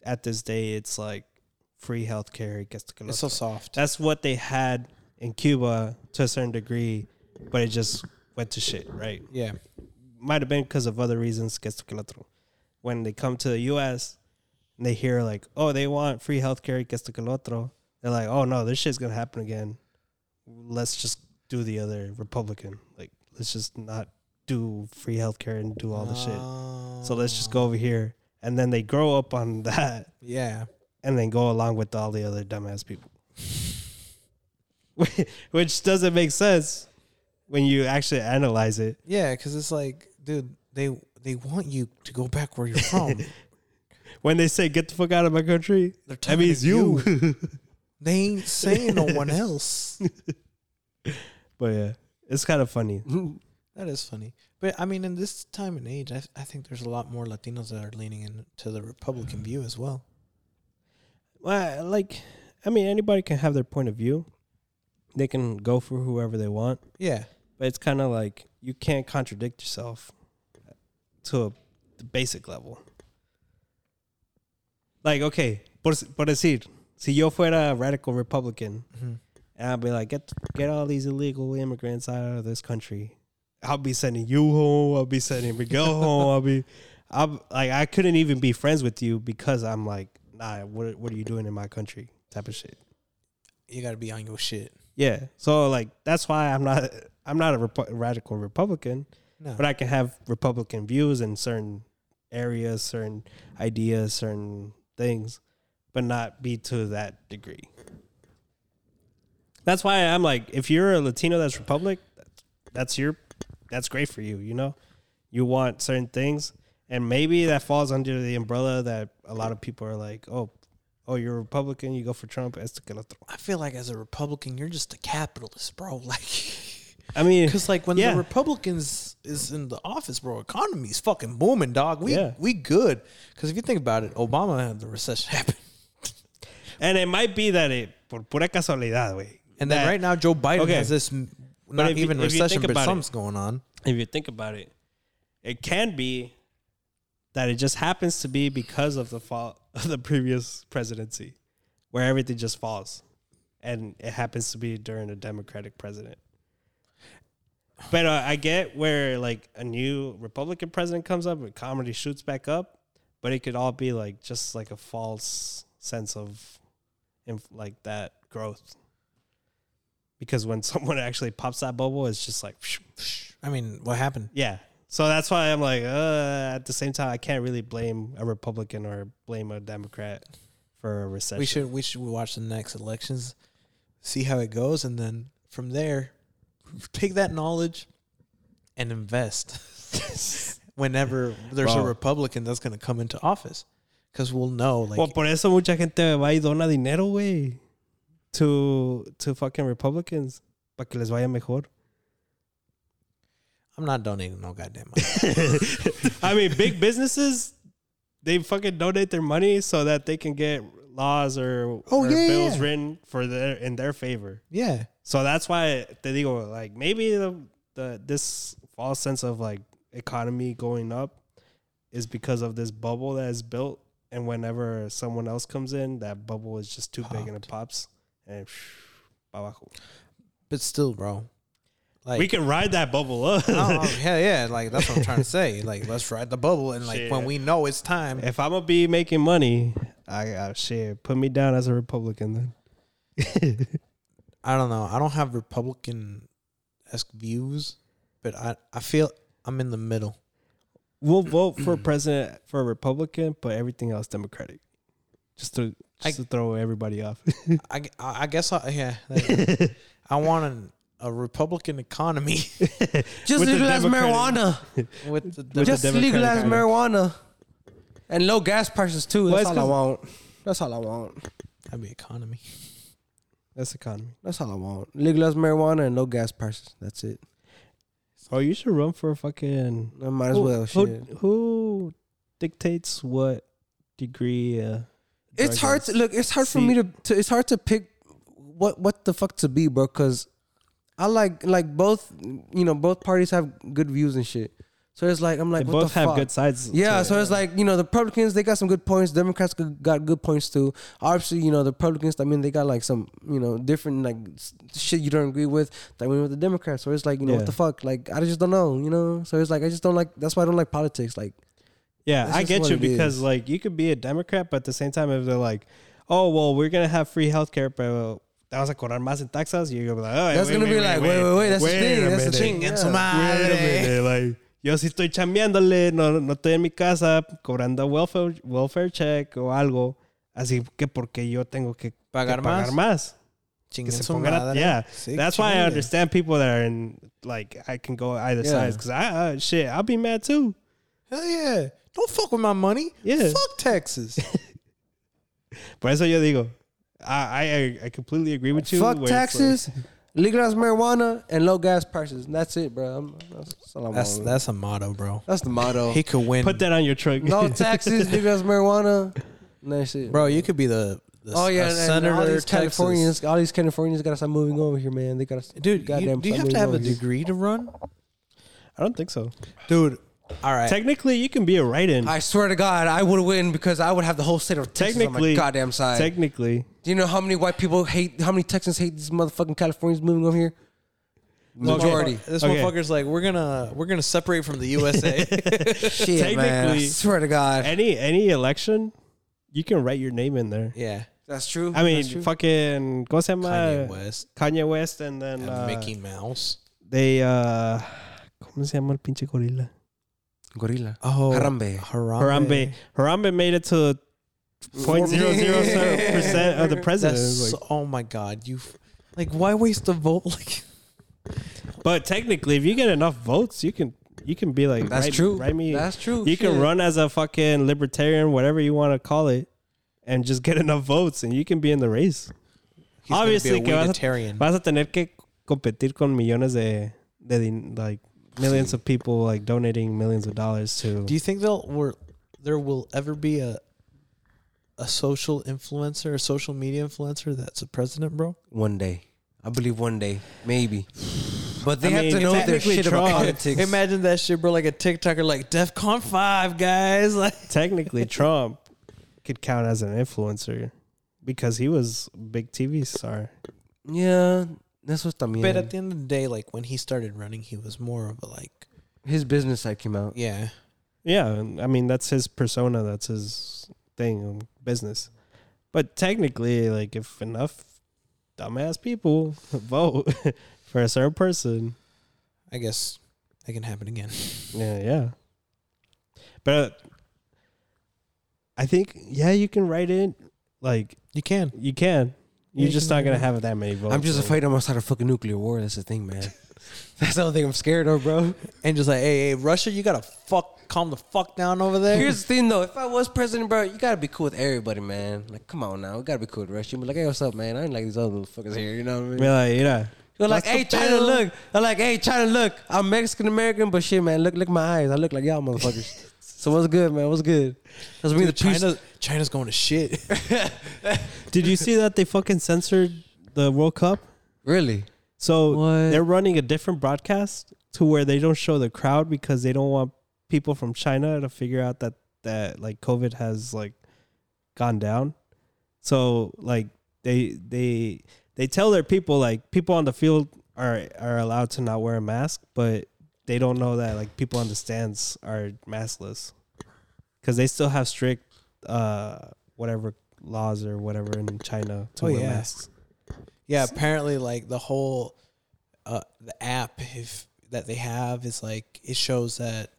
S3: at this day, it's like free healthcare. it gets to
S1: It's so soft.
S3: That's what they had in Cuba to a certain degree, but it just went to shit, right?
S1: Yeah.
S3: might have been because of other reasons. Que esto que el otro. When they come to the U.S., and they hear like, oh, they want free healthcare, que esto que lo otro. They're like, oh no, this shit's gonna happen again. Let's just do the other Republican. Like, let's just not do free healthcare and do all the shit. So let's just go over here, and then they grow up on [LAUGHS] that,
S1: Yeah.
S3: and then go along with all the other dumbass people, [LAUGHS] which doesn't make sense when you actually analyze it.
S1: Yeah, because it's like, dude, they they want you to go back where you're
S3: [LAUGHS]
S1: from.
S3: When they say "get the fuck out of my country,"
S1: They're
S3: that means you.
S1: targeting
S3: [LAUGHS]
S1: they ain't saying no one else.
S3: but yeah, it's kind of funny.
S1: That is funny. But I mean, in this time and age, I, I think there's a lot more Latinos that are leaning into the Republican view as well.
S3: Well, like, I mean, anybody can have their point of view. They can go for whoever they want,
S1: Yeah.
S3: but it's kind of like you can't contradict yourself to a, the basic level. Like, okay, por, por decir, si yo fuera radical Republican, and I'd be like, get get all these illegal immigrants out of this country. I'll be sending you home. I'll be sending Miguel home. I'll be, I'm like, I couldn't even be friends with you because I'm like, nah, what what are you doing in my country? Type of shit.
S1: You got to be on your shit.
S3: Yeah. So like that's why I'm not I'm not a Repu- radical Republican,
S1: No.
S3: but I can have Republican views in certain areas, certain ideas, certain things, but not be to that degree. That's why I'm like, if you're a Latino that's Republic, that's, that's your that's great for you. You know, you want certain things, and maybe that falls under the umbrella that a lot of people are like, oh. Oh, you're a Republican. You go for Trump. Esto que lo otro.
S1: I feel like as a Republican, you're just a capitalist, bro. [LAUGHS] Like, [LAUGHS]
S3: I mean,
S1: Because like when
S3: yeah.
S1: the Republicans is in the office, bro, economy's fucking booming, dog. We
S3: Yeah.
S1: we good. Because if you think about it, Obama had the recession happen, [LAUGHS]
S3: And it might be that it por pura casualidad, güey.
S1: and then
S3: that-
S1: right now Joe Biden
S3: Okay.
S1: has this m- not
S3: if you-
S1: even
S3: if you
S1: recession,
S3: think
S1: but
S3: about it-
S1: something's going on.
S3: if you think about it, it can be that it just happens to be because of the fall [LAUGHS] of the previous presidency, where everything just falls, and it happens to be during a Democratic president. But uh, I get where like a new Republican president comes up and comedy shoots back up, but it could all be like just like a false sense of, inf- like that growth. Because when [LAUGHS] someone actually pops that bubble, it's just like.
S1: I mean, what happened?
S3: Yeah. So that's why I'm like, uh, at the same time, I can't really blame a Republican or blame a Democrat for a recession.
S1: We should we should watch the next elections, see how it goes, and then from there, take that knowledge and invest. [LAUGHS] Whenever there's a
S3: Bro.
S1: Republican that's going to come into office, because we'll know like
S3: well, por eso mucha gente va y dona dinero, güey, to to fucking Republicans para que les vaya mejor.
S1: I'm not donating no goddamn money.
S3: I mean,
S1: [LAUGHS]
S3: big businesses they fucking donate their money so that they can get laws or,
S1: Oh,
S3: or
S1: yeah,
S3: bills
S1: yeah.
S3: written for their in their favor.
S1: yeah.
S3: So that's why te digo, like maybe the, the this false sense of like economy going up is because of this bubble that is built, and whenever someone else comes in, that bubble is just too big and it pops, and pa abajo.
S1: But still, bro. Like
S3: we can ride that bubble up.
S1: no, [LAUGHS]
S3: [LAUGHS]
S1: I'm- hell yeah, like that's what I'm trying to say. Like let's ride the bubble and like when
S3: Shit.
S1: we know it's time.
S3: if I'm gonna be making money, I, I shit put me down as a Republican then.
S1: I don't know. I don't have Republican esque views, but I, I feel I'm in the middle.
S3: We'll
S1: [CLEARS THROAT]
S3: vote for president for a Republican, but everything else Democratic, just to
S1: I-
S3: just to throw everybody off.
S1: I, gu- I, I guess I yeah.
S3: [LAUGHS]
S1: like, I want an, a Republican economy [LAUGHS]
S2: Just
S3: With the
S2: legalize
S3: Democratic-
S2: marijuana.
S1: with the
S3: With the
S2: Just
S3: Democratic
S2: legalize
S3: vote.
S2: marijuana. And low gas prices too. That's
S3: it's
S2: all I want. That's all I want.
S1: that'd be economy.
S3: That's economy.
S2: That's all I want. Legalize marijuana and low gas prices. That's it.
S3: Oh, you should run for a fucking.
S2: I might as
S3: who,
S2: well.
S3: who,
S2: Shit.
S3: who dictates what degree? Uh,
S2: It's
S3: drug
S2: hard
S3: is?
S2: to look. It's hard for me to, to. It's hard to pick what what the fuck to be, bro. Because I like like both. You know, both parties have good views and shit. So it's like I'm
S3: They
S2: like what
S3: both
S2: the
S3: have
S2: fuck?
S3: good sides.
S2: Yeah,
S3: to
S2: so it's like you know the Republicans they got some good points. Democrats g- got good points too. Obviously, you know the Republicans. I mean, they got like some you know different like s- shit you don't agree with. That went with the Democrats. So it's like you know
S3: Yeah.
S2: what the fuck. Like I just don't know. You know. So it's like I just don't like. That's why I don't like politics. Like
S3: Yeah,
S2: That's
S3: I
S2: just
S3: get
S2: what
S3: you
S2: it
S3: because
S2: is.
S3: like you could be a Democrat, but at the same time, if they're like, "Oh, well, we're gonna have free healthcare, pero te vas a cobrar más en taxas," you're gonna be like, "Oh,
S2: That's
S3: wait,
S2: gonna
S3: wait,
S2: be
S3: wait,
S2: like, wait, wait, wait, that's the
S3: wait
S2: thing,
S3: a
S2: that's the
S3: minute,
S2: thing,
S7: Chingan su
S2: yeah.
S3: Wait a
S7: madre.
S3: minute, like yo sí estoy chambeándole, no, no estoy en mi casa cobrando welfare, welfare check o algo, así que porque yo tengo que
S1: Pagar
S3: que pagar
S1: más.
S3: más.
S1: Chinguen
S3: Que se
S1: su
S3: pongan a-
S1: madre.
S3: yeah,
S1: Sí,
S3: that's why I
S1: chingue.
S3: understand people that are in like I can go either
S2: Yeah.
S3: sides because I uh, shit I'll be mad too.
S1: Hell yeah. Don't fuck with my money.
S3: Yeah.
S1: Fuck
S3: [LAUGHS]
S1: Texas.
S3: Por eso yo digo, I I, I completely agree with you. where
S2: Fuck
S3: it's
S2: taxes,
S1: [LAUGHS]
S2: legalize marijuana, and low gas prices. And that's it, bro. I'm- That's, that's, all I'm
S1: that's
S2: on.
S1: that's a motto, bro.
S3: Uh,
S2: That's the motto.
S1: He could win.
S3: Like, put that on your truck. [LAUGHS]
S2: [LAUGHS] no taxes, legalize marijuana, and that's it.
S1: bro, you could be the, the
S2: Oh yeah,
S1: a
S2: and, and
S1: senator
S2: all
S1: of
S2: these
S1: Texas.
S2: Californians, all these Californians gotta stop moving over here, man. They gotta,
S1: Dude, you,
S2: goddamn
S1: do you
S2: stop
S1: have to
S2: moving
S1: have a
S2: over here.
S1: degree to run?
S3: I don't think so.
S1: Dude, all right.
S3: Technically, you can be a write-in.
S2: I swear to God, I would win because I would have the whole state of Texas on my
S3: technically,
S2: goddamn side.
S3: Technically,
S2: Do you know how many white people hate? How many Texans hate these motherfucking Californians moving over here?
S1: This motherfucker- [LAUGHS]
S2: Majority.
S1: This
S3: Okay.
S1: motherfucker's like, we're gonna we're gonna separate from the USA. [LAUGHS]
S2: Shit, man. I
S3: technically-
S2: swear to God,
S3: any any election, you can write your name in there.
S1: yeah.
S2: that's true.
S3: I mean,
S2: That's true.
S3: fucking ¿cómo se llama?
S1: Kanye West
S3: Kanye West, and then
S1: and
S3: uh,
S1: Mickey Mouse.
S3: they uh, ¿cómo se llama el pinche gorila?
S2: gorilla.
S1: Oh,
S2: Harambe.
S3: Harambe. Harambe made it to 0.007 percent
S2: [LAUGHS]
S3: of the president.
S1: That's
S3: Like,
S1: so- oh my god, you f- like why waste a vote? [LAUGHS] Like
S3: But technically, if you get enough votes, you can you can be like
S2: That's
S3: write-
S2: true.
S3: Write me.
S2: That's true.
S3: You can
S2: Shit.
S3: run as a fucking libertarian, whatever you want to call it, and just get [LAUGHS] enough votes, and you can be in the race.
S1: he's gonna be
S3: Obviously,
S1: a
S3: que vas a-
S1: Weeditarian.
S3: Vas a tener que competir con millones de, de din- like millions of people like donating millions of dollars to.
S1: Do you think they'll were there will ever be a a social influencer, a social media influencer that's a president, bro?
S2: One day, I believe one day, maybe. But they
S3: I
S2: have
S3: mean,
S2: to know their
S3: technically
S2: shit about
S3: Trump-
S2: politics.
S1: Imagine that shit, bro. Like a TikToker, like DefCon Five guys. [LAUGHS] Like
S3: Technically, Trump could count as an influencer because he was a big TV star.
S2: yeah, that's what también.
S1: But at the end of the day, like when he started running, he was more of a like,
S2: His business side came out.
S1: yeah,
S3: Yeah, and I mean that's his persona, that's his thing, um, business. But technically, like if enough dumbass people [LAUGHS] vote for a certain person,
S1: I guess that can happen again. [LAUGHS]
S3: yeah, yeah. But I think yeah, you can write in like
S1: You can.
S3: you can. You're
S1: you
S3: just
S1: can
S3: not gonna
S1: write
S3: have that many votes.
S2: I'm just
S3: like-
S2: afraid I'm gonna start a fucking nuclear war. That's the thing, man. [LAUGHS] That's the only thing I'm scared of, bro.
S1: And just like, hey, hey, Russia, you gotta fuck, calm the fuck down over there.
S2: Here's the thing, though. If I was president, bro, you gotta be cool with everybody, man. Like, come on now, we gotta be cool with Russia. But like, hey, what's up, man? I ain't like these other motherfuckers here. You know what I mean?
S3: Be like, yeah.
S2: You're like,
S1: What's
S2: hey,
S1: the
S2: China,
S1: bill?
S2: look. I'm like, hey, China, look. I'm Mexican American, but shit, man, look, look at my eyes. I look like y'all [LAUGHS] motherfuckers. so what's good, man? What's good? That's me, the
S1: Dude, [LAUGHS]
S2: China.
S1: China, China's going to shit.
S3: Did you see that they fucking censored the World Cup?
S2: Really?
S3: So
S2: What?
S3: they're running a different broadcast to where they don't show the crowd because they don't want people from China to figure out that that like COVID has like gone down. So like they they they tell their people like people on the field are are allowed to not wear a mask, but they don't know that like people on the stands are maskless because they still have strict uh whatever laws or whatever in China to
S1: Oh,
S3: wear
S1: yeah.
S3: masks.
S1: yeah, apparently, like the whole uh, the app if that they have is like it shows that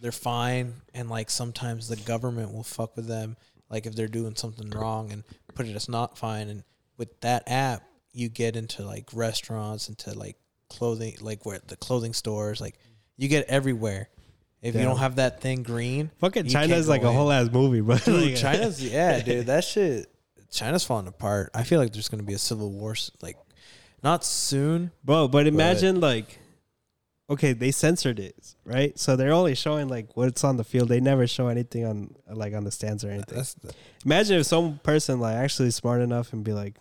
S1: they're fine, and like sometimes the government will fuck with them, like if they're doing something wrong and put it as not fine. And with that app, you get into like restaurants, into like clothing, like where the clothing stores, like you get everywhere. If you
S3: Yeah.
S1: don't have that thing green,
S3: Fucking
S1: you
S3: China
S1: can't
S3: is like
S1: go
S3: a
S1: in.
S3: whole ass movie, bro. [LAUGHS]
S1: Dude, [LAUGHS]
S3: Like,
S1: China's yeah, dude. That shit, China's falling apart. I feel like there's gonna be a civil war, s- like not soon.
S3: bro. But imagine like, okay, they censored it, right? So they're only showing like what's on the field. They never show anything on like on the stands or anything.
S1: That's the,
S3: imagine if some person like actually smart enough and be like,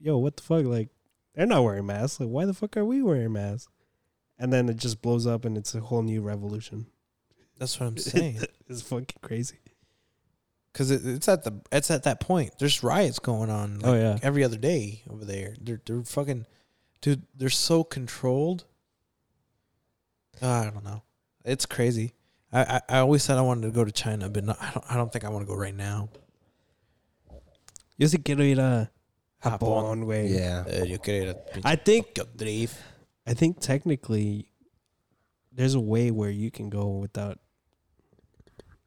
S3: "Yo, what the fuck? Like, they're not wearing masks. Like, why the fuck are we wearing masks?" And then it just blows up and it's a whole new revolution.
S1: that's what I'm [LAUGHS] saying.
S3: [LAUGHS] It's fucking crazy.
S1: Because it, it's at the it's at that point. There's riots going on. Like,
S3: Oh, yeah.
S1: every other day over there. They're they're fucking, dude. Uh, They're so controlled. I don't know. It's crazy. I, I, I always said I wanted to go to China, but no, I, don't, I don't think I want to go right now.
S3: Yo sí quiero ir a
S1: Japón.
S3: Japón, güey.
S2: Yeah.
S1: Eh, yo quería ir a pinche
S3: I think
S1: Tokyo Drift.
S3: I think technically there's a way where you can go without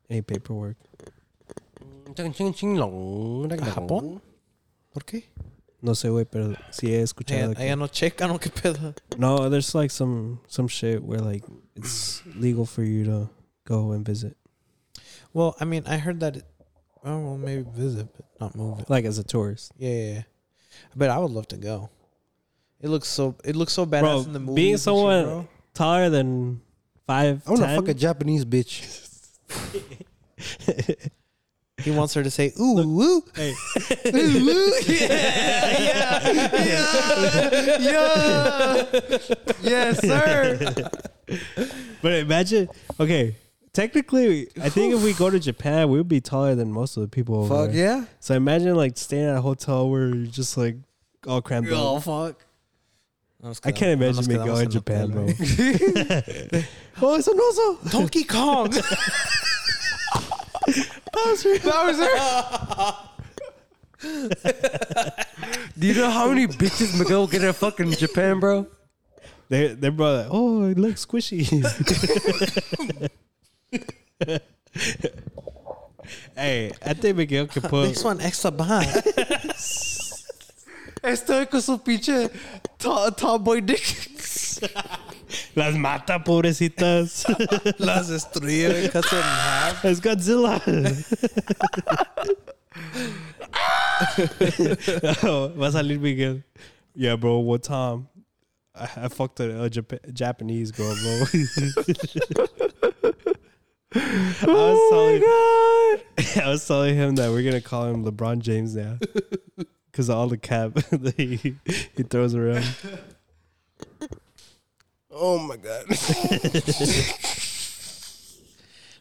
S3: any paperwork.
S2: Ching, ching, ching, long, dang,
S1: ¿A
S2: dang.
S1: Japón? ¿Por qué?
S3: No sé, güey, pero sí he escuchado.
S1: Allá,
S3: que-
S1: allá no checan o qué pedo.
S3: no, there's like some some shit where like it's legal for you to go and visit,
S1: Well, I mean, I heard that. It, oh, well, maybe visit, but not move it.
S3: like as a tourist.
S1: Yeah, yeah, yeah. But I would love to go. It looks so. It looks so badass
S3: Bro,
S1: in the movie.
S3: being someone taller than five,
S2: I want to
S3: 10,
S2: fuck a Japanese [LAUGHS] bitch.
S1: he wants her to say ooh
S3: [LAUGHS]
S1: woo.
S3: [LAUGHS]
S1: [LAUGHS]
S3: Hey.
S2: [LAUGHS] yes, sir.
S3: But imagine, okay, technically, I think if we go to Japan, we would be taller than most of the people over
S2: fuck
S3: there.
S2: yeah.
S3: So imagine like staying at a hotel where you're just like all crammed up.
S2: fuck.
S3: I can't imagine me going to Japan, bro. [LAUGHS] oh, it's an oso.
S1: Donkey Kong.
S2: [LAUGHS] Do you know how many bitches Miguel get in fucking Japan, bro?
S3: They, they brought like, oh, it looks squishy. [LAUGHS] hey, I think Miguel could put.
S1: [LAUGHS] This one extra behind.
S2: Estoy con su pinche tall, tall boy dick.
S3: Las mata, pobrecitas.
S1: Las destruyeron, cuts it in half.
S3: It's
S1: [LAUGHS]
S3: Godzilla. oh, va a salir Miguel. Yeah, bro. What time? I, I fucked a, a Jap- Japanese girl, bro. [LAUGHS] I
S2: Oh
S3: was telling, [LAUGHS] I was telling him that we're gonna call him LeBron James now, because all the cap [LAUGHS] that he, he throws around.
S2: Oh my god.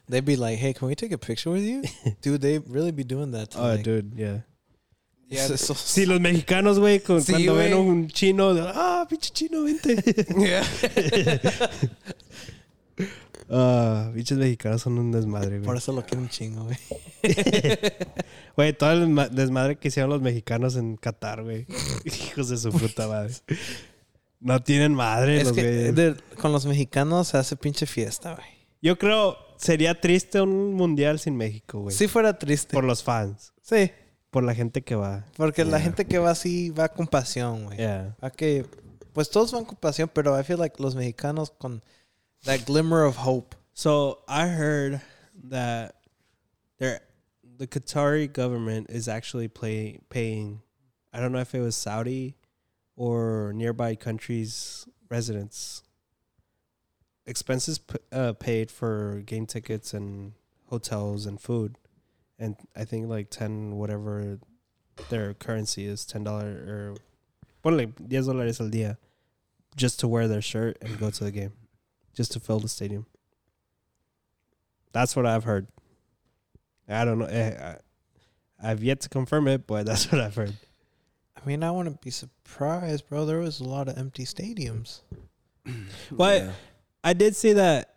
S1: They'd be like, "Hey, can we take a picture with you, dude?" They really be doing that. To
S3: Oh,
S1: like,
S3: dude, yeah. [LAUGHS]
S1: Yeah, so,
S3: Sí,
S1: [LAUGHS]
S3: los mexicanos, güey, cu-
S2: Sí,
S3: cuando ven
S2: güey.
S3: un chino, ah, pinche chino, [LAUGHS] vente.
S2: Yeah.
S3: Ah, bichos mexicanos son un desmadre,
S1: por
S3: güey.
S1: eso lo quiero un chingo, güey.
S3: Güey, todo el ma- desmadre que hicieron los mexicanos en Qatar, güey.
S1: [LAUGHS]
S3: Hijos de su puta madre. No tienen madre
S1: Es
S3: los
S1: que
S3: güeyes.
S1: de- con los mexicanos se hace pinche fiesta, güey.
S3: Yo creo sería triste un mundial sin México, güey.
S1: Si fuera triste.
S3: Por los fans,
S1: sí,
S3: por la gente que va.
S1: porque la gente que va así va con pasión, güey.
S3: Yeah.
S1: A que, pues todos van con pasión, pero I feel like los mexicanos con that glimmer of hope.
S3: So I heard that there, the Qatari government is actually play, paying. I don't know if it was Saudi or nearby countries' residents. Expenses p- uh, paid for game tickets and hotels and food, and I think like ten whatever their currency is ten dollar or ponle diez dólares al día, just to wear their shirt and go to the game, just to fill the stadium. That's what I've heard. I don't know. eh, I, I've yet to confirm it, but [LAUGHS] that's what I've heard.
S1: I mean, I wouldn't be surprised, bro. There was a lot of empty stadiums.
S3: But I did see that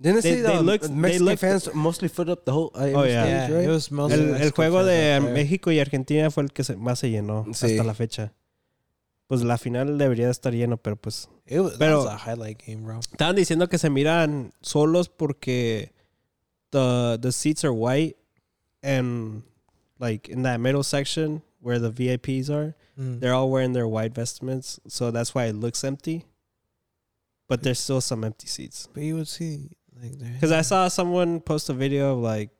S2: Didn't
S3: They-
S2: they, see
S3: they
S2: the
S3: looked- they
S2: Mexican
S3: looked-
S2: fans mostly filled up the whole. Uh,
S3: Oh, yeah.
S1: Yeah,
S2: stage, right?
S1: it was mostly
S3: el, el
S1: Mexican
S3: juego
S1: fans
S3: de
S1: out there.
S3: México y Argentina fue el que se- más se llenó
S2: Sí.
S3: hasta la fecha. Pues la final debería de estar lleno, pero pues
S1: It was, that
S3: Pero-
S1: was a highlight game, bro.
S3: Estaban diciendo que se miran solos porque the the seats are white and like in that middle section where the VIPs are,
S1: Mm.
S3: they're all wearing their white vestments, so that's why it looks empty. But there's still some empty seats.
S1: But you would see, like, their
S3: Because I saw someone post a video of like,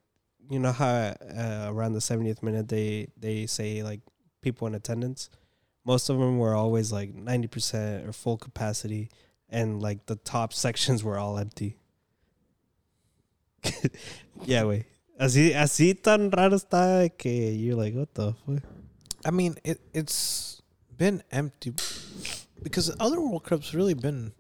S3: you know how uh, around the 70th minute they they say like people in attendance, most of them were always like 90% or full capacity, and like the top [LAUGHS] sections were all empty. [LAUGHS] yeah, wait. Así, así tan raro está que you're like, what the fuck?
S1: I mean, it it's been empty because the other World Cups really been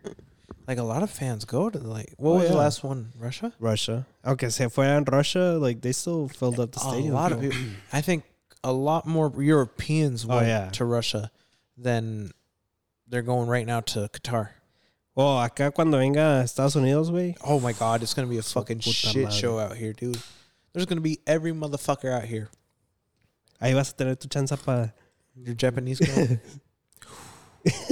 S1: like a lot of fans go to like what
S3: Oh,
S1: was the
S3: yeah.
S1: last one? Russia.
S3: Russia. Okay, se fueron Russia, like they still filled up the
S1: A
S3: stadium.
S1: lot of people. I think a lot more Europeans
S3: Oh,
S1: went
S3: yeah.
S1: to Russia than they're going right now to Qatar.
S3: Oh, acá cuando venga a Estados Unidos, güey.
S1: Oh my god, it's gonna be a fucking
S3: puta
S1: shit
S3: madre.
S1: show out here, dude. There's gonna be every motherfucker out here.
S3: Ahí vas a tener tu chance para.
S1: Your Japanese girl.
S3: [LAUGHS]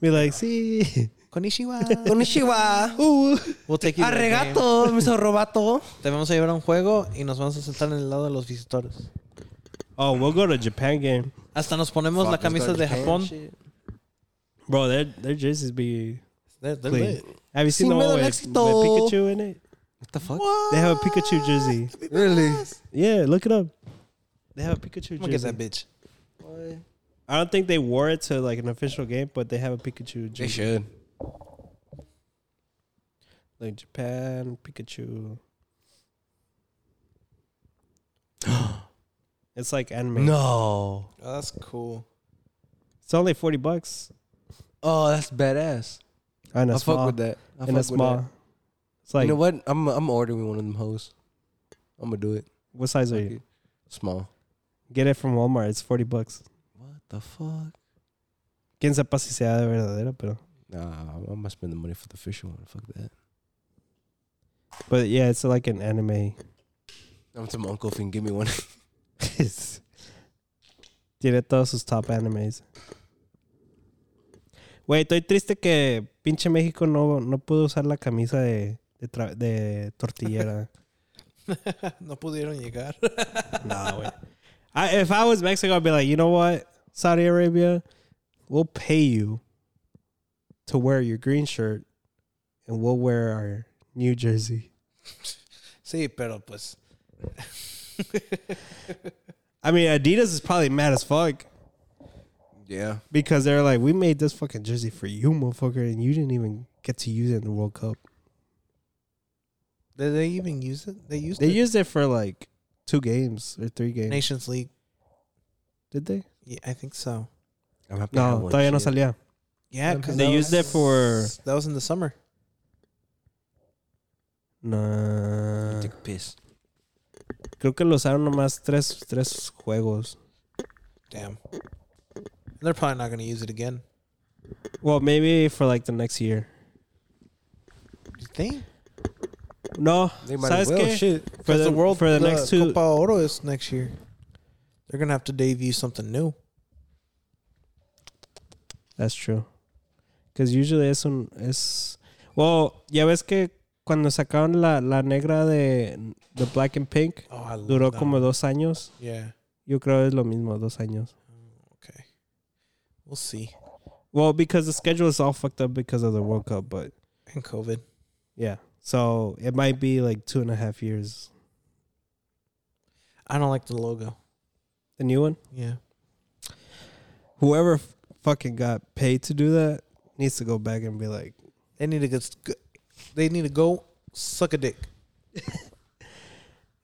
S3: Be like, sí.
S1: Konnichiwa. [LAUGHS]
S2: Konnichiwa.
S3: Uh.
S1: We'll take you to the game.
S2: Arregato, mis robato.
S1: Te vamos a llevar a un juego y nos vamos a sentar en el lado de los visitores.
S3: Oh, we'll go to Japan game.
S1: Hasta nos ponemos la camisa de Japón.
S3: Bro, their, their jerseys be
S1: They're- they're
S3: clean.
S1: lit.
S3: Have you seen
S2: Sin
S3: the one
S2: miedo al
S3: with, with
S2: éxito.
S3: Pikachu in it?
S2: What the fuck?
S3: They have a Pikachu jersey.
S2: Really?
S3: Yeah, look it up. They have a Pikachu
S1: I'm gonna get that
S3: jersey.
S1: bitch.
S3: I don't think they wore it to like an official game, but they have a Pikachu jersey.
S2: should.
S3: Like Japan,
S1: [GASPS]
S3: Pikachu. it's like anime.
S2: No.
S1: Oh, that's cool.
S3: It's only 40 bucks.
S2: Oh, that's badass.
S3: And
S2: I
S3: a small.
S2: fuck with that. I
S3: and a
S2: fuck with that.
S3: small. It's like,
S2: you know what? I'm I'm ordering one of them hoes. I'm gonna do it.
S3: what size are
S2: Fuck
S3: you?
S2: it. Small.
S3: Get it from Walmart. It's 40 bucks.
S2: What the fuck?
S3: Quién sepa si sea de verdadera, pero.
S2: Nah, I'm gonna spend the money for the official one. Fuck that.
S3: But yeah, it's like an
S2: [LAUGHS]
S3: anime.
S2: I'm to my uncle if he can give me one. [LAUGHS]
S3: Tiene todos sus top animes. Güey, estoy triste que pinche México no, no pudo usar la camisa de, de, tra- de
S2: [LAUGHS]
S3: tortillera.
S1: [LAUGHS] No pudieron llegar.
S3: nah, güey. I, if I was Mexico, I'd be like, you know what, Saudi Arabia, we'll pay you to wear your green shirt and we'll wear our New Jersey.
S1: Sí, pero pues. [LAUGHS]
S3: I mean, Adidas is probably mad as fuck.
S2: yeah.
S3: Because they're like, we made this fucking jersey for you, motherfucker, and you didn't even get to use it in the World Cup.
S1: Did they even use it? They used
S3: They
S1: it.
S3: used it for like two games or three games.
S1: Nations League.
S3: Did they?
S1: Yeah, I think so.
S2: I'm happy.
S3: No, todavía no salía.
S1: Yeah, because
S3: They used it for-
S1: that was in the summer.
S3: No.
S2: Take a piss.
S3: Creo que lo usaron nomás tres, tres juegos.
S1: Damn. They're probably not gonna use it again.
S3: Well, maybe for like the next year.
S1: You think?
S3: No,
S2: They might as
S3: ¿sabes
S2: well.
S3: qué?
S1: Shit.
S3: For the, world, for the next two.
S1: Copa Oro is next year. They're gonna have to debut something new.
S3: That's true. Because usually es un. Es, well, ya ves que cuando sacaron la, la negra de The Black and Pink,
S1: Oh, I love
S3: duró
S1: that
S3: como
S1: one.
S3: dos años.
S1: Yeah.
S3: Yo creo es lo mismo, dos años.
S1: Okay. We'll see.
S3: Well, because the schedule is all fucked up because of the World Cup, but
S1: And COVID.
S3: yeah. So it might be like two and a half years.
S1: I don't like the logo.
S3: The new one?
S1: Yeah.
S3: Whoever f- fucking got paid to do that needs to go back and be like,
S1: They need to get. They need to go suck a dick.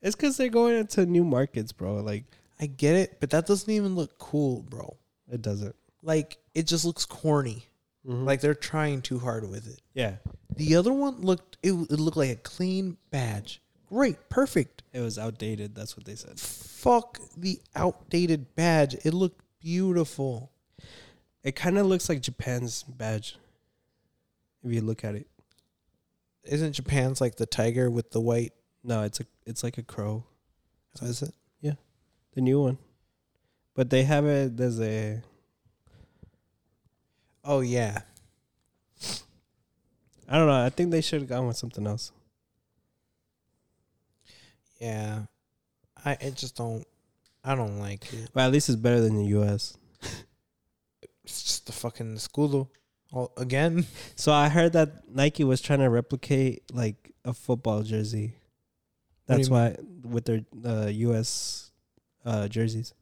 S3: it's because they're going into new markets, bro. Like,
S1: I get it, but that doesn't even look cool, bro.
S3: it doesn't.
S1: Like it just looks corny. Like they're trying too hard with it.
S3: Yeah.
S1: The other one looked. It, it looked like a clean badge. Great, perfect.
S3: It was outdated. That's what they said.
S1: Fuck the outdated badge. It looked beautiful.
S3: It kind of looks like Japan's badge if you look at it.
S1: Isn't Japan's like the tiger with the white?
S3: No, it's a it's like a crow.
S1: Is it?
S3: The new one. But they have it there's a
S1: Oh yeah.
S3: I don't know. I think they should have gone with something else.
S1: Yeah, I it just don't I don't like it.
S3: Well, at least it's better than the U.S.
S1: It's just the fucking escudo all again. [LAUGHS]
S3: So I heard that Nike was trying to replicate like a football jersey.
S1: What do
S3: That's
S1: you
S3: why with their uh, U.S. Uh, jerseys.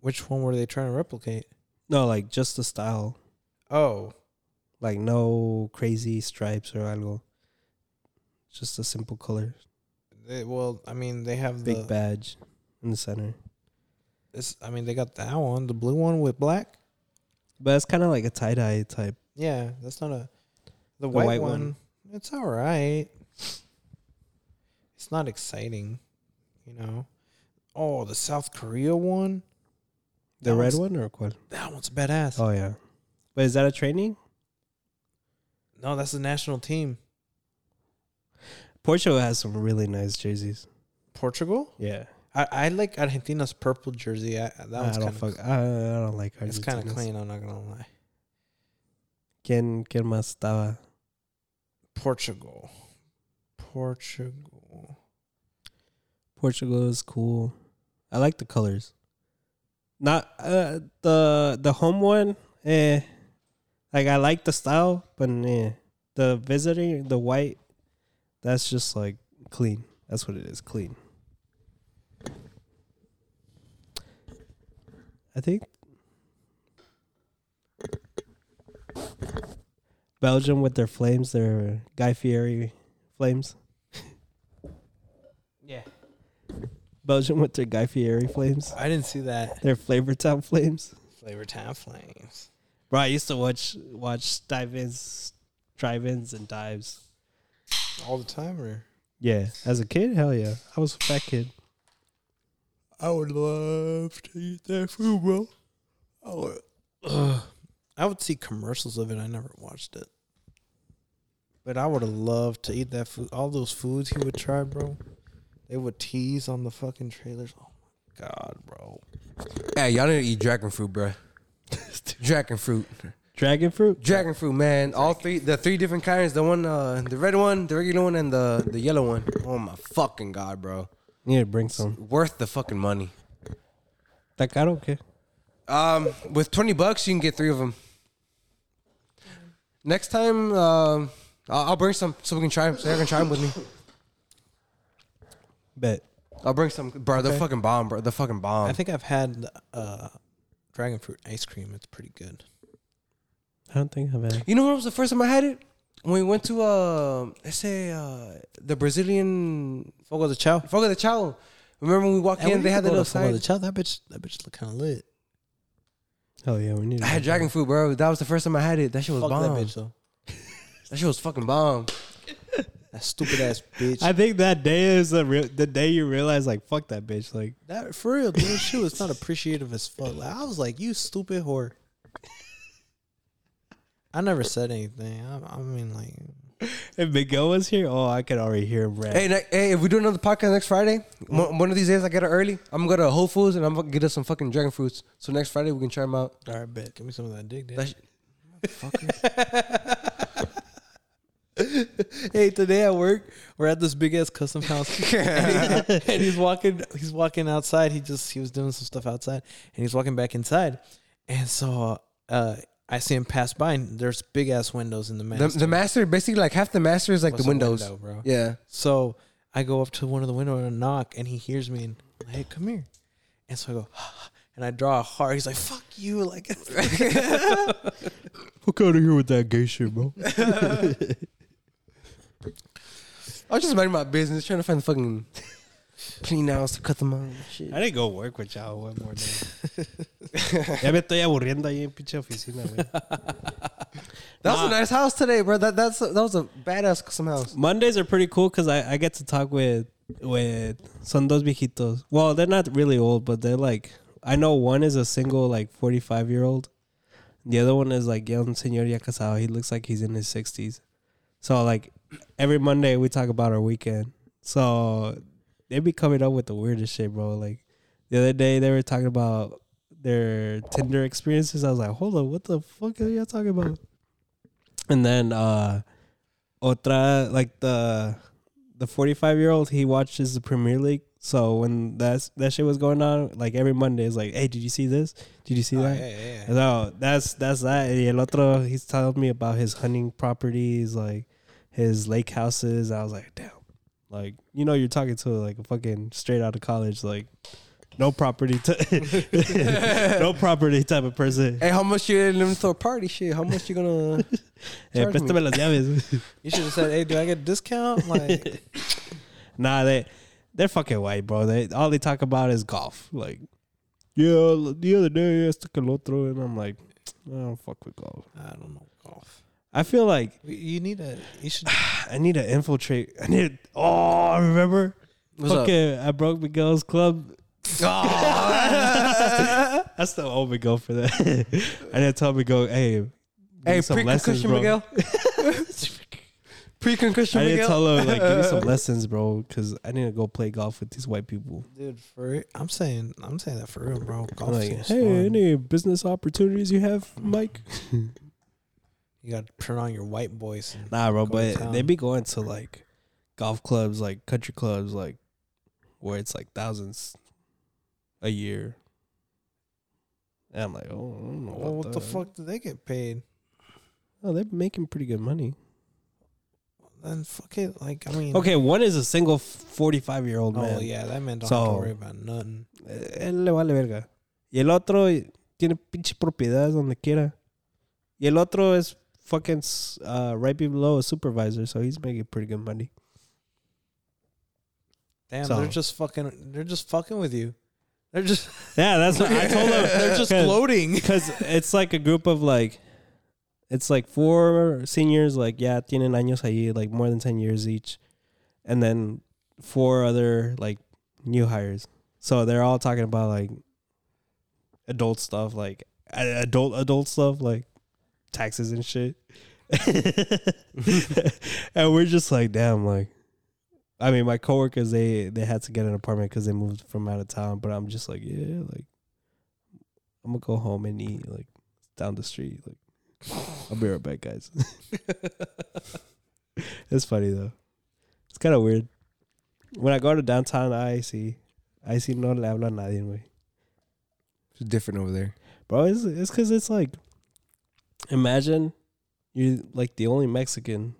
S1: Which one were they trying to replicate?
S3: No, like just the style,
S1: Oh,
S3: like no crazy stripes or algo. Just a simple color,
S1: they, well, I mean they have
S3: big
S1: the
S3: badge in the center.
S1: It's, I mean they got that one, the blue one with black.
S3: But it's kind of like a tie dye type.
S1: Yeah, that's not a the white,
S3: white
S1: one,
S3: one.
S1: It's all right. It's not exciting, you know. Oh, the South Korea one.
S3: The
S1: That
S3: red
S1: one's-
S3: one or what?
S1: That one's badass.
S3: Oh yeah. But is that a training?
S1: No, that's the national team.
S3: Portugal has some really nice jerseys.
S1: Portugal.
S3: Yeah,
S1: I, I like Argentina's purple jersey. I, that
S3: I
S1: one's
S3: don't
S1: kind
S3: fuck.
S1: of
S3: I, I don't like.
S1: it's kind of
S3: Argentina's.
S1: clean. I'm not gonna lie.
S3: ¿Quién, quién más estaba?
S1: Portugal, Portugal.
S3: Portugal is cool. I like the colors. Not uh, the the home one. Eh, like I like the style, but eh. the visiting the white. That's just like clean. That's what it is. Clean. I think Belgium with their flames, their Guy Fieri flames. Belgium with their Guy Fieri flames.
S1: I didn't see that.
S3: Their Flavor Town [LAUGHS] Flames.
S1: Flavor Town Flames.
S3: Bro, I used to watch watch dive-ins, drive-ins, and dives.
S1: All the time, or
S3: Yeah, as a kid, hell yeah, I was a fat kid.
S1: I would love to eat that food, bro. I would. I would see commercials of it. I never watched it, but I would have loved to eat that food. All those foods he would try, bro. They would tease on the fucking trailers. Oh my god, [LAUGHS] bro.
S2: Yeah, y'all need to eat dragon fruit, bro. dragon fruit,
S3: Dragon fruit.
S2: dragon fruit, man. All three, the three different kinds. The one, uh, the red one, the regular one, and the the yellow one. Oh my fucking god, bro.
S3: Need to bring some.
S2: Worth the fucking money.
S3: That I don't care.
S2: Um, with twenty bucks, you can get three of them. Next time, um, I'll, I'll bring some so we can try 'em, So you can try them with me.
S3: Bet. Um,
S2: I'll bring some, bro. They're fucking bomb, bro. They're fucking bomb.
S1: I think I've had uh, dragon fruit ice cream. It's pretty good.
S3: I don't think I've had.
S2: You know when was the first time I had it? When we went to uh, let's say uh, the Brazilian
S1: Fogo de Chao.
S2: Fogo de Chao. Remember when we walked in, they had the little side.
S1: Chao. That bitch, that bitch look kind of lit.
S3: Hell yeah, we need.
S2: I had dragon fruit, bro. That was the first time I had it. That shit was
S1: Fuck that
S2: bomb. That,
S1: bitch though.
S2: shit was fucking bomb.
S1: That stupid [LAUGHS] ass bitch.
S3: I think that day is the real, the day you realize like fuck that bitch like
S1: that for real, dude. She was not appreciative as fuck. Like, I was like, you stupid whore. I never said anything. I, I mean, like,
S3: if Miguel was here oh I could already hear him rap.
S2: Hey, ne- hey, if we do another podcast next Friday, one one of these days I get it early. I'm gonna go to Whole Foods and I'm gonna get us some fucking dragon fruits. So next Friday we can try them out.
S1: all right, bet. Give me some of that dick, dude.
S2: That sh-
S1: hey, today at work, we're at this big ass custom
S3: [LAUGHS]
S1: house, and, he- and he's walking. He's walking outside. He just he was doing some stuff outside, and he's walking back inside, and so uh, I see him pass by, and there's big ass windows in the
S2: the,
S1: master.
S2: the master, basically, like half the master is like
S1: What's
S2: the
S1: a
S2: windows.
S1: window, bro?
S2: Yeah.
S1: So I go up to one of the windows and knock, and he hears me and hey, come here. And so I go, [GASPS] and I draw a heart. He's like, "Fuck you!" Like, [LAUGHS]
S3: Fuck out of here with that gay shit, bro.
S2: I was just minding my business, trying to find the
S1: [LAUGHS]
S2: fucking clean house to cut them out. and Shit.
S3: I didn't go work with y'all one more [LAUGHS] day. ya me estoy aburriendo ahí en pinche oficina, güey.
S2: That was a nice house today, bro. That that's that was a badass custom house.
S3: Mondays are pretty cool because I, I get to talk with with son dos viejitos. Well, they're not really old, but they're like I know one is a single like forty five year old, the other one is like ya un señor ya casado. He looks like he's in his sixties. So like every Monday we talk about our weekend. So they be coming up with the weirdest shit, bro. Like the other day they were talking about their Tinder experiences. I was like, hold on, what the fuck are y'all talking about? And then uh otra like the the 45 year old he watches the premier league so when that's that shit was going on like every monday it's like hey did you see this did you see that no that's that's that and el otro he's telling me about his hunting properties like his lake houses i was like damn like you know you're talking to like a fucking straight out of college like no property t- [LAUGHS] no property type of person
S2: Hey, how much you in them throw a party? Shit, how much you gonna?
S3: Eh,
S2: charge me.
S3: préstame las llaves. [LAUGHS]
S1: you should have said, "Hey, do I get a discount?" Like,
S3: Nah, they they're fucking white, bro. They all they talk about is golf. Like, yeah, l- the other day I stuck a lot through, and I'm like, I don't fuck with golf.
S1: I don't know golf.
S3: I feel like
S1: You- You need a. You should.
S3: I need to infiltrate. I need. Oh, I remember.
S2: What's up?
S3: fucking, I broke Miguel's club.
S2: [LAUGHS]
S3: Oh, [LAUGHS] That's the old Miguel for that. I didn't tell Miguel, hey, me
S2: Hey,
S3: some
S2: pre-concussion
S3: bro.
S2: [LAUGHS] Miguel. pre-concussion
S3: I need to
S2: Miguel.
S3: tell her like give me
S2: [LAUGHS]
S3: some lessons, bro, because I need to go play golf with these white people.
S1: Dude, for I'm saying I'm saying that for real, bro.
S3: I'm
S1: Golf
S3: like,
S1: seems
S3: hey,
S1: fun.
S3: any business opportunities you have, Mike?
S1: You gotta turn on your white voice. and-
S3: Nah, bro,
S1: Go to
S3: but
S1: town.
S3: they be going to like golf clubs, like country clubs, like where it's like thousands a year. And I'm like, oh, I don't know
S1: Well,
S3: about
S1: what the
S3: that.
S1: fuck do they get paid?
S3: Oh, they're making pretty good money.
S1: Then fuck it. Like I mean,
S3: Okay, one is a single 45 year old
S1: Oh
S3: man.
S1: yeah, that man don't have
S3: So-
S1: to worry about nothing.
S3: Eh, Él le vale verga. Y el otro tiene pinche propiedades donde quiera. Y el otro es fucking s- uh, right below a supervisor, so he's making pretty good money.
S1: Damn,
S3: So-
S1: they're just fucking. They're just fucking with you. They're just.
S3: Yeah, that's what I told
S1: [LAUGHS]
S3: him. [LAUGHS]
S1: they're just
S3: Cause-
S1: gloating.
S3: Because it's like a group of like, it's like four seniors, like, yeah, tienen años ahí, like more than 10 years each. And then four other like new hires. So they're all talking about like adult stuff, like a- adult, adult stuff, like taxes and shit. [LAUGHS] and we're just like, damn, like, I mean, my coworkers they they had to get an apartment because they moved from out of town. But I'm just like, yeah, like I'm gonna go home and eat like down the street. Like I'll be right back, guys. [LAUGHS] it's funny though. It's kind of weird. When I go to downtown IC, IC no le habla a nadie, güey.
S2: It's different over there.
S3: Bro, it's it's because it's like, imagine you're like the only Mexican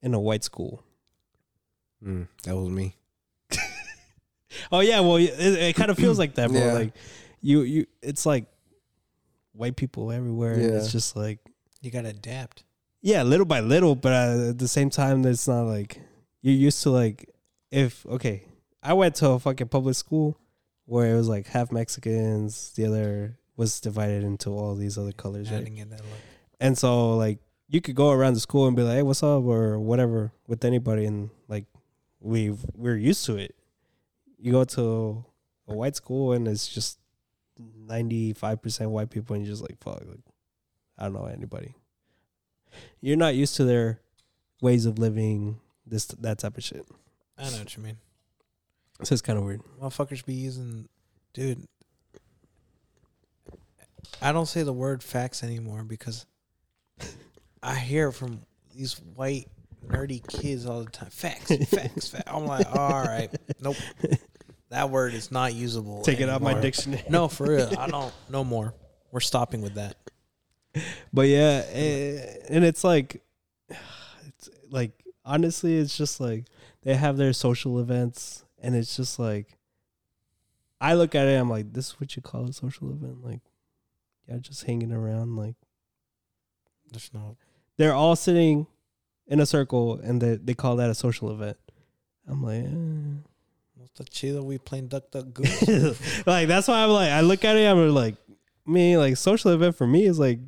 S3: in a white school.
S2: Mm, that was me.
S3: [LAUGHS] Oh yeah, well, it, it kind of feels like that, bro.
S2: [CLEARS THROAT] Yeah.
S3: Like you, you, it's like white people everywhere. And it's
S2: Yeah.
S3: just like
S1: You gotta adapt.
S3: yeah, little by little, but uh, at the same time, it's not like you're used to like if okay, I went to a fucking public school where it was like half Mexicans, the other was divided into all these other colors, right?
S1: Adding in that look.
S3: and so like you could go around the school and be like, "Hey, what's up?" or whatever with anybody, and like we we're used to it. You go to a white school and it's just ninety five percent white people, and you're just like, "Fuck, like, I don't know anybody." You're not used to their ways of living, this that type of shit.
S1: I know what you mean.
S3: So it's kind of weird.
S1: Motherfuckers be using, dude. I don't say the word facts anymore because I hear it from these white nerdy kids all the time. Facts, facts, facts. I'm like, all right, nope. That word is not usable.
S3: Take it out my
S1: anymore.
S3: dictionary.
S1: No, for real. I don't. No more. We're stopping with that.
S3: But yeah, eh, and it's like, [SIGHS] it's like honestly, it's just like they have their social events, and it's just like, I look at it, I'm like, this is what you call a social event, like, yeah, just hanging around, like
S1: There's no.
S3: they're all sitting in a circle, and they they call that a social event. I'm like, eh. [LAUGHS]
S1: What's the chido? We playing duck, duck, goose.
S3: like that's why I'm like, I look at it, I'm like, me, like social event for me is like,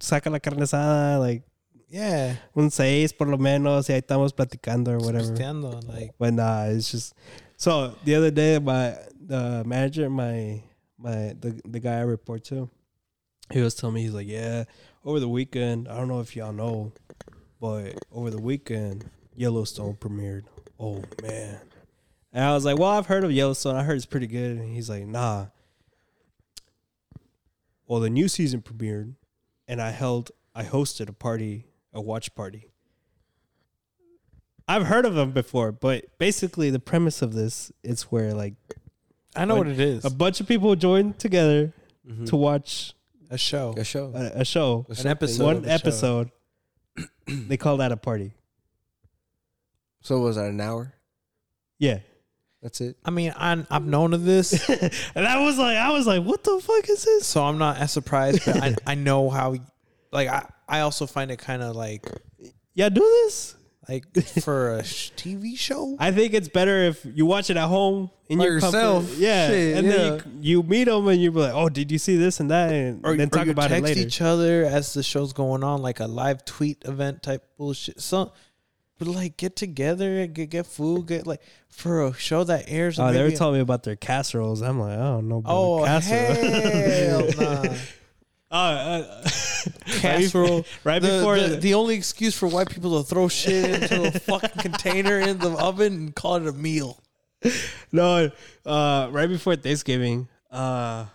S3: saca la carne asada, like.
S1: yeah.
S3: un 6 por lo menos, y ahí estamos platicando or whatever.
S1: Pisteando, like
S3: But nah, it's just so the other day my the manager, my my the, the guy I report to, he was telling me he's like, Yeah, over the weekend, I don't know if y'all know, but over the weekend, Yellowstone premiered. Oh man. And I was like, Well, I've heard of Yellowstone, I heard it's pretty good. And he's like, nah. Well, the new season premiered and I held I hosted a party, a watch party. I've heard of them before, but basically the premise of this is where like
S1: I know what it is.
S3: a bunch of people join together to watch
S1: A show.
S2: A show.
S3: a, a show,
S1: An episode.
S3: one
S1: of a show.
S3: episode. [CLEARS THROAT] they call that a party.
S2: So was that an hour?
S3: Yeah. [LAUGHS]
S2: That's it.
S1: I mean, i I've known of this,
S3: And I was like I was like, what the fuck is this?
S1: so I'm not as surprised. But I, I know how. Like I, I also find it kind of like
S3: Yeah, do this?
S1: like for a sh- TV show.
S3: I think it's better if you watch it at home in
S2: By
S3: your comfort.
S2: yourself.
S3: Yeah,
S2: Shit,
S3: and then you, you meet them and you be like, "Oh, did you see this and that?" And then talk
S1: you
S3: about it
S1: text
S3: later.
S1: each other as the show's going on, like a live tweet event type bullshit. So, but like get together and get, get food, get like for a show that airs.
S3: Oh, they were
S1: maybe-
S3: [LAUGHS] telling me about their casseroles. I'm like, I don't know. About
S1: Oh
S3: casserole.
S1: hell nah.
S3: Uh, [LAUGHS]
S1: casserole.
S3: right
S1: The-
S3: before
S1: the,
S3: the-
S1: the only excuse for white people to throw shit into a fucking container in the oven and call it a meal.
S3: no, uh, right before Thanksgiving, uh,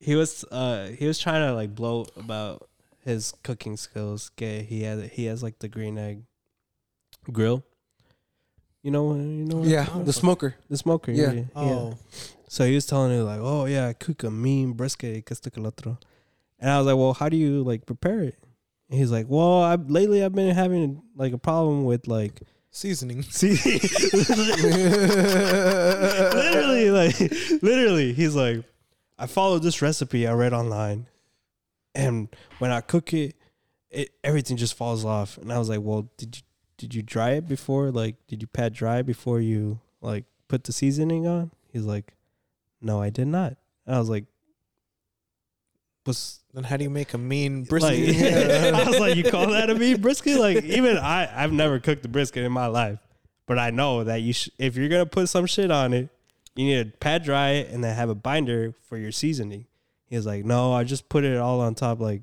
S3: he was uh, he was trying to like blow about his cooking skills. Okay, he has he has like the green egg grill. You know, you know,
S2: Yeah, the smoker.
S3: the smoker.
S2: Yeah.
S1: Oh,
S3: So he was telling her like, "Oh yeah, I cook a mean brisket, y que esto que lo otro," and I was like, "Well, how do you like prepare it?" And he's like, "Well, I lately I've been having like a problem with like
S1: seasoning.
S3: see, [LAUGHS] literally like literally." He's like, "I followed this recipe I read online, and when I cook it, it everything just falls off." And I was like, "Well, did you did you dry it before? Like, did you pat dry before you like put the seasoning on?" He's like. No, I did not. And I was like, was
S1: Then how do you make a mean
S3: like,
S1: [LAUGHS] brisket?
S3: [LAUGHS] I was like, you call that a meat brisket? Like, even I, I've never cooked a brisket in my life, but I know that you, sh- if you're gonna put some shit on it, you need to pat dry it and then have a binder for your seasoning. He was like, no, I just put it all on top, like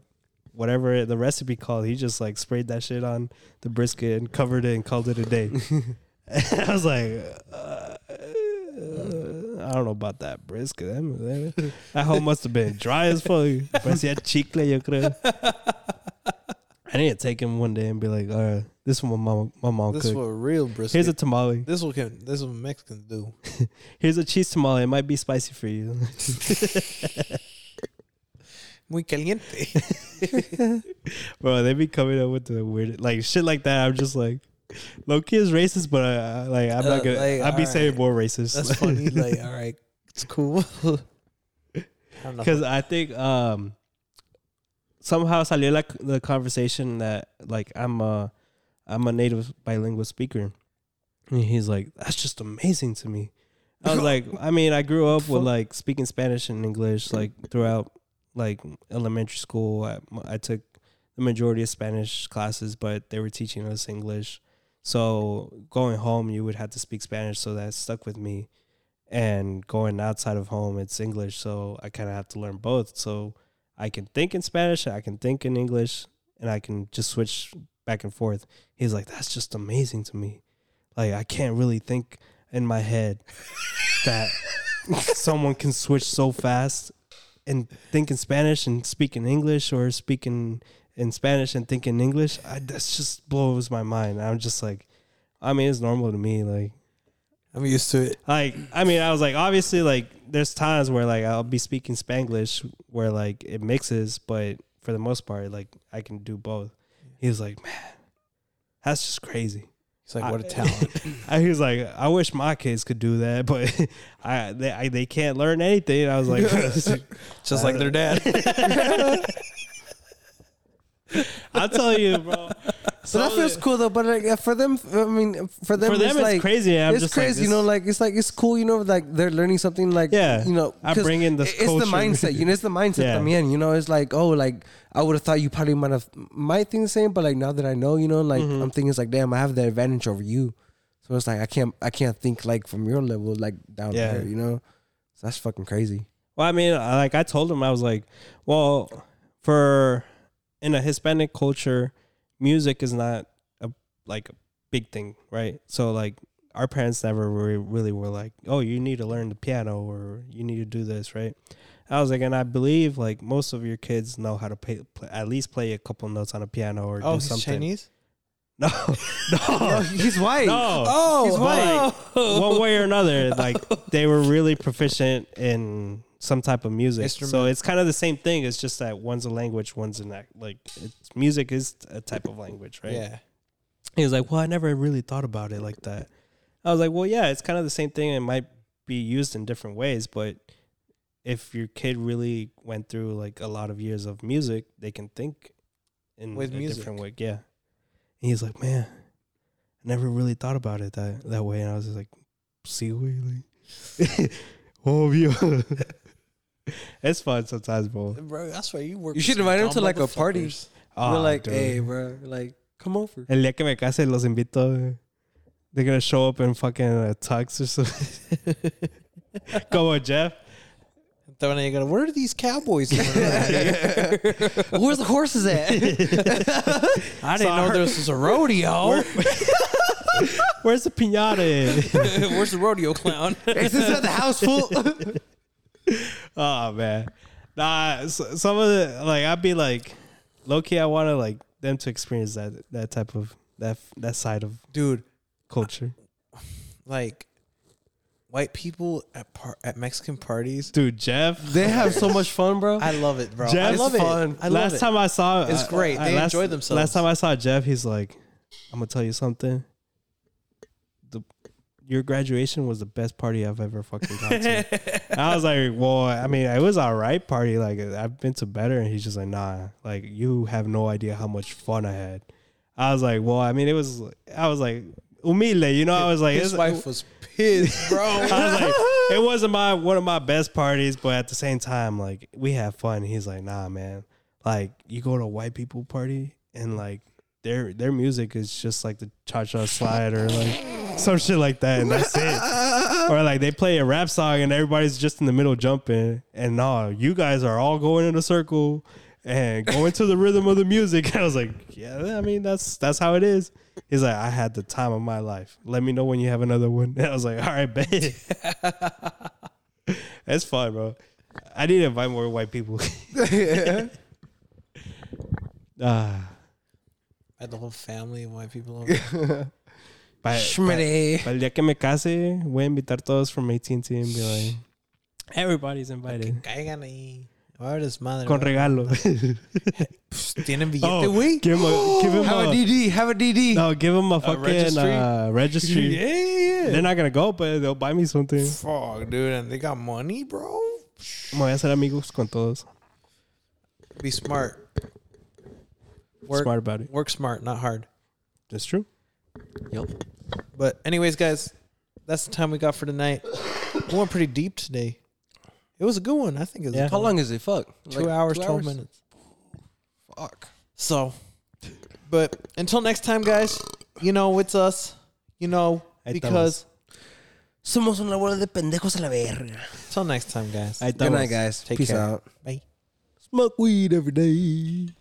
S3: whatever the recipe called. He just like sprayed that shit on the brisket and covered it and called it
S1: [LAUGHS]
S3: a day. [LAUGHS] I was like, uh, I don't know about that brisket. That, that, that hoe must have been dry
S1: [LAUGHS]
S3: as fuck. Parecía chicle, yo creo. I need to take him one day and be like, all right, this one my mom, my mom
S1: this is
S3: cooked.
S1: what real brisket.
S3: Here's a tamale. [LAUGHS]
S1: this is what can, this is what Mexicans do.
S3: Here's a cheese tamale. It might be spicy for you.
S1: Muy caliente.
S3: Bro, they be coming up with the weird, like shit like that. I'm just like, low key is racist, but I, I- like, I'm
S1: Uh,
S3: not gonna,
S1: like,
S3: I'd be
S1: all
S3: saying
S1: right.
S3: more racist. [LAUGHS]
S1: That's
S2: [LAUGHS]
S1: funny. Like, all right, it's cool. [LAUGHS] I don't know.
S3: Because I think um, somehow salió like the conversation that like I'm a I'm a native bilingual speaker, and he's like, "That's just amazing to me." I was like, "I mean, I grew up with like speaking Spanish and English like throughout like elementary school. I, I took the majority of Spanish classes, but they were teaching us English. So going home, you would have to speak Spanish, so that stuck with me and going outside of home it's english so i kind of have to learn both so i can think in spanish i can think in english and i can just switch back and forth he's like that's just amazing to me like i can't really think in my head that someone can switch so fast and think in spanish and speak in english or speak in, in spanish and think in english I, that's just blows my mind i'm just like i mean it's normal to me like
S1: I'm used to it.
S3: like I mean, I was like, obviously, like there's times where like I'll be speaking Spanglish where like it mixes, but for the most part, like I can do both. He was like, man, that's just crazy.
S1: It's like what a talent.
S3: I, [LAUGHS] he was like, I wish my kids could do that, but [LAUGHS] I they I, they can't learn anything. I was like, [LAUGHS]
S1: Just like their dad.
S3: I'll tell you, bro.
S2: So that feels cool though. But like for them, I mean, for them,
S3: For them,
S2: it's,
S3: it's
S2: like,
S3: crazy, I'm
S2: it's
S3: just like,
S2: crazy, you know.
S3: this-
S2: Like it's like it's cool, you know. Like they're learning something. Like
S3: Yeah,
S2: you know,
S3: I
S2: 'cause
S3: bring in this
S2: it- It's
S3: culture.
S2: the mindset, you know. It's the
S3: [LAUGHS]
S2: mindset.
S3: Yeah.
S2: Yeah. También, you know. It's like oh, like I would have thought you probably might have might think the same, but like now that I know, you know, like
S3: Mm-hmm.
S2: I'm thinking it's like damn, I have the advantage over you. So it's like I can't I can't think like from your level like down
S3: Yeah.
S2: there, you know. So that's fucking
S3: [LAUGHS]
S2: crazy. [LAUGHS]
S3: Well, I mean, I- like I told him, I was like, well, for in a Hispanic culture, music is not a like a big thing, right? So like our parents never re- really were like, oh, you need to learn the piano or you need to do this, right? I was like, and I believe like most of your kids know how to play, play at least play a couple notes on a piano or
S1: Oh,
S3: do
S1: he's
S3: something.
S1: Chinese.
S3: [LAUGHS] No, no,
S2: He's white.
S3: no.
S1: Oh,
S2: He's
S3: But, like, [LAUGHS] one way or another, like they were really proficient in some type of music. So
S1: Instrument.
S3: it's kind of the same thing. It's just that one's a language, one's an act. Like it's, music is a type of language, right?
S1: yeah.
S3: He was like, "Well, I never really thought about it like that." I was like, "Well, yeah, it's kind of the same thing. It might be used in different ways, but if your kid really went through like a lot of years of music, they can think in
S1: With
S3: a
S1: music.
S3: different way." Yeah. And he's like, "Man, I never really thought about it that that way." And I was just like, "See, really? [LAUGHS] oh, [LAUGHS] yeah." it's fun sometimes, bro.
S1: Bro, that's why you work.
S2: You
S1: with
S2: should
S1: some
S2: invite him
S1: dumb
S2: to, like, a party.
S1: motherfuckers.
S3: Ah,
S2: We're like,
S3: dude.
S2: hey, bro, like come over.
S3: El día que me case los invito. They're gonna [LAUGHS] show up in fucking uh, tux or something. Come on, Jeff.
S1: Te van a llegar, ¿where are these cowboys? coming around here?" [LAUGHS]
S2: Where's the horses at?
S1: I didn't know this was a [LAUGHS] rodeo.
S3: Where's the [LAUGHS] piñata? at?
S9: Where's the rodeo clown?
S2: Is this at the house full?
S3: oh man, nah. s some of the like, I'd be like, low key, I want to like them to experience that that type of that that side of
S1: [LAUGHS] Dude,
S3: culture,
S1: like white people at par- at Mexican parties.
S3: dude. Jeff,
S2: they have [LAUGHS] so much fun, bro.
S1: I love it, bro.
S3: Jeff
S1: I
S3: is
S1: love
S3: fun.
S1: it. I love
S3: last
S1: it.
S3: time I saw,
S1: It's
S3: I-
S1: great.
S3: I-
S1: They
S3: last-
S1: enjoy themselves.
S3: Last time I saw Jeff, he's like, "I'm gonna tell you something. The your graduation was the best party I've ever fucking gone to."
S1: [LAUGHS]
S3: And I was like, "Well, I mean, it was all right party. Like I've been to better." And he's just like, "Nah, like you have no idea how much fun I had." I was like, "Well, I mean, it was. I was like." Humilde, you know, I was like,
S1: His
S3: it's-
S1: wife was
S3: [LAUGHS]
S1: pissed, bro.
S3: I was like, it wasn't my one of my best parties, but at the same time, like we had fun. He's like, nah, man. Like you go to a white people party and like their their music is just like the cha cha slide or like some shit like that, and that's it. or like they play a rap song and everybody's just in the middle jumping, and nah, you guys are all going in a circle. And going to the rhythm of the music, [LAUGHS] I was like, "Yeah, I mean that's that's how it is." He's like, "I had the time of my life. Let me know when you have another one." [LAUGHS] And I was like, "All right, bet." [LAUGHS] That's fun, bro. I need to invite more white people. [LAUGHS] Ah,
S1: I had the whole family of white people over.
S3: pa- [LAUGHS]
S2: Schmitty.
S3: pa- pa el día que me case, voy a invitar todos from AT&T and be like, everybody's invited.
S1: Caigan ahí. Ahora es madre.
S3: Con
S1: bro.
S3: regalo.
S1: Tienen billete,
S3: oh,
S1: güey.
S3: give him a, give him
S2: Have a
S3: a,
S2: DD. Have a DD.
S3: no, give him a fucking
S1: registry?
S3: uh,
S1: [LAUGHS]
S3: registry. They're not gonna go, but they'll buy me something.
S1: Fuck, dude. And they got money, bro.
S3: Me voy a hacer amigos con todos.
S1: Be smart. Work,
S3: Smart about it.
S1: Work smart, not hard.
S3: That's true.
S1: But anyways, guys, that's the time we got for tonight. we went pretty deep today. It was a good one. I think it was a
S3: Yeah.
S1: good
S2: How long is it? Fuck.
S1: Two
S2: Like,
S1: hours,
S2: two
S1: 12 minutes.
S2: Fuck.
S1: So, but until next time, guys, you know, it's us, you know,
S3: Ahí
S1: because
S2: Somos una bola de pendejos a la verga.
S1: until next time, guys.
S3: Ahí
S2: Good
S3: estamos.
S2: night, guys.
S1: Take
S2: Peace
S1: care.
S2: out.
S1: Bye.
S3: Smoke weed every day.